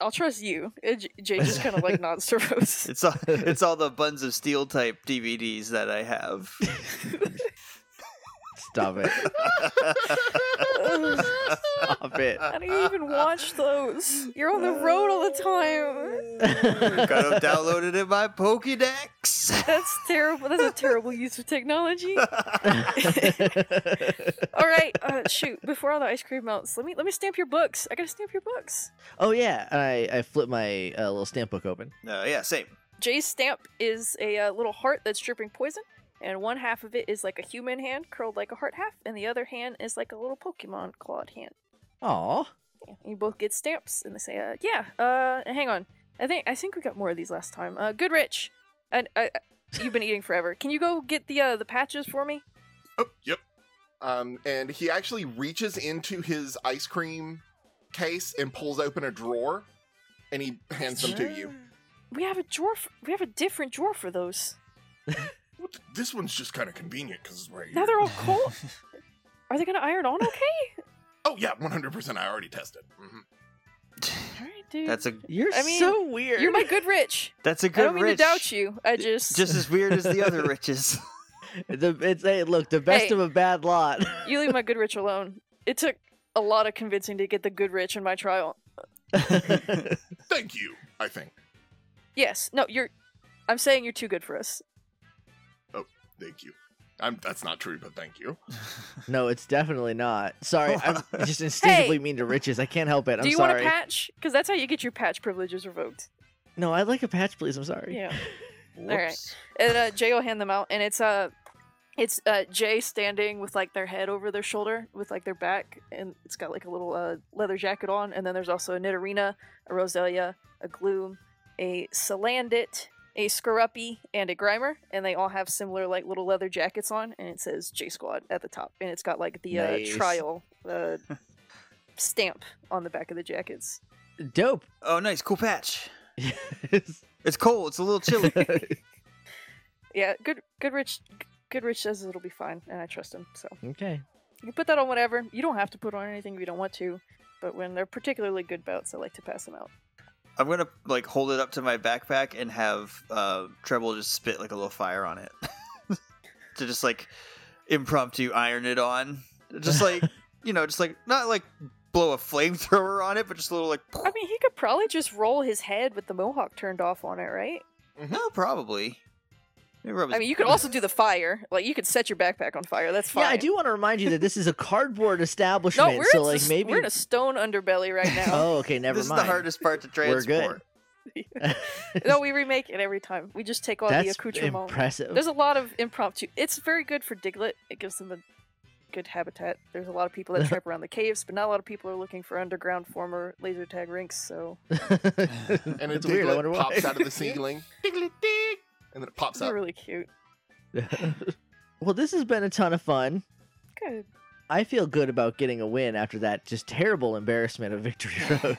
S4: I'll trust you. And J- Jay just kind of like nods to Rose.
S1: it's all it's all the buns of steel type DVDs that I have.
S3: Stop it. Stop it.
S4: I don't even watch those. You're on the road all the time.
S1: Got them downloaded in my Pokédex.
S4: That's terrible. That's a terrible use of technology. All right, uh, shoot. Before all the ice cream melts, let me let me stamp your books. I gotta stamp your books.
S3: oh yeah, and I I flip my uh, little stamp book open.
S1: No, yeah, same.
S4: Jay's stamp is a uh, little heart that's dripping poison, and one half of it is like a human hand curled like a heart half, and the other hand is like a little Pokemon clawed hand.
S3: Aw.
S4: Yeah, you both get stamps, and they say, uh, "Yeah, uh, hang on. I think I think we got more of these last time. Uh, Goodrich, and I, I, you've been eating forever. Can you go get the uh, the patches for me?
S5: Oh, yep.
S2: Um, and he actually reaches into his ice cream case and pulls open a drawer and he hands them to you.
S4: We have a drawer. For, we have a different drawer for those.
S5: What the- this one's just kind of convenient because it's right here.
S4: Now they're all cold. Are they gonna iron on okay?
S5: Oh, yeah, 100%. I already tested.
S2: Mm-hmm.
S5: Mhm.
S4: All right, dude.
S1: That's a
S3: You're
S4: I mean,
S3: so weird.
S4: You're my good rich.
S1: that's a
S4: I
S1: good.
S4: don't mean
S1: rich.
S4: to doubt you. I just,
S1: Just as weird as the other riches.
S3: The, it's hey, look, the best
S4: Hey.
S3: of a bad lot.
S4: you leave my good rich alone. It took a lot of convincing to get the good rich in my trial.
S5: Thank you, I think.
S4: Yes. No, you're I'm saying you're too good for us.
S5: Thank you. I'm, that's not true, but thank you.
S3: no, it's definitely not. Sorry, I'm just instinctively mean to riches. I can't help it. I'm
S4: Do you
S3: sorry.
S4: want a patch? Because that's how you get your patch privileges revoked.
S3: No, I'd like a patch, please. I'm sorry.
S4: Yeah.
S1: All
S4: right. And uh, Jay will hand them out, and it's uh, it's uh, Jay standing with like their head over their shoulder, with like their back, and it's got like a little uh, leather jacket on. And then there's also a Nidorina, a Roselia, a Gloom, a Salandit, a Skorupi, and a Grimer, and they all have similar like little leather jackets on, and it says J Squad at the top, and it's got like the
S3: Nice.
S4: uh, trial uh, stamp on the back of the jackets.
S3: Dope.
S1: Oh, nice, cool patch. It's cold. It's a little chilly.
S4: Yeah, good, Goodrich, Goodrich says it'll be fine, and I trust him. So.
S3: okay.
S4: You can put that on whatever. You don't have to put on anything if you don't want to. But when they're particularly good belts, I like to pass them out.
S1: I'm gonna like hold it up to my backpack and have uh, Treble just spit like a little fire on it to just like impromptu iron it on. Just like you know, just like not like blow a flamethrower on it, but just a little like.
S4: I mean, he could probably just roll his head with the mohawk turned off on it, right?
S1: no, probably. Maybe rub his-
S4: I mean, you could also do the fire. Like, you could set your backpack on fire. That's fine.
S3: Yeah, I do want to remind you that this is a cardboard
S4: No,
S3: establishment.
S4: we're,
S3: so
S4: in
S3: like
S4: s-
S3: maybe.
S4: we're in a stone underbelly right now.
S3: Oh, okay. Never
S1: this
S3: mind.
S1: is the hardest part to
S3: We're
S1: transport.
S3: good.
S4: no, we remake it every time. We just take all the
S3: That's
S4: accoutrement.
S3: impressive.
S4: There's a lot of impromptu. It's very good for Diglett. It gives them a good habitat. There's a lot of people that trap around the caves, but not a lot of people are looking for underground former laser tag rinks. So
S2: and it's
S3: Weird, I
S2: weird.
S3: wonder
S2: It
S3: why.
S2: pops out of the ceiling, Tickly-tick, and then it pops
S4: they're
S2: up.
S4: really cute.
S3: well, this has been a ton of fun.
S4: Good.
S3: I feel good about getting a win after that just terrible embarrassment of Victory Road.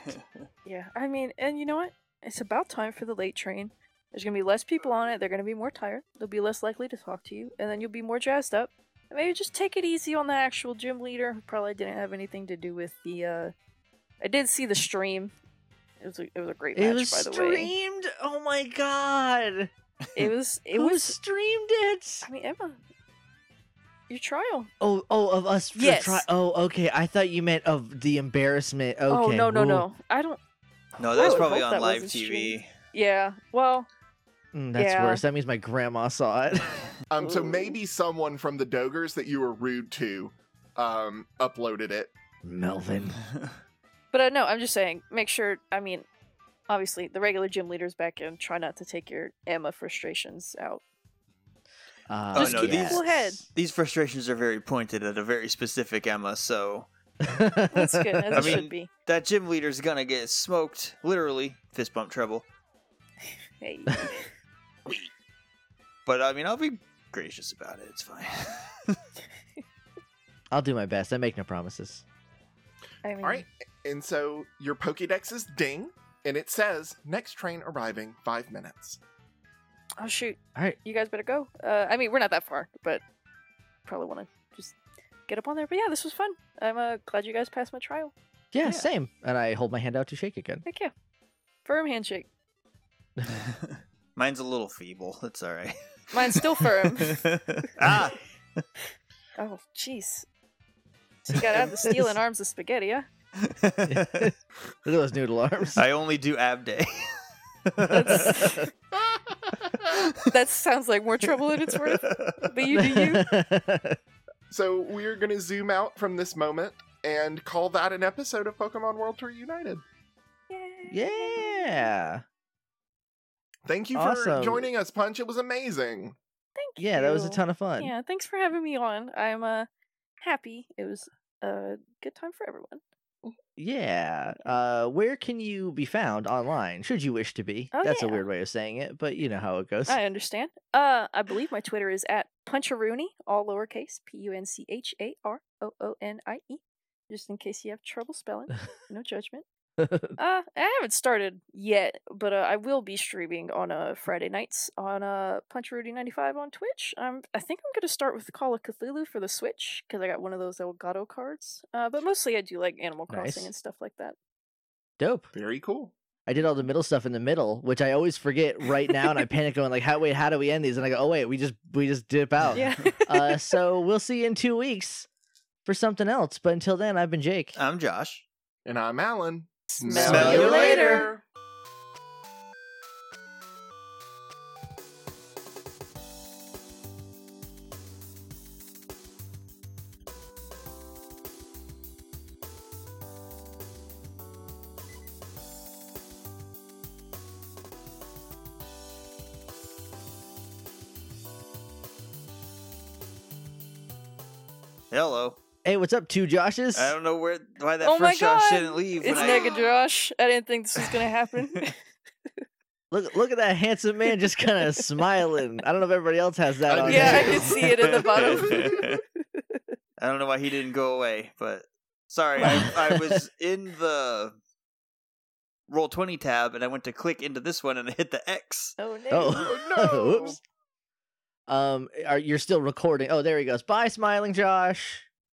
S4: Yeah, I mean, and you know what? It's about time for the late train. There's gonna be less people on it. They're gonna be more tired. They'll be less likely to talk to you, and then you'll be more jazzed up. And maybe just take it easy on the actual gym leader, who probably didn't have anything to do with the. uh I did see the stream. It was a, it was a great match,
S3: it was
S4: by the way.
S3: streamed. Oh my god!
S4: It was it
S3: Who
S4: was.
S3: streamed it.
S4: I mean, Emma, your trial.
S3: Oh, oh, of us. for
S4: Yes.
S3: Tri- oh, okay. I thought you meant of the embarrassment.
S4: Oh
S3: Okay.
S4: no no
S3: well,
S4: no! I don't.
S1: No, that was
S4: I would
S1: probably
S4: hope
S1: on
S4: that
S1: live
S4: wasn't
S1: TV.
S4: Yeah. Well,
S3: mm, that's
S4: Yeah.
S3: worse. That means my grandma saw it.
S2: Um, so
S4: Ooh.
S2: maybe someone from the Dogers that you were rude to um, uploaded it.
S3: Melvin.
S4: But uh, no, I'm just saying, make sure. I mean, obviously, the regular gym leader's back in. Try not to take your Emma frustrations out.
S3: Uh,
S1: Oh, Just no,
S4: keep
S1: these-
S4: a cool head.
S1: These frustrations are very pointed at a very specific Emma, so
S4: That's good, as
S1: I
S4: it
S1: mean-
S4: should be.
S1: that gym leader's gonna get smoked, literally. Fist bump treble.
S4: Hey,
S1: But I mean, I'll be gracious about it. It's fine.
S3: I'll do my best. I make no promises.
S4: I mean,
S2: All right. And so your Pokedex is ding, and it says next train arriving five minutes.
S4: oh shoot,
S3: All right.
S4: you guys better go. Uh, I mean, we're not that far, but probably want to just get up on there. But yeah, this was fun. I'm uh, glad you guys passed my trial.
S3: Yeah,
S4: Yeah.
S3: same. And I hold my hand out to shake again.
S4: Thank you. Firm handshake.
S1: Mine's a little feeble. That's all right.
S4: Mine's still firm.
S1: ah,
S4: oh, jeez. So you got out of the steel and arms of spaghetti, huh?
S3: Look at those noodle arms.
S1: I only do ab day.
S4: That's- That sounds like more trouble than it's worth. But you do you.
S2: So we're going to zoom out from this moment and call that an episode of Pokemon World Tour United.
S3: yeah.
S2: Thank you for
S3: Awesome.
S2: joining us, Punch. It was amazing.
S4: Thank you.
S3: Yeah, that was a ton of fun.
S4: Yeah, thanks for having me on. I'm uh happy. It was a good time for everyone.
S3: Yeah. Uh, where can you be found online, should you wish to be?
S4: Oh,
S3: That's a
S4: yeah.
S3: weird way of saying it, but you know how it goes.
S4: I understand. Uh I believe my Twitter is at puncharooney, all lowercase, P U N C H A R O O N I E. Just in case you have trouble spelling. No judgment. Uh I haven't started yet, but uh, I will be streaming on uh Friday nights on uh puncharooney95 on Twitch. Um I think I'm gonna start with the Call of Cthulhu for the Switch, because I got one of those Elgato cards. Uh but mostly I do like Animal Crossing
S3: Nice.
S4: and stuff like that.
S3: Dope.
S2: Very cool.
S3: I did all the middle stuff in the middle, which I always forget right now, and I panic going like, "How wait? How do we end these?" And I go, "Oh wait, we just we just dip out."
S4: Yeah.
S3: Uh, so we'll see you in two weeks for something else. But until then, I've been Jake.
S1: I'm Josh.
S2: And I'm Alan.
S4: Smell,
S1: Smell you
S4: you later.
S1: later. Hello.
S3: Hey, what's up, two Joshes?
S1: I don't know where why that
S4: Oh my
S1: first Josh
S4: God.
S1: didn't leave. when
S4: It's
S1: I-
S4: Nega Josh. I didn't think this was gonna happen.
S3: Look look at that handsome man just kind of smiling. I don't know if everybody else has that
S1: I
S3: on.
S1: do
S4: yeah, I
S3: there.
S4: could see it in the bottom.
S1: I don't know why he didn't go away, but sorry, I, I was in the roll twenty tab and I went to click into this one and I hit the X.
S4: oh no.
S3: Oh,
S2: Oh, no.
S3: Oops. Um, are you're still recording? Oh, there he goes. Bye, smiling Josh.